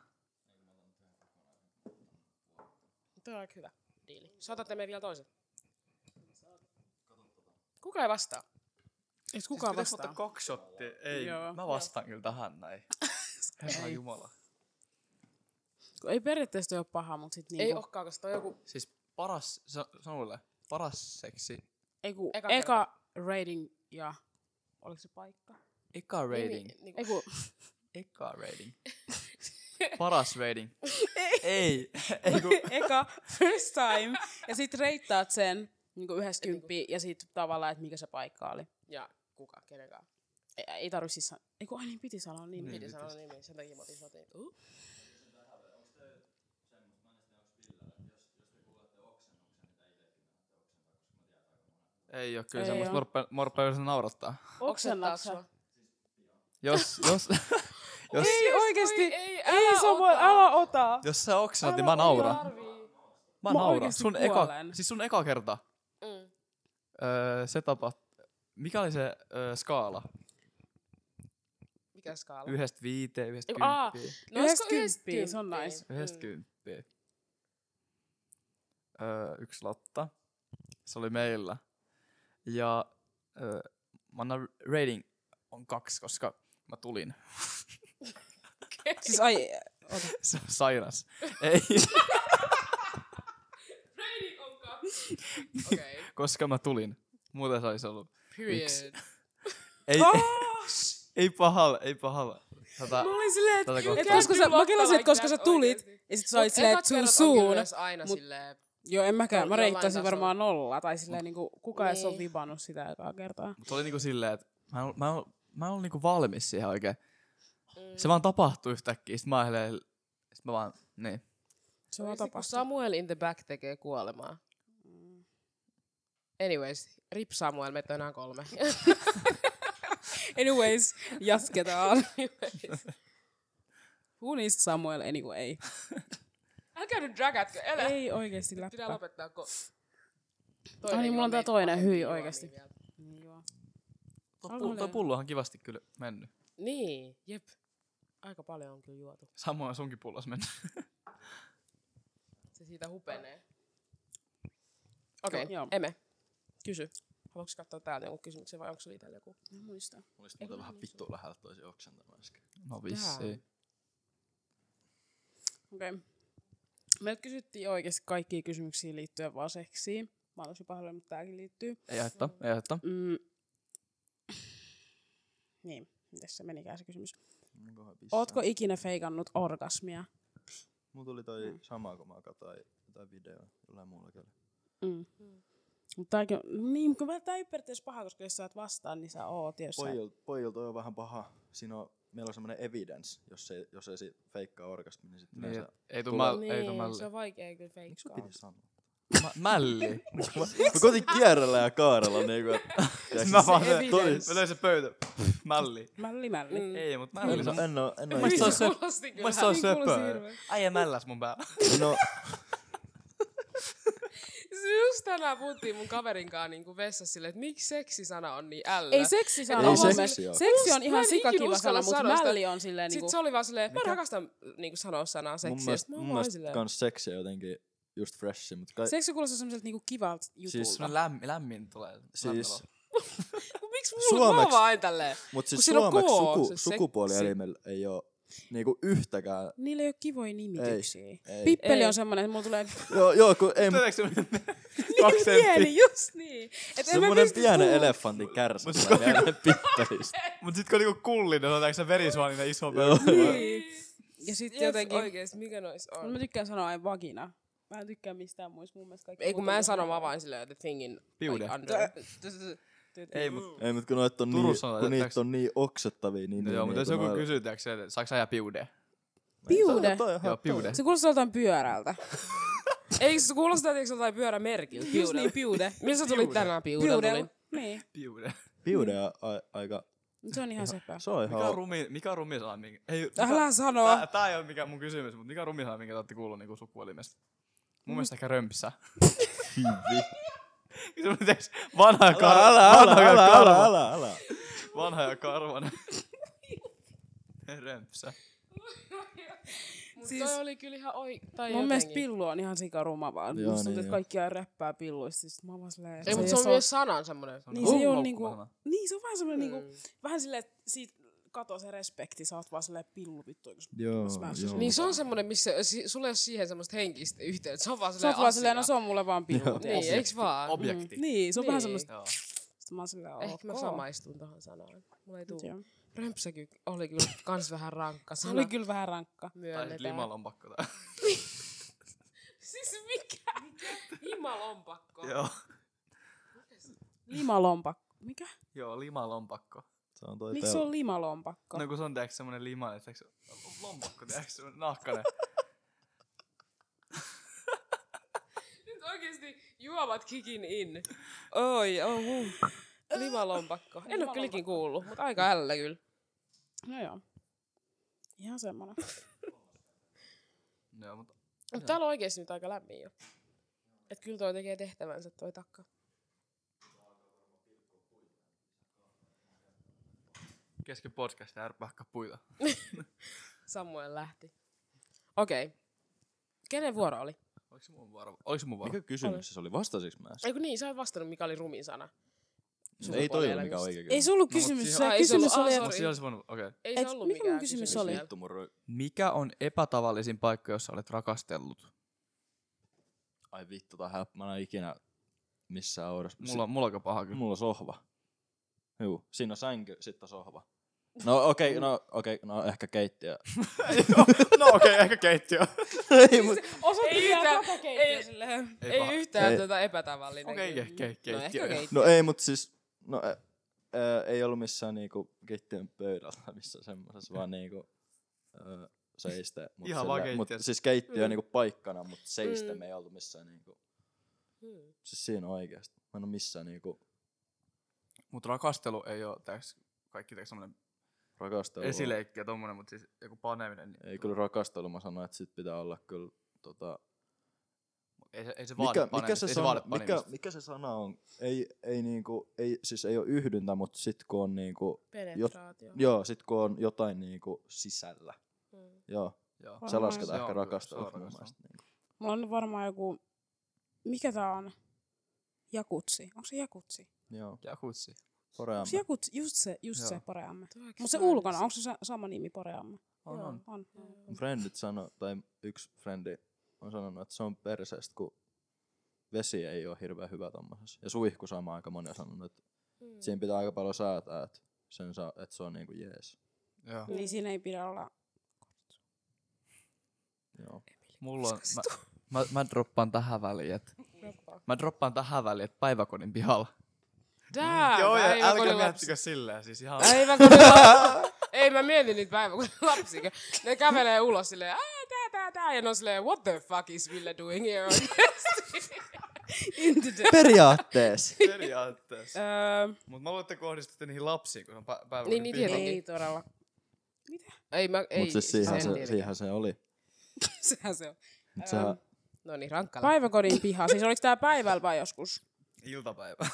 Toi on aika hyvä diili. Saatatte me vielä toisen. Kuka ei vastaa? Siis
Eikö kukaan
Pitäis
vastaa?
ottaa kaksi shottia? Ei,
Joo.
mä vastaan kyllä tähän näin.
(laughs)
Herra Jumala.
Kun ei periaatteessa ole paha, mutta sitten
Ei
niinku...
olekaan, koska toi on joku...
Siis paras, sa- sano mulle, paras seksi.
Ei ku,
Eka
eka,
kerta.
eka rating ja... Oliko se paikka?
Eka rating.
Nimi, niinku,
Ei ku,
Eka rating. Paras
(laughs)
rating. Ei. Ei kun,
(laughs) eka first time. Ja sit reittaat sen niinku yhdessä kymppiä ja sit tavallaan, että mikä se paikka oli.
ja kuka, kenenkaan.
Ei, ei tarvi siis sanoa. Ei kun, ai niin piti sanoa niin.
Piti
Niin,
sanoa nimi, sen takia mä otin shotin. Uh.
ei oo kyllä
Ei
semmoista
oo.
morppa, morppa yleensä naurattaa.
Oksennaatko sä? (laughs)
Jos, jos, jos,
Ei oikeesti. Ei,
Voi ei,
ei
älä
Samuel,
ota.
älä ota.
jos sä oksennat, niin mä nauran.
Tarvii.
Mä
Mä
nauran.
oikeesti
Sun eka,
kuolen.
siis sun eka kerta.
Mm.
Öö, se tapa, mikä oli se öö, skaala?
Mikä skaala?
Yhdestä viiteen, yhdestä
Ei, aa,
kymppiin.
No, olisiko Mm.
Yhdeskymppiä,
yhdeskymppiä?
se on nice.
Yhdestä kymppiä. Öö, Mm. yksi latta. Se oli meillä. Ja öö, mä annan rating on kaksi, koska mä tulin. (laughs)
Siis ai, ota.
Se on
(laughs)
sairas. Ei,
Rating on kaksi. Okei.
koska mä tulin. Muuten se olisi ollut.
Period.
Ei, ei, (laughs) ei pahalla, ei pahalla. Tätä,
Oh! Mä olin niin silleen,
tätä
että
kohtaa.
et koska
Can't
sä,
do
mä
lotta
kelasin,
like
että koska sä
that
tulit,
oikeesti.
ja sit sä
Mut
olit silleen,
ekat
että too
kerrat on kyllä
soon.
myös aina
mut-
silleen, mm.
Joo, en mäkään. Mä
Jollain
reittasin
tasolla.
varmaan nolla. Tai silleen niinku, kuka ei ole
Niin.
vibannut sitä ekaa kertaa.
Mut se oli niinku silleen, että mä en, ol- mä en, ol- mä en ollut niinku valmis siihen oikein. Se vaan tapahtui yhtäkkiä. Sitten mä olin silleen- sit mä vaan, niin.
Se on
Oikeesti, kun
tapahtunut.
Samuel in the back tekee kuolemaa. Mm. Anyways, rip Samuel, meitä on enää kolme.
Anyways, jatketaan. (laughs) Who needs Samuel anyway?
(laughs) Älkää nyt dragatko, älä.
Ei oikeesti
Pitää
läppä.
lopettaa, kun...
Ai niin, mulla on tää
juomi-
toinen, hyi,
juomi
oikeesti.
vielä.
Niin, joo.
Tuo
Alkoholia.
pullo- Tuo pullohan kivasti kyllä mennyt.
Niin, jep. Aika paljon on kyllä juotu.
Samoin sunkin pullos mennyt.
Se siitä hupenee. Okei,
Joo, joo.
okay, emme. Kysy. Haluatko katsoa täältä jonkun kysymyksen vai onko sulla itsellä joku?
En muista.
Olisi muuten vähän vittu lähellä toisen oksentamaan äsken.
No vissiin.
Okei. Okay. Meiltä kysyttiin oikeasti kaikkia kysymyksiä liittyen vaan seksiin. Mä olen tosi pahoillani, mutta tämäkin liittyy.
Ei haittaa, ei haittaa.
Mm. Niin, mitäs se menikään se kysymys? Ootko
Ootko...
ikinä feikannut orgasmia?
Mulla tuli
Mm.
toi sama, kun mä katsoin jotain videoa jollain muulla kyllä.
Mm. Mutta tämäkin on, niin, mutta kun tämä ei periaatteessa paha, koska jos sä et vastaa, niin sä oot jossain.
Pojilta, pojilta on vähän paha. Siinä on, meillä on semmoinen evidence, jos ei, jos ei si- feikkaa orgasmi, niin sitten
Niin,
niin,
et ei tuu
Tulee-
mal- ei tuu
Niin,
mälli.
se on vaikea kyllä
Miksi sun
feikkaa.
piti sanoa?
Ma- Mälli.
Mä, mä koitin kierrellä ja kaarella niinku, että...
(laughs) Mä vaan
se evidence.
Mä löin se pöydä. Mälli.
Mälli, mälli.
Mm.
Ei, mut mälli.
En
se
oo,
on-
en oo, en oo
Mun mielestä
ikinä-
se on
Kuulosti
Mun
kyllä.
mielestä se on
Niin kuulosti
söpöä.
hirveältä.
Äijä mälläs mun päällä.
No,
Just tänään puhuttiin mun kaverin kanssa niinku vessassa silleen, että miksi seksisana on niin ällö.
Ei seksi sana.
Ei
on vaan
seksi
sille-
oo.
seksi on
Musta mä
ihan
en ikinä
sikakiva
uskalla
sana, mutta
sanoa sitä.
mälli on silleen
Sitten
niinku...
se oli vaan silleen, että mä
Mikä?
rakastan niinku sanoa sanaa
mun
seksiä.
mielestä,
Sitten
mun
mä oon vaan
mielestä
silleen,
kans seksiä jotenkin just freshi, mutta kai...
Seksi kuulostaa semmoiselta niinku kivalta jutulta.
Siis-
Semmonen lämmin, lämmin tulee.
Siis,
miksi mulla mä oon
Suomeksi-
vaan aina tälleen.
mut siis
kun siinä on
suomeksi
koo,
suku,
se sek-
sukupuolielimellä ei oo niinku yhtäkään...
Niillä ei ole kivoja nimityksiä.
Ei.
Pippeli
Ei.
on semmoinen, että mulla tulee
Joo, joo, kun ei...
Tuleeko semmonen kaksi senttiä?
pieni, just niin. Et en mä
Semmonen
pysty
pienen
puhumaan.
elefantin kärsä tulee mieleen (laughs) pippelistä.
Mut sit kun on niinku kullinen, otetaan se verisuoninen iso
Joo.
pöydä.
Niin. Ja sitten
Jotenkin.
jotenkin...
Oikeesti, mikä nois
No Mä
on?
tykkään sanoa aina vagina. Mä en tykkää mistään muista mun mielestä kaikki.
Ei kun
muut on
mä en sano,
ihan-
mä vaan silleen, että thingin
Piude.
like under.
Ei, mut
Ei, mutta kun, noit on niin,
Turussa on
kun niitä
jotain-
on niin oksettavia, niin...
no joo, mutta jos joku
noilla-
kysyy, tiiäks, että saaks ajaa piude?
Piude.
Toi on ihan
Joo, piude.
Se kuulostaa joltain pyörältä.
Eikö se kuulostaa, että joltain pyörämerkiltä?
Just niin, piude.
Missä tuli tänään piudella?
Piudel.
Piudella.
Niin.
Piude.
Piude on a- aika...
Mut Se on ihan sepä.
Se on
Mikä on
ihan...
rumi, mikä on rumi sana, minkä... Ei, mikä,
Älä sano.
tää, tää ei oo mikä mun kysymys, mutta mikä on rumi sana, minkä te ootte kuullut niinku sukuelimestä? Mun mielestä ehkä
(laughs)
römpissä. Semmoinen tiiäks, vanha karva. vanha ja karva.
ala, ala.
Vanha ja karvanen. (laughs) Römpsä.
Mut
Siis-
toi oli kyllä ihan oi... Tai
Mun mielestä
jotenkin.
pillu on ihan sikaruma vaan.
Joo,
Musta tuntuu,
niin
että
joo.
kaikki aina räppää pilluista. Siis mä oon vaan silleen,
Ei,
se
mutta se on
ole-
myös Mm. sanan semmoinen.
Niin se ei
Loukku-
ole niinku...
loukkuva sana.
Niin se on vähän semmonen niinku... Vähän silleen, että siitä katoo se respekti. Sä oot vaan silleen pillu vittu. jos-
Joo,
Smashes.
joo.
Niin se on semmoinen, missä si, sulla ei ole siihen semmoista henkistä yhteyttä. Se on vaan
Sä
silleen
oot vaan silleen, no se
asia.
on mulle vaan pillu.
Joo.
tiedätkö?
Niin, eiks vaan?
Objekti.
Niin, se on vähän
Niin.
semmoista.
Joo.
Sitten Mä oon silleen, ok.
Ehkä mä samaistun tähän sanaan. Mulla ei tuu.
Joo.
Römpsäkin oli (laughs) kyllä kans vähän rankka
Se
sana.
oli kyllä vähän rankka.
Tai sit
Myönnetään.
limalompakko tää.
Siis mikä? Himalompakko.
(laughs) Joo.
Mm.
Limalompakko. Mikä?
Joo, limalompakko.
Se on toi
Miksi se on limalompakko?
No kun se on tiiäks semmonen limainen, tiiäks lompakko, tiiäks semmonen nahkanen.
(laughs) Nyt oikeesti juomat kikin in. Oi, oh, ohu. Limalompakko. En oo kyllä ikin kuullut, mutta aika ällä kyllä.
No joo. Ihan semmonen.
No joo, mutta
Mutta täällä on oikeesti nyt aika lämmin jo. Et kyllä toi tekee tehtävänsä toi takka.
kesken podcastia ärpä hakkaa puita.
Samuel lähti. Okei. Kenen vuoro oli?
Oliko se mun vuoro? Oliko se mun No, vuoro?
Mikä kysymys se oli? Vastasiksi mä äsken?
Ei kun niin, sä et vastannut mikä oli rumin sana.
No Ei toi ole
Sukupuolielämistä.
mikään oikea
Ei
kysymys.
se ollut
mut
kysymys.
siis-
se
Ai, ei se
kysymys
ollut-
oli,
ah,
että
Mut siinä olisi voinut, okei. Okay.
Ei
Et
se ollut
mikä mun
mikään
kysymys oli?
Vittu mun ry...
Mikä on epätavallisin paikka, jossa olet rakastellut?
Ai vittu, tää häp... Mä en oo ikinä missään oudossa.
Mulla, on- mulla on paha kyllä.
Mulla on sohva. Juu, siinä on sänky, sit on sohva. No okei, okay, no okei, okay, no ehkä
(laughs)
keittiö.
no okei, okay, ehkä keittiö.
(laughs) Ei, mut...
Osaatko
Ei
vielä
yhtään-
tätä
ei-
keittiä silleen?
Ei,
Ei
paha.
yhtään
Ei.
tätä epätavallinen.
Okei,
kyllä.
ke- ke- keittiö.
No ehkä keittiö.
No ei, mut siis... No ä, ä, ei ollut missään niinku keittiön pöydällä tai missään semmosessa, vaan niinku... Ä, seiste. Mut
Ihan vaan
sillä- mut,
keittiössä.
Siis keittiö mm. niinku paikkana, mut seiste
Mm.
mm. me ei oltu missään niinku...
Hmm.
Siis siinä oikeesti. Mä en oo missään niinku
Mut rakastelu ei oo täks kaikki täks semmonen
rakastelu.
esileikki ja tommonen, mut siis joku paneminen. Niin
Ei kyllä rakastelu, mä sanoin, että sit pitää olla kyllä tota...
Ei se, ei se vaadi
Mikä,
mikä,
mikä, se
ei se vaadi
sana, mikä,
panemista.
mikä se sana on? Ei, ei niinku, ei, siis ei ole yhdyntä, mutta sit kun on niinku,
Penetraatio.
joo, sit kun on jotain niinku sisällä.
Mm.
Joo,
Joo.
se
Varmaan se
lasketaan
on
ehkä
kyllä,
rakastelua
se on
mun
rakastelu.
mielestä. Niinku.
Mulla on nyt varmaan joku... Mikä tää on? Jakutsi. Onko se jakutsi?
Joo,
Jakutsi.
Onko se
koreampi.
jakutsi? Just se, just
Joo.
se poreamme.
Tuo
Mutta se ulkona, onko se sa- sama nimi poreamme?
On,
Joo.
on.
On.
Friendit sano, tai yksi frendi on sanonut, että se on perseestä, kun vesi ei ole hirveän hyvä tommosessa. Ja suihku sama aika moni on sanonut, että
Mm.
siinä pitää aika paljon säätää, että, sen saa, että se on niinku jees.
Joo.
Niin siinä ei pidä olla... (laughs)
Joo.
Mulla on, mä, mä, mä droppaan tähän väliin, että
Rappaa.
Mä droppaan tähän väliin, että päiväkodin pihalla. Mm.
Damn, päiväkodin lapsi.
silleen, siis ihan...
Päiväkodin
(laughs)
lapsi. Ei, mä mietin nyt (laughs) päiväkodin lapsi. Ne kävelee ulos silleen, aah, tää, tää, tää. Ja ne on silleen, what the fuck is Ville doing here? (laughs)
Into the...
Periaatteessa.
Periaatteessa.
öö,
Mut mä luulen, että kohdistutte niihin lapsiin, kun se on pä- päiväkodin
Niin, niin,
pihalla.
tietenkin.
ei todella.
ei, mä, ei.
Mutta siis siihen
en
se,
tiedä.
siihen se oli.
Sehän se on.
Mut sehän,
No niin, rankkala.
Päiväkodin piha. Siis oliko tää päivällä vai joskus?
Iltapäivä.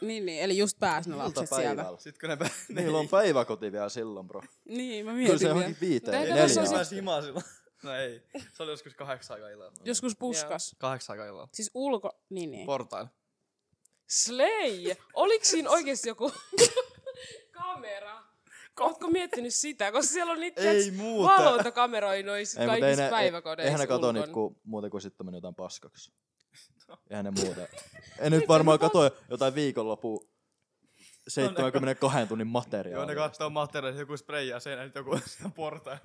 Niin, niin. Eli just pääs ne lapset
Iltapäivällä.
(laughs)
sieltä.
Sitten kun ne pä...
Niin.
Niillä on päiväkoti vielä silloin, bro.
Niin, mä
Kyllä
mietin
se
vielä.
johonkin viiteen,
Tehdään
neljään.
se on
Neljä.
se-
Mä himaa silloin. No ei. Se oli joskus kahdeksan aikaa illalla.
Joskus puskas.
Kahdeksan aikaa illalla.
Siis ulko... Niin, niin.
Portailla.
Slay! Oliko siinä oikeasti joku (laughs) kamera? Ootko miettinyt sitä, koska siellä on niitä
Ei muuta.
valvontakameroja noissa
Ei, mut ei
kaikissa
ne,
päiväkodeissa.
eihän ne kato niitä
ulkona.
ku, muuten kuin sitten meni jotain
(laughs)
paskaksi. Eihän ne muuta. en nyt varmaan kato jotain viikonloppu 72 tunnin
Joo, ne
materiaalia.
katsoo materiaalia, joku spreijaa seinä, nyt joku (laughs) sen portailla.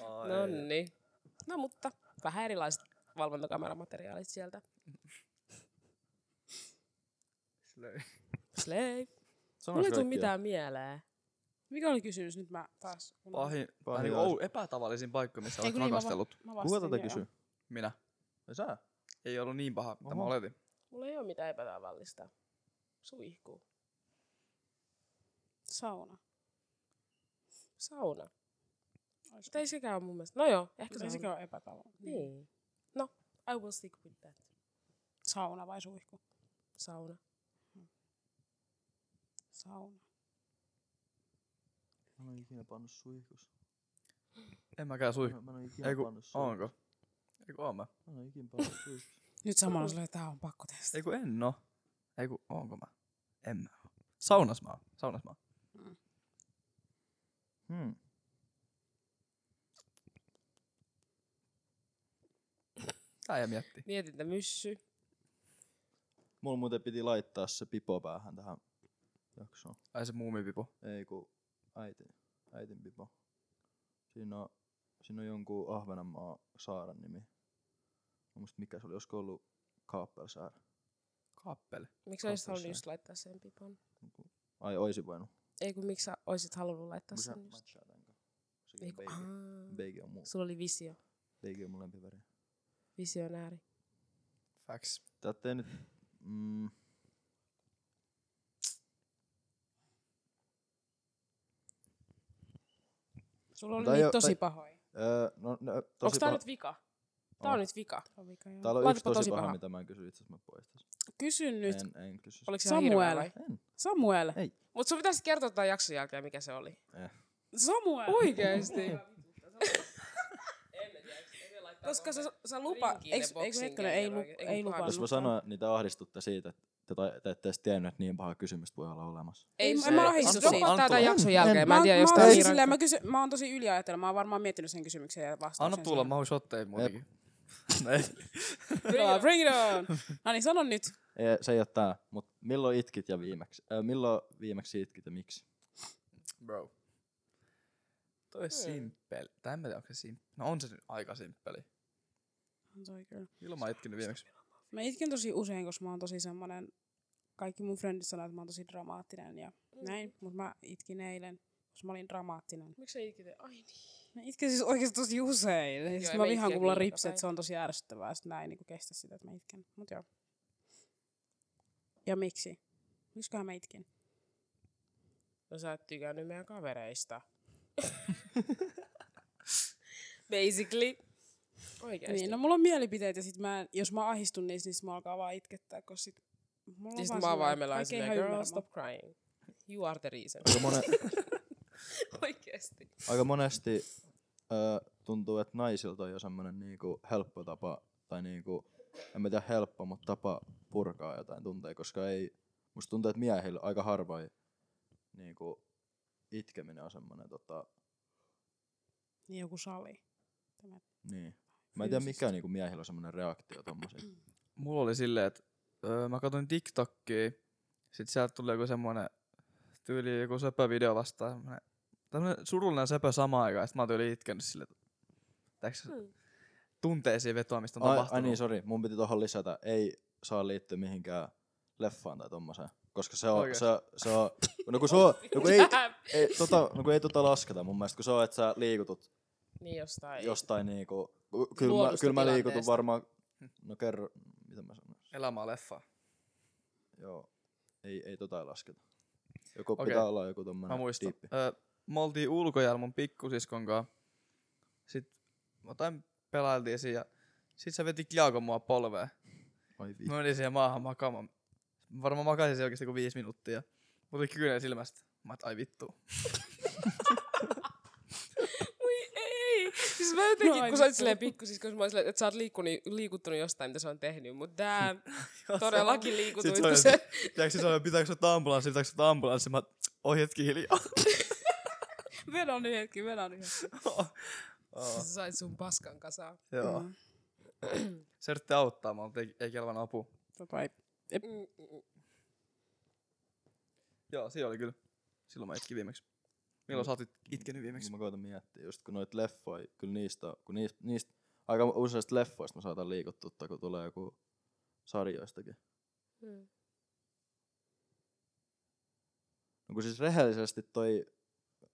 Ai
No
ei.
niin. No mutta vähän erilaiset valvontakameramateriaalit sieltä.
Silleen.
Slay.
Sanois
Mulla ei
kaikkia.
tule mitään mieleen.
Mikä oli kysymys? Nyt mä taas...
Pahin,
Pahin
pahin niin
olisi.
ou, epätavallisin paikka, missä
Ei,
olet
kun niin, mä va-
rakastellut.
Mä vastin
Kuka tätä
jo.
kysyy?
Minä.
Ei sä.
Ei ollut niin paha, mitä mä
Oho.
oletin.
Mulla ei ole mitään epätavallista. Suihku.
Sauna.
Sauna. Mutta ei sekään ole mun mielestä. No joo, ehkä
Ei
sauna.
sekään ole epätavallinen.
Niin. No, I will stick with that.
Sauna vai suihku?
Sauna.
Sauna.
Mä en oo ikinä pannut suihkus.
En mäkään
Mä
suihku.
en oo ikinä
Ei kun,
pannut suihkus.
onko? Ei kun oon mä.
Mä en oo ikinä pannut suihkus.
Nyt samalla sulle, että tää on pakko testata.
Ei kun en oo. Ei kun onko mä? En mä oo. Saunas mä oon. Saunas mä oon.
Hmm.
Tää jää miettii.
Mietintä myssy.
Mulla muuten piti laittaa se pipo päähän tähän jaksoon.
Ai se muumipipo.
Ei kun äiti, äitin pipo. Siinä on, siinä on jonkun Ahvenanmaa saaren nimi. Mä muista mikä se oli, olisiko ollut Kaapelsaar?
Kaappeli.
Miksi olisit halunnut
Kaupassa.
just laittaa sen pipon?
Niinku- Ai oisi voinut.
Ei kun miksi sä olisit halunnut laittaa
Mä
sen
saan
just?
matchaa tän kanssa. Sekin
Ei
on
kun,
beige.
aah.
Beige on muu.
Sulla oli visio.
Beige on mun lempiväri.
Visionääri.
Facts.
Te ootte nyt... Mm,
Sulla oli
Tai
niitä
jo-
tosi
tai-
pahoja.
öö, no, no, tosi
Onks tää
paha-
nyt vika? Tää on
On.
nyt vika.
Tää on vika, joo.
Täällä on yksi
Laitapa
tosi,
tosi
paha,
paha.
mitä mä en kysy itse asiassa mä poistan. sen.
Kysyn nyt.
En, en kysy. sitä.
Oliko se
Samuel.
Samuel. vai?
En.
Samuel.
Ei.
Mut sun pitäisi kertoa tämän jakson jälkeen, mikä se oli.
Samuel!
(laughs) Oikeesti?
Koska sä, sä lupa...
Rinkiin ne
Eikö
boxing
hetkinen, ei, lu,
käydään, eikö
ei
vaan-
lupannut.
Jos mä sanoin, että niitä ahdistutte siitä, että te, tai- te ette edes tiennyt, että niin paha kysymys voi olla olemassa.
Ei,
Ei,
mä-
se,
mä ohistuin
Antti,
siitä.
dropaa tää tämän
Antti,
jakson
en-
jälkeen. Mä en tiedä, jos
mä,
tää
oon
on
oon
siis
viran-
silleen, mä, kysyn, mä oon tosi yliajatella. Mä oon varmaan miettinyt sen kysymyksen ja vastauksen.
Anna tulla, mä haluan shotteja muutenkin. No (laughs) ei.
Bring it on,
(laughs)
bring it on. No niin, sano nyt.
Ei, se ei ole tää, mutta milloin itkit ja viimeksi? Äh, milloin viimeksi itkit ja miksi?
Bro. Toi hmm. simppeli. Tai en mä tiedä, onko se simppeli. No on se nyt aika simppeli.
Antoi kyllä.
Ilman itkin viimeksi.
Mä itken tosi usein, koska mä oon tosi semmonen... Kaikki mun frendit sanoo, että mä oon tosi dramaattinen ja näin. Mut mä itkin eilen, koska mä olin dramaattinen.
Miksi sä ikinä? Ai niin.
Mä itken siis oikeesti tosi usein. Joo,
Joo,
siis
en
mä
mä
vihaan,
itkeä
kun mulla on
kyllä
ripset,
jotain.
se on tosi ärsyttävää. Sitten näin niin kestä sitä, että mä itken. Mut joo. Ja miksi? Miksiköhän mä itkin?
No sä et tykännyt meidän kavereista. Basically. Oikeesti.
Niin, no mulla on mielipiteet ja sit mä, en- jos mä ahistun niistä, niin sit mä alkaa vaan itkettää, koska sit mulla
Siis
vaan
mä
sellainen,
avaimella on
kaikki ei
silleen,
ihan
girl,
ymmärrä
stop crying. You are the reason.
Aika, mone,
(laughs) Oikeesti.
aika monesti äh, tuntuu, että naisilta on jo semmoinen niinku helppo tapa, tai niinku, en mä tiedä helppo, mutta tapa purkaa jotain tunteja, koska ei, musta tuntuu, että miehillä aika harvoin niinku, itkeminen on semmoinen tota,
mua. Niin joku sali.
Niin. Mä en tiedä mikä
Fyysistä.
niinku miehillä on semmoinen reaktio tommoseen.
Mulla oli silleen, että öö, mä katsoin TikTokia, sit sieltä tuli joku semmonen tyyli joku söpö video vastaan. semmonen- Tämmönen surullinen söpö samaan aikaan, sit mä oon tyyli itkenyt silleen, että hmm.
Hmm.
tunteisiin vetoamista on
Ai,
tapahtunut.
ai niin, sori, mun piti tohon lisätä. Ei saa liittyä mihinkään leffaan tai tommoseen. Koska se on,
Oikeesti?
se, se on, no kun se on, no kun ei, ei, tota, no kun ei tota lasketa mun mielestä, kun se on, että sä liikutut
Niin jostain.
jostain niinku, kyllä mä,
Luodusta
kyllä mä liikutun
tilanteesta.
varmaan,
Hm.
no kerro, mitä mä sanon.
Elämää leffa.
Joo, ei, ei tota lasketa. Joku
Okei.
pitää olla joku tommonen
Mä muistan.
tiippi.
Öö, me oltiin ulkojäällä mun pikkusiskon kanssa. Sitten jotain pelailtiin siinä ja sit se veti kliakon mua polveen.
Ai vi.
Mä menin siihen maahan makaamaan. Mä varmaan makasin siellä oikeasti kuin viisi minuuttia. Mulla oli kyynel silmästä. Mä et, ai vittu.
Ei. Siis mä jotenkin,
No,
no,
ai
kun sä oot
vittu.
silleen pikkusisko, mä oon silleen, että sä oot liikkunut, liikuttunut jostain, mitä sä oot tehnyt, mutta (laughs) tää todellakin liikutuit,
Sit se on
kun (laughs) se...
Tiedätkö se sanoi, pitääkö ottaa ambulanssi, pitääkö ottaa ambulanssi? Mä oon, oi hetki hiljaa.
Vedon nyt hetki, vedon nyt hetki.
Oh,
Sä sait sun paskan kasaan.
joo.
Mm.
Se yritti auttaa, mä ei, ei kelvannut apu.
(laughs) Tota ei-
Mm, mm.
Joo, siinä oli kyllä. Silloin mä itkin viimeksi. Milloin sä oot it- itkenyt viimeksi?
Niin Mä koitan miettiä, just kun noit leffoja, kyllä niistä, kun niistä, niistä aika useista leffoista mä saatan liikuttua, kun tulee joku sarjoistakin.
Mm.
No kun siis rehellisesti toi,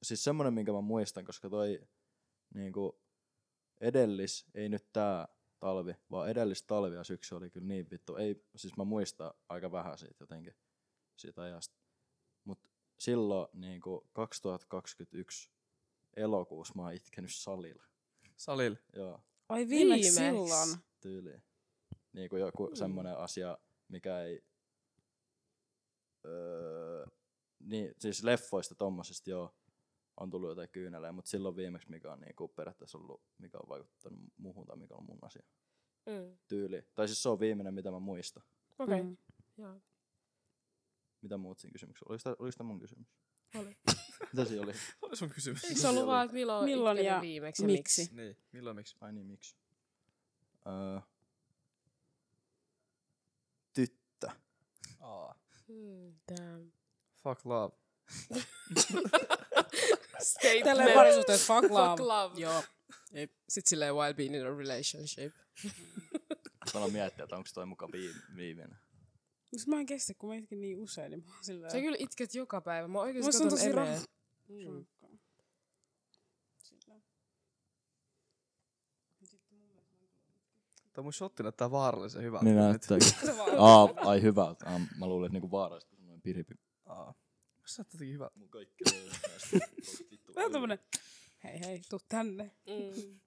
siis semmonen minkä mä muistan, koska toi niinku edellis, ei nyt tää talvi, vaan edellis talvi ja syksy oli kyllä niin vittu, ei, siis mä muistan aika vähän siitä jotenkin, siitä ajasta. Mut silloin niinku 2021 elokuussa mä oon itkenyt salilla,
Salil. (laughs)
joo,
Ai viimeksi
Viimeksi.
silloin.
tyyliin. Niinku joku
Mm.
semmonen asia, mikä ei, öö, niin, siis leffoista tommosista joo, on tullut jotain kyynelää, mutta silloin viimeksi mikä on niinku periaatteessa ollut, mikä on vaikuttanut muuhun tai mikä on mun asia.
Mm.
Tyyli. Tai siis se on viimeinen, mitä mä muistan.
Okei.
Mm.
Joo.
Mitä muut siinä kysymyksessä? Oliko tämä, oliko tämä mun kysymys?
Oli.
(laughs) Mitä siinä oli?
Se oli sun kysymys.
Eikö se ollut vaan, että milloin,
Milloin
milloin
ja
ja viimeksi ja
miksi?
miksi?
Niin, milloin miksi?
Ai niin, miksi? Öö, tyttö.
Aa.
Mm, damn.
Fuck love.
Statement.
Tälleen parisuhteessa fuck love.
Fuck love.
Joo.
Jep. Sitten silleen while being in a relationship.
Mä aloin miettiä, että onko toi muka viime, viimeinen.
Mut mä en kestä, kun mä itken niin usein, niin mä oon sillä
Sä kyllä itket joka päivä. Mä oikeesti
Musta on
katon
tosi
Emeä.
rankkaa.
Mm.
Tää on mun shotti näyttää vaarallisen hyvältä.
Niin
nyt.
näyttääkin.
Se vaan
Aa, ai hyvä. Aa, mä luulin, että niinku vaarallista, kun semmoinen piripi.
Aa. Sä näyttää jotenkin hyvältä.
Mun kaikki löytyy.
Vähän tommonen, hei hei, tuu tänne.
Mm.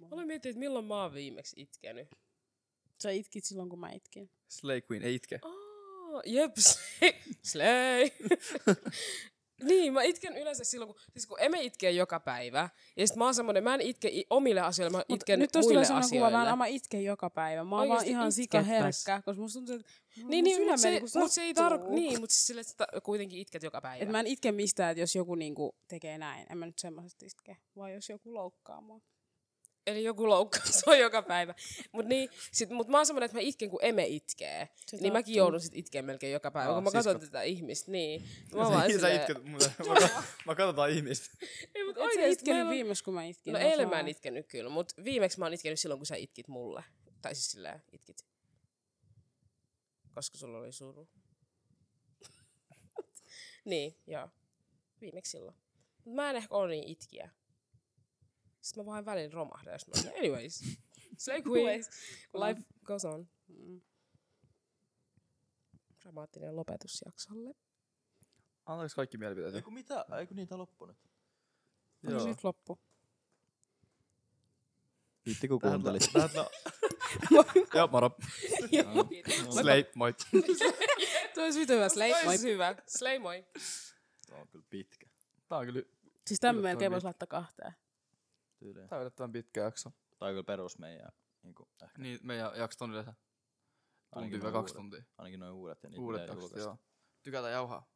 Mä olin miettinyt, että milloin mä oon viimeksi itkenyt.
Sä itkit silloin, kun mä itkin.
Slay Queen, ei itke.
Oh,
(laughs)
jep, slay. slay. niin, mä itken yleensä silloin, kun, siis kun emme itke joka päivä. Ja sit mä oon semmonen, mä en itke i- omille asioille, mä
Mut
itken
nyt
nyt
tuossa tulee
muille
sellainen kuva,
asioille.
mä, en- mä itken joka päivä. Mä oon vaan
Oikeesti
ihan sika
itkepäs.
herkkä, koska musta tuntuu, että mun
Niin, niin,
sydämeni
mutta se,
niinku
mut se ei tarkoita,
sattuu.
niin, mutta siis sille, että ta- kuitenkin itket joka päivä.
Et mä en itke mistään, että jos joku niinku tekee näin. En mä nyt semmoisesti itke. Vai jos joku loukkaa mua.
Eli joku (laughs) loukkaus on joka päivä. Mutta niin, sit, mut mä oon semmonen, että mä itken, kun emme itkee.
Se
niin mäkin
tarttuu.
joudun sit itkeä melkein joka päivä,
Aa,
kun mä
siskot.
katson tätä ihmistä. Niin, mä
Sä-
vaan
sä
silleen-
itket, mutta mä, mä, mä katsotaan ihmistä.
Ei, mut
Et sä
oikeesti
itkenyt
meillä on-
viimeis, kun mä itkin.
No
Mä oon
eilen mä en
sellainen. (laughs)
itkenyt kyllä, mutta viimeksi mä oon itkenyt silloin, kun sä itkit mulle. Tai siis sillä itkit. Koska sulla oli suru. (laughs) niin, joo. Viimeksi silloin. Mut mä en ehkä ole niin itkiä. Sitten mä vaan välillä romahdan, jos mä oon silleen, anyways. Slay queen.
Anyways.
Life goes on.
Mm.
Dramaattinen lopetus jaksolle.
Antaako kaikki mielipiteet?
Eiku mitä? Eiku niitä loppu nyt?
Onko se nyt
(laughs)
loppu?
Viitti kun
Tähän
kuuntelit.
tähän tla- Joo, moro. Slay, moi.
Tuo olisi vittu hyvä. Slay,
Toi
moi.
olisi
hyvä. Slay, moi.
Tää on kyllä pitkä.
Tää on kyllä,
Siis tämän
Kyllä,
melkein
toi
voisi laittaa kahteen.
Tyyliin.
tää on yllättävän pitkä jakso.
Tää on kyllä perus meidän, niinku, eh,
Niin, meidän jaksot on yleensä tunti
Ainakin
vai
noin
kaksi
uudet.
tuntia.
ainakin noin uudet ja niitä
Uudet
pitää
jaksot,
julkaista.
joo. Tykätä jauhaa.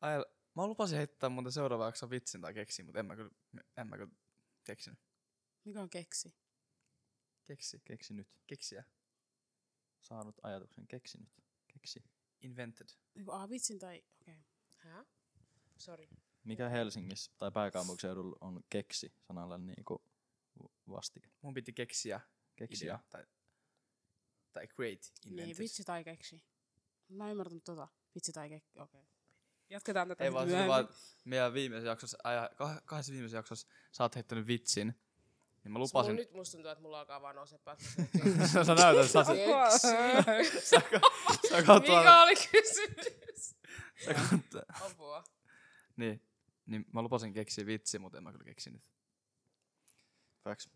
Ai, mä lupasin heittää muuten seuraava jakso vitsin tai keksin, mutta en mä kyllä, en mä kyllä keksinyt.
Mikä on keksi?
Keksi.
Keksi nyt.
Keksiä.
Saanut ajatuksen. Keksi nyt. Keksi.
Invented.
Niinku, ah, vitsin tai... Okei. Okay.
Hä? Sori.
Mikä Helsingissä tai pääkaupunkiseudulla on keksi sanalla niin kuin vastike?
Mun piti keksiä
Keksi.
idea. Tai, tai create
Niin,
invented.
vitsi tai keksi. Mä en ymmärtänyt tota. Vitsi tai keksi. Okei. Okay. Jatketaan tätä
Ei
sit
vaan, siis
myöhemmin.
vaan meidän viimeisessä jaksossa, aja, kah- kahdessa viimeisessä jaksossa sä oot heittänyt vitsin. Niin mä
Mulla
lupasin.
nyt musta tuntuu, että mulla alkaa vaan nousee päästä.
(laughs) sä näytät, sä, sä,
Apua.
(laughs)
sä, sä katsot
Mikä
tuolla-
oli kysymys?
sä katsot-
Apua.
(laughs) Niin. Niin mä lupasin keksiä vitsi, mutta en mä kyllä keksinyt.
Facts.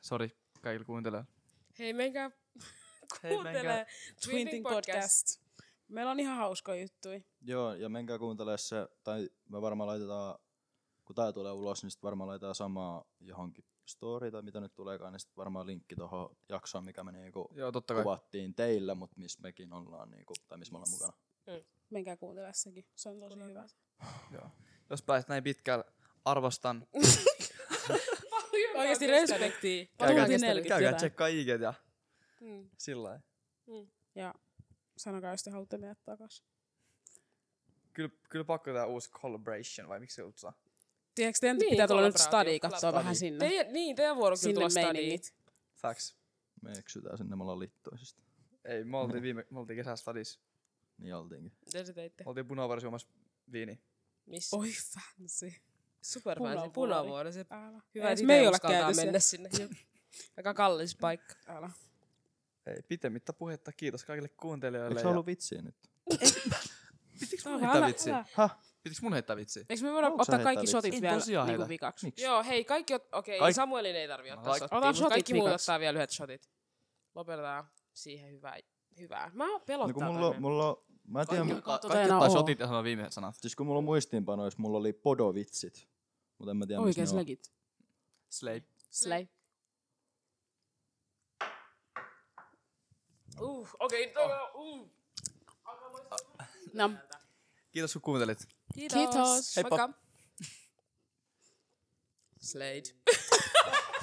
Sori kaikille kuuntelijoille.
Hei, menkää (laughs)
Hei,
kuuntele
menkää.
Twinting podcast. Meillä on ihan hauskoja juttuja.
Joo, ja menkää kuuntelemaan se, tai me varmaan laitetaan, kun tää tulee ulos, niin sitten varmaan laitetaan samaa johonkin story tai mitä nyt tuleekaan, niin sitten varmaan linkki tuohon jaksoon, mikä me niinku
Joo, totta kai.
kuvattiin teillä, mutta missä mekin ollaan, niinku, tai missä me ollaan mukana.
Menkää kuuntelemaan sekin. Se on tosi hyvä.
Joo. Jos pääset näin pitkälle, arvostan.
Paljon
Oikeasti
mä oon kestänyt.
respektiä.
Käykää,
Tunti 40
käykää
jotain.
tsekkaa IG ja
Mm.
sillä lailla.
Ja sanokaa, jos te haluatte mennä takaisin.
Kyllä, kyllä pakko tää uusi collaboration, vai miksi se kutsutaan?
Tiedätkö, teidän
Niin,
pitää tulla nyt
kollaboraatio,
stadi katsoa
stadi.
vähän sinne.
Teidän, niin, teidän vuoro kyllä niin
Sinne
tulla stadiin.
meiningit.
Facts.
Me eksytään sinne, me ollaan littoisista.
Ei, me oltiin, viime, me oltiin kesällä stadissa.
Niin oltiinkin.
Mitä te teitte?
Me oltiin punavuori syömässä viini.
Missä?
Oi fancy.
Superfancy,
Oh, Punavuori.
punavuori. Se
Älä.
hyvä, että
me ei olla
uskaltaa
käyty
mennä
mennä.
sinne.
(laughs)
Jep. Aika kallis paikka.
Älä.
Ei, pitemmittä puhetta. Kiitos kaikille kuuntelijoille.
Eikö se ollut vitsiä nyt?
Pitiks
Tää on vähän-
mun heittää
älä-
vitsiä?
älä.
Häh?
Pitiks mun heittää vitsiä?
Eikö me voida
Haluatko sä
ottaa
heittää
kaikki
vitsiä?
shotit
En
vielä
tosiaan
niinku
heitä.
vikaksi?
Miksi?
Joo, hei, kaikki ot...
Kaik-
Okei, Kaik- Samuelin ei tarvi ottaa
Kaik-
like,
Otan
shottia, mut kaikki
shotit
muut
vikaksi.
ottaa vielä yhdet shotit. Lopetetaan siihen hyvää. hyvää. Mä
No kun
pelottaa
mulla, on-
tänne.
mulla, on- mä en tiedä,
Kaikki,
Joka
ka-
tota
kaikki
enää
ottaa
oo.
shotit ja sanoo viimeiset sanat.
siis kun mulla on muistiinpanoissa, mulla oli podovitsit. Mutta en mä tiedä, missä
Oikein
ne on.
legit.
Slay.
Slay.
Uh, okei, okay, oh. uh.
No.
Kiitos kun kuuntelit.
Kiitos.
Kiitos.
Heippa.
Moikka. Slade.